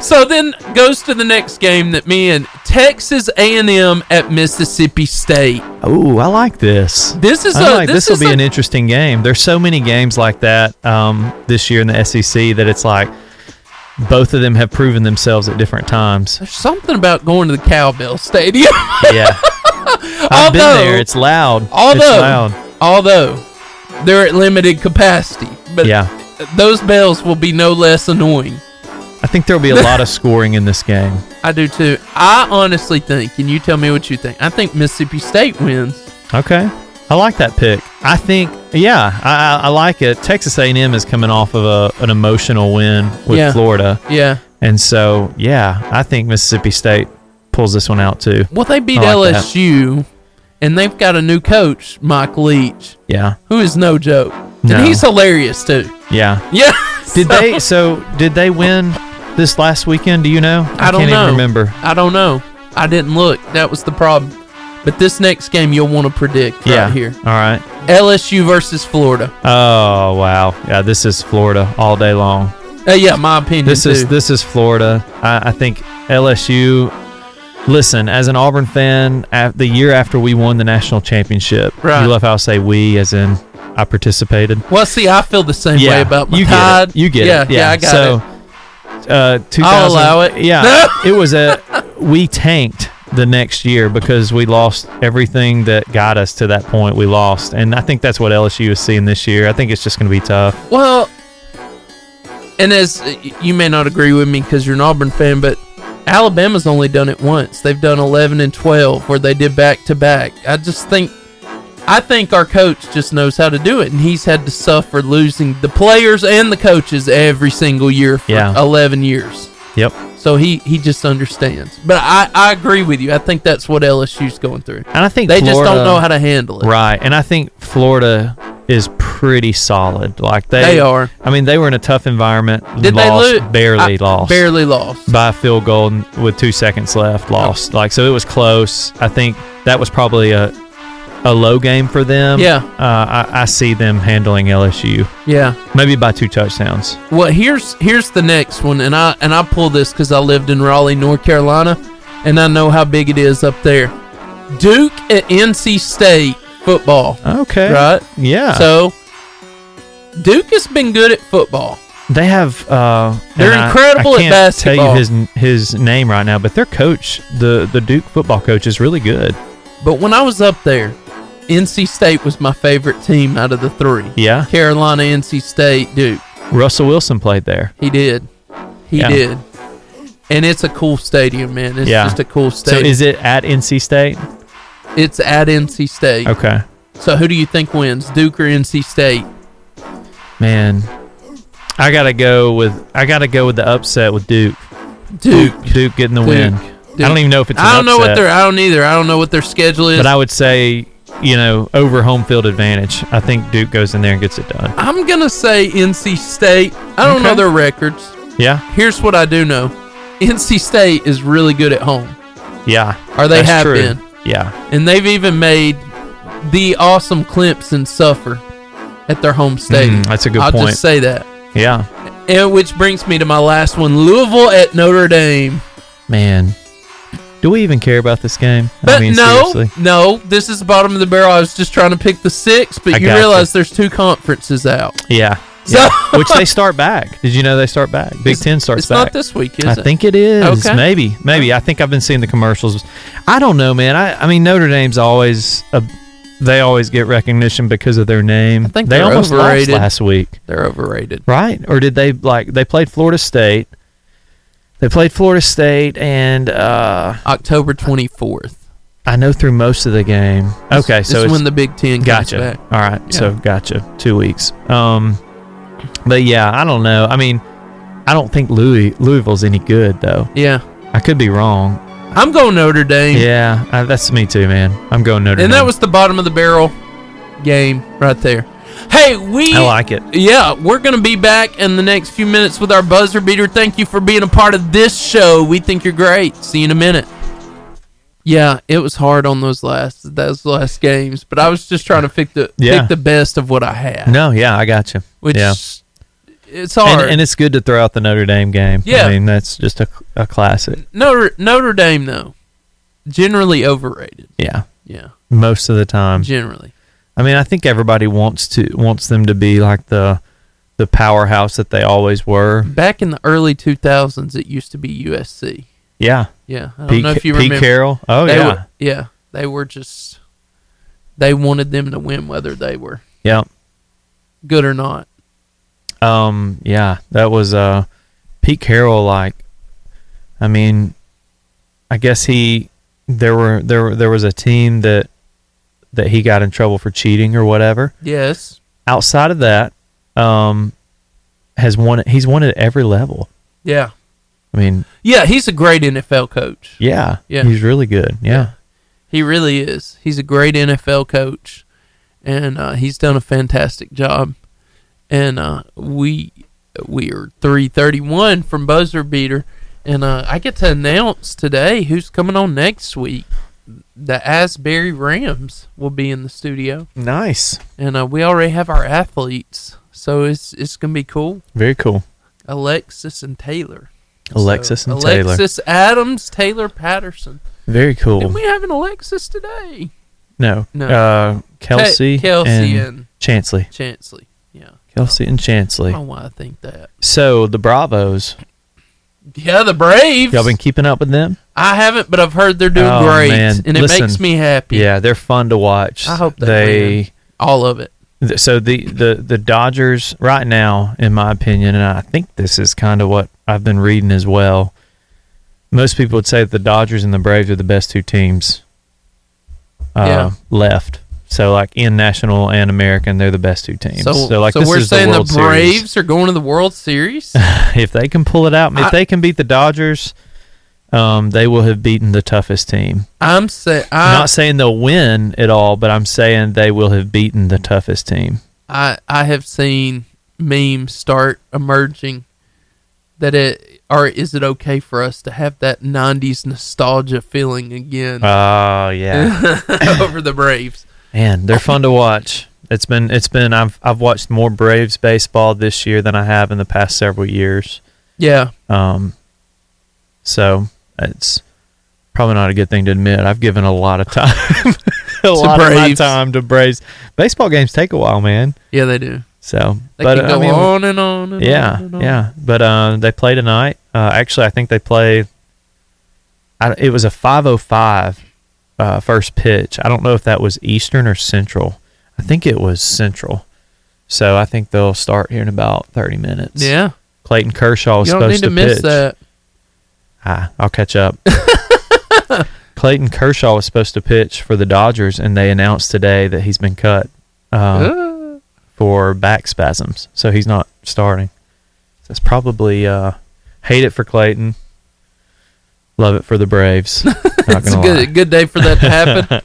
S14: so then goes to the next game that me and Texas A&M at Mississippi State.
S16: Oh, I like this.
S14: This is
S16: I
S14: a-
S16: like
S14: this
S16: this will
S14: is
S16: be
S14: a-
S16: an interesting game. There's so many games like that um, this year in the SEC that it's like both of them have proven themselves at different times.
S14: There's something about going to the Cowbell Stadium.
S16: Yeah, I've been there. It's loud.
S14: although
S16: it's loud.
S14: although they're at limited capacity, but
S16: Yeah.
S14: those bells will be no less annoying.
S16: I think there'll be a lot of scoring in this game.
S14: I do too. I honestly think, and you tell me what you think. I think Mississippi State wins.
S16: Okay, I like that pick. I think, yeah, I, I- I like it. Texas A&M is coming off of a, an emotional win with
S14: Yeah.
S16: Florida.
S14: Yeah.
S16: and so yeah, I think Mississippi State pulls this one out too.
S14: Well, they beat
S16: I like that.
S14: LSU, and they've got a new coach, Mike Leach,
S16: Yeah,
S14: who is no joke,
S16: No.
S14: and he's hilarious too.
S16: yeah.
S14: Yeah.
S16: Did they? So did they win this last weekend? Do you know?
S14: I, don't
S16: can't
S14: know.
S16: even remember.
S14: I don't know. I didn't look. That was the problem. But this next game you'll want to predict
S16: Yeah.
S14: right here.
S16: All right.
S14: LSU versus Florida.
S16: Oh wow. Yeah, this is Florida all day long.
S14: Uh, yeah, my opinion.
S16: This is
S14: too.
S16: this is Florida. I, I think LSU. Listen, as an Auburn fan, af- the year after we won the national championship,
S14: Right.
S16: you love how I say "we" as in I participated.
S14: Well, see, I feel the same way about my
S16: you
S14: tide.
S16: Get it. You get
S14: yeah,
S16: it.
S14: Yeah,
S16: Yeah,
S14: I got
S16: so,
S14: it.
S16: Uh, 2000,
S14: I'll allow it.
S16: Yeah, it was a we tanked the next year because we lost everything that got us to that point. We lost, and I think that's what LSU is seeing this year. I think it's just going to be tough.
S14: Well, and as uh, y- you may not agree with me because you're an Auburn fan, but Alabama's only done it once. They've done 11 and 12 where they did back to back. I just think, I think our coach just knows how to do it, and he's had to suffer losing the players and the coaches every single year for
S16: Yeah.
S14: 11 years.
S16: Yep.
S14: So he he just understands. But I I agree with you. I think that's what LSU's going through.
S16: And I think
S14: they just don't
S16: Florida-
S14: know how to handle it.
S16: Right. And I think Florida is pretty solid. Like they,
S14: They are.
S16: I mean, they were in a tough environment.
S14: Did they
S16: lost,
S14: lose?
S16: Barely
S14: I-
S16: lost.
S14: barely Oh. lost.
S16: By a field goal n- with two seconds left, lost. Like so, it was close. I think that was probably a a low game for them.
S14: Yeah.
S16: Uh, I, I see them handling LSU.
S14: Yeah.
S16: Maybe by two touchdowns.
S14: Well, here's here's the next one, and I and I pull this because I lived in Raleigh, North Carolina, and I know how big it is up there. Duke at NC State football.
S16: Okay.
S14: Right.
S16: Yeah.
S14: So Duke has been good at football.
S16: They have. Uh,
S14: They're
S16: and I-
S14: incredible
S16: I
S14: at
S16: can't
S14: basketball.
S16: Tell you his n- his name right now, but their coach, the the Duke football coach, is really good.
S14: But when I was up there, NC State was my favorite team out of the three.
S16: Yeah.
S14: Carolina, NC State, Duke.
S16: Russell Wilson played there.
S14: He did. He
S16: Yeah.
S14: did. And it's a cool stadium, man. It's just a cool stadium.
S16: So is it at NC State?
S14: It's at NC State.
S16: Okay.
S14: So who do you think wins, Duke or NC State?
S16: Man, I gotta go with I gotta go with the upset with Duke.
S14: Duke.
S16: Duke getting the
S14: Duke.
S16: win. I don't even know if it's. An
S14: I don't know what
S16: upset,
S14: their. I don't either. I don't know what their schedule is.
S16: But I would say you know over home field advantage. I think Duke goes in there and gets it done.
S14: I'm gonna say NC State. I don't know their records.
S16: Yeah.
S14: Here's what I do know: NC State is really good at home.
S16: Yeah.
S14: Or they
S16: That's
S14: have
S16: true.
S14: been.
S16: Yeah.
S14: and they've even made the awesome Clemson suffer at their home stadium.
S16: Mm, that's a good
S14: I'll
S16: point.
S14: just say that.
S16: Yeah.
S14: And which brings me to my last one: Louisville at Notre Dame.
S16: Man, do we even care about this game?
S14: But
S16: I mean,
S14: no,
S16: seriously.
S14: no, this is the bottom of the barrel. I was just trying to pick the six, but
S16: I
S14: you
S16: gotcha.
S14: realize there's two conferences out.
S16: Yeah.
S14: So-
S16: yeah. Which they start back. Did you know they start back? Big Ten starts
S14: it's
S16: back.
S14: not this week, is
S16: I
S14: it?
S16: think it is.
S14: Okay.
S16: Maybe. Maybe. I think I've been seeing the commercials. I don't know, man. I, I mean, Notre Dame's always a. They always get recognition because of their name. I
S14: think
S16: they
S14: they're
S16: almost lost
S14: overrated.
S16: last week.
S14: They're overrated.
S16: Right? Or did they like they played Florida State? They played Florida State and uh,
S14: October twenty fourth.
S16: I know through most of the game. Okay,
S14: This
S16: so
S14: is
S16: it's
S14: when the Big Ten comes
S16: Gotcha.
S14: back.
S16: All right,
S14: Yeah.
S16: so gotcha. Two weeks. Um, but yeah, I don't know. I mean, I don't think Louis Louisville's any good though.
S14: Yeah.
S16: I could be wrong.
S14: I'm going Notre Dame.
S16: Yeah, I, that's me too, man. I'm going Notre Dame.
S14: And that was the bottom of the barrel game right there. Hey, we
S16: I like it.
S14: Yeah, we're going to be back in the next few minutes with our buzzer beater. Thank you for being a part of this show. We think you're great. See you in a minute. Yeah, it was hard on those last those last games, but I was just trying to pick the
S16: Yeah.
S14: pick the best of what I had.
S16: No, yeah, I got you.
S14: Which
S16: yeah.
S14: It's hard.
S16: And, and it's good to throw out the Notre Dame game.
S14: Yeah.
S16: I mean that's just a, a classic.
S14: Notre Notre Dame though. generally overrated.
S16: Yeah.
S14: Yeah.
S16: Most of the time.
S14: Generally.
S16: I mean, I think everybody wants to wants them to be like the the powerhouse that they always were.
S14: Back in the early 2000s, it used to be USC.
S16: Yeah.
S14: Yeah. I don't
S16: Pete
S14: know if
S16: Ca-
S14: you
S16: Pete
S14: remember.
S16: Carroll? Oh,
S14: They
S16: yeah.
S14: were- yeah. They were just, they wanted them to win whether they were
S16: Yeah.
S14: good or not.
S16: Um, yeah, that was uh Pete Carroll like I mean I guess he there were there were- there was a team that that he got in trouble for cheating or whatever.
S14: Yes.
S16: Outside of that, um has won he's won at every level.
S14: Yeah.
S16: I mean,
S14: Yeah. He's a great NFL coach.
S16: yeah.
S14: Yeah.
S16: He's really good. Yeah.
S14: He really is. He's a great NFL coach, and uh, he's done a fantastic job. And uh, we we are three thirty one from buzzer beater, and uh, I get to announce today who's coming on next week. The Asbury Rams will be in the studio,
S16: Nice.
S14: and uh, we already have our athletes, so it's it's gonna be cool.
S16: Very cool.
S14: Alexis and Taylor.
S16: Alexis and Taylor.
S14: Alexis Adams, Taylor Patterson.
S16: Very cool.
S14: Didn't we have an Alexis today?
S16: No.
S14: No.
S16: Uh, Kelsey,
S14: Ke- Kelsey
S16: and,
S14: and- Oh.
S16: Chansley.
S14: Chansley. Yeah.
S16: Kelsey and
S14: I
S16: Chansley.
S14: don't know why I think that.
S16: So the Bravos,
S14: Yeah, the Braves.
S16: y'all been keeping up with them?
S14: I haven't, but I've heard they're doing
S16: Oh,
S14: great,
S16: man.
S14: and it
S16: Listen,
S14: makes me happy.
S16: Yeah, they're fun to watch.
S14: I hope they win.
S16: they
S14: all of it.
S16: th- So the, the the Dodgers right now, in my opinion, and I think this is kind of what I've been reading as well. Most people would say that the Dodgers and the Braves are the best two teams uh,
S14: Yeah.
S16: left. So like in National and American, they're the best two teams.
S14: So,
S16: So, like
S14: so
S16: this
S14: we're
S16: is
S14: saying
S16: the,
S14: the,
S16: World
S14: Braves
S16: Series.
S14: are going to the World Series.
S16: if they can pull it out, if
S14: I-
S16: they can beat the Dodgers, um, they will have beaten the toughest team.
S14: I'm saying
S16: I'm
S14: I
S16: not saying they'll win at all, but I'm saying they will have beaten the toughest team.
S14: I I have seen memes start emerging that it or is it okay for us to have that '90s nostalgia feeling again?
S16: Oh, yeah.
S14: over the Braves.
S16: Man, they're fun to watch. It's been it's been I've I've watched more Braves baseball this year than I have in the past several years.
S14: Yeah.
S16: Um so it's probably not a good thing to admit. I've given a lot of time a
S14: To
S16: lot of my
S14: Braves.
S16: time to Braves. Baseball games take a while, man.
S14: Yeah, they do.
S16: So
S14: They
S16: but uh,
S14: can
S16: I
S14: go
S16: mean,
S14: on and on and
S16: yeah,
S14: on and on.
S16: yeah. But uh, they play tonight. Uh, actually, I think they play. I, it was a 5:05 uh, first pitch. I don't know if that was Eastern or Central. I think it was Central. So I think they'll start here in about 30 minutes.
S14: Yeah.
S16: Clayton Kershaw is
S14: You don't
S16: supposed
S14: need to,
S16: to,
S14: miss
S16: pitch.
S14: that.
S16: Ah, I'll catch up. Clayton Kershaw was supposed to pitch for the Dodgers, and they announced today that he's been cut uh, for back spasms, so he's not starting. So it's probably uh, hate it for Clayton, love it for the Braves. Not
S14: It's a
S16: gonna
S14: good
S16: lie.
S14: good day for that to happen.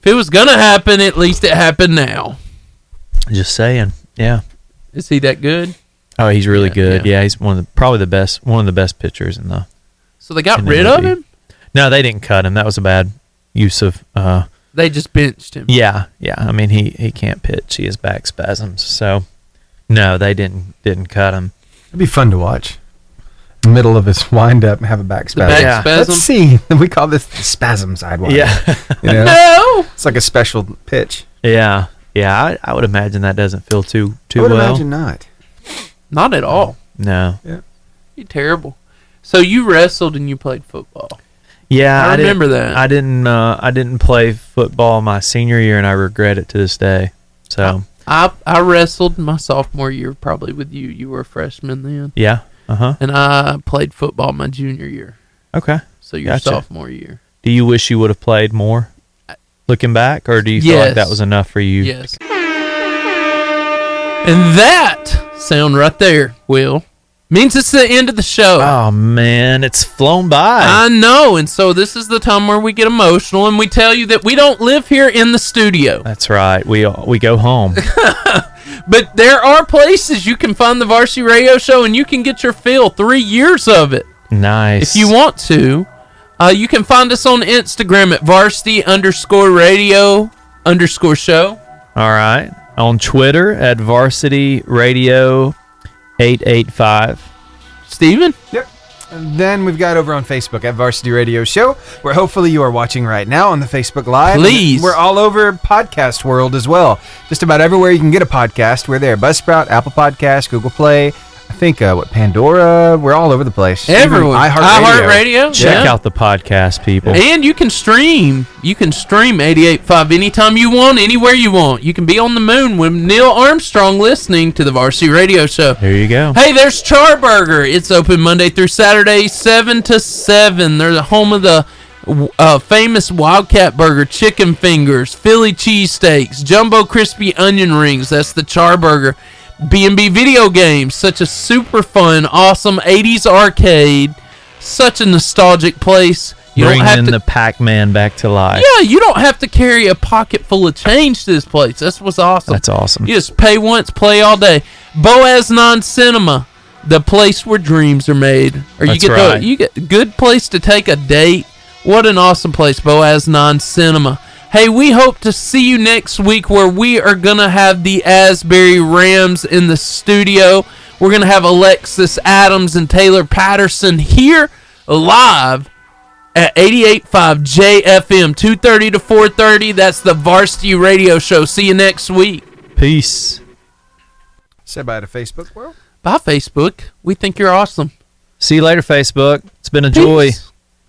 S14: if it was gonna happen, at least it happened now.
S16: Just saying, yeah.
S14: Is he that good?
S16: Oh, he's really good. Yeah. he's one of the, probably the best one of the best pitchers in the.
S14: So they got
S16: in the
S14: rid of
S16: MLB.
S14: him.
S16: No, they didn't cut him. That was a bad use of. Uh,
S14: They just benched him.
S16: Yeah, yeah. I mean, he he can't pitch. He has back spasms. So, no, they didn't didn't cut him.
S17: It'd be fun to watch. Middle of his wind up, have a back spasm.
S16: back Yeah. spasm?
S17: Let's see. We call this the spasm sidewinder.
S16: Yeah.
S17: You know?
S14: No.
S17: It's like a special pitch.
S16: Yeah, yeah. I, I would imagine that doesn't feel too too
S17: I would
S16: well.
S17: imagine not.
S14: Not at all.
S16: No.
S17: Yeah.
S14: You're terrible. So you wrestled and you played football.
S16: Yeah,
S14: I
S16: didn't-
S14: remember that.
S16: I didn't. Uh, I didn't play football my senior year, and I regret it to this day. So,
S14: I I wrestled my sophomore year, probably with you. You were a freshman then.
S16: yeah. Uh huh.
S14: And I played football my junior year.
S16: Okay.
S14: So your
S16: Gotcha.
S14: sophomore year.
S16: Do you wish you would have played more, looking back, or do you feel like that
S14: Yes.
S16: was enough for you?
S14: Yes. And that sound right there, Will, means it's the end of the show.
S16: Oh man, it's flown by.
S14: I know, and so this is the time where we get emotional and we tell you that we don't live here in the studio.
S16: That's right. We all, we go home.
S14: But there are places you can find the Varsity Radio Show and you can get your fill, three years of it.
S16: nice.
S14: If you want to, uh, you can find us on Instagram at varsity underscore radio underscore show.
S16: All right. On Twitter at Varsity Radio eight eight five.
S14: Steven?
S17: Yep. Then we've got over on Facebook at Varsity Radio Show, where hopefully you are watching right now on the Facebook Live.
S14: Please.
S17: We're all over podcast world as well. Just about everywhere you can get a podcast, we're there. Buzzsprout, Apple Podcast, Google Play. I think uh, what Pandora. We're all over the place. Even
S14: Everywhere.
S17: iHeartRadio.
S14: iHeartRadio,
S17: Check
S14: yeah.
S17: out
S16: the podcast, people.
S14: And you can stream. You can stream 88.5 anytime you want, anywhere you want. You can be on the moon with Neil Armstrong listening to the Varsity Radio Show.
S16: There you go.
S14: Hey, there's Charburger. It's open Monday through Saturday, 7 to 7. They're the home of the uh, famous Wildcat Burger, chicken fingers, Philly cheesesteaks, jumbo crispy onion rings. That's the Charburger. B&B video games, such a super fun, awesome 80s arcade. Such a nostalgic place. You
S16: Bringing
S14: don't have to
S16: the Pac-Man back to life.
S14: yeah, you don't have to carry a pocket full of change to this place. That's what's awesome.
S16: That's awesome.
S14: You just pay once, play all day. Boaz Non Cinema, the place where dreams are made. Or you
S16: That's
S14: get
S16: right.
S14: the, you get good place to take a date. What an awesome place, Boaz Non Cinema. Hey, we hope to see you next week where we are gonna have the Asbury Rams in the studio. We're gonna have Alexis Adams and Taylor Patterson here live at 88.5 JFM, 2.30 to 4.30. That's the Varsity Radio Show. See you next week.
S16: Peace.
S17: Say bye to Facebook world.
S14: Bye, Facebook. We think you're awesome.
S16: See you later, Facebook. It's been a joy.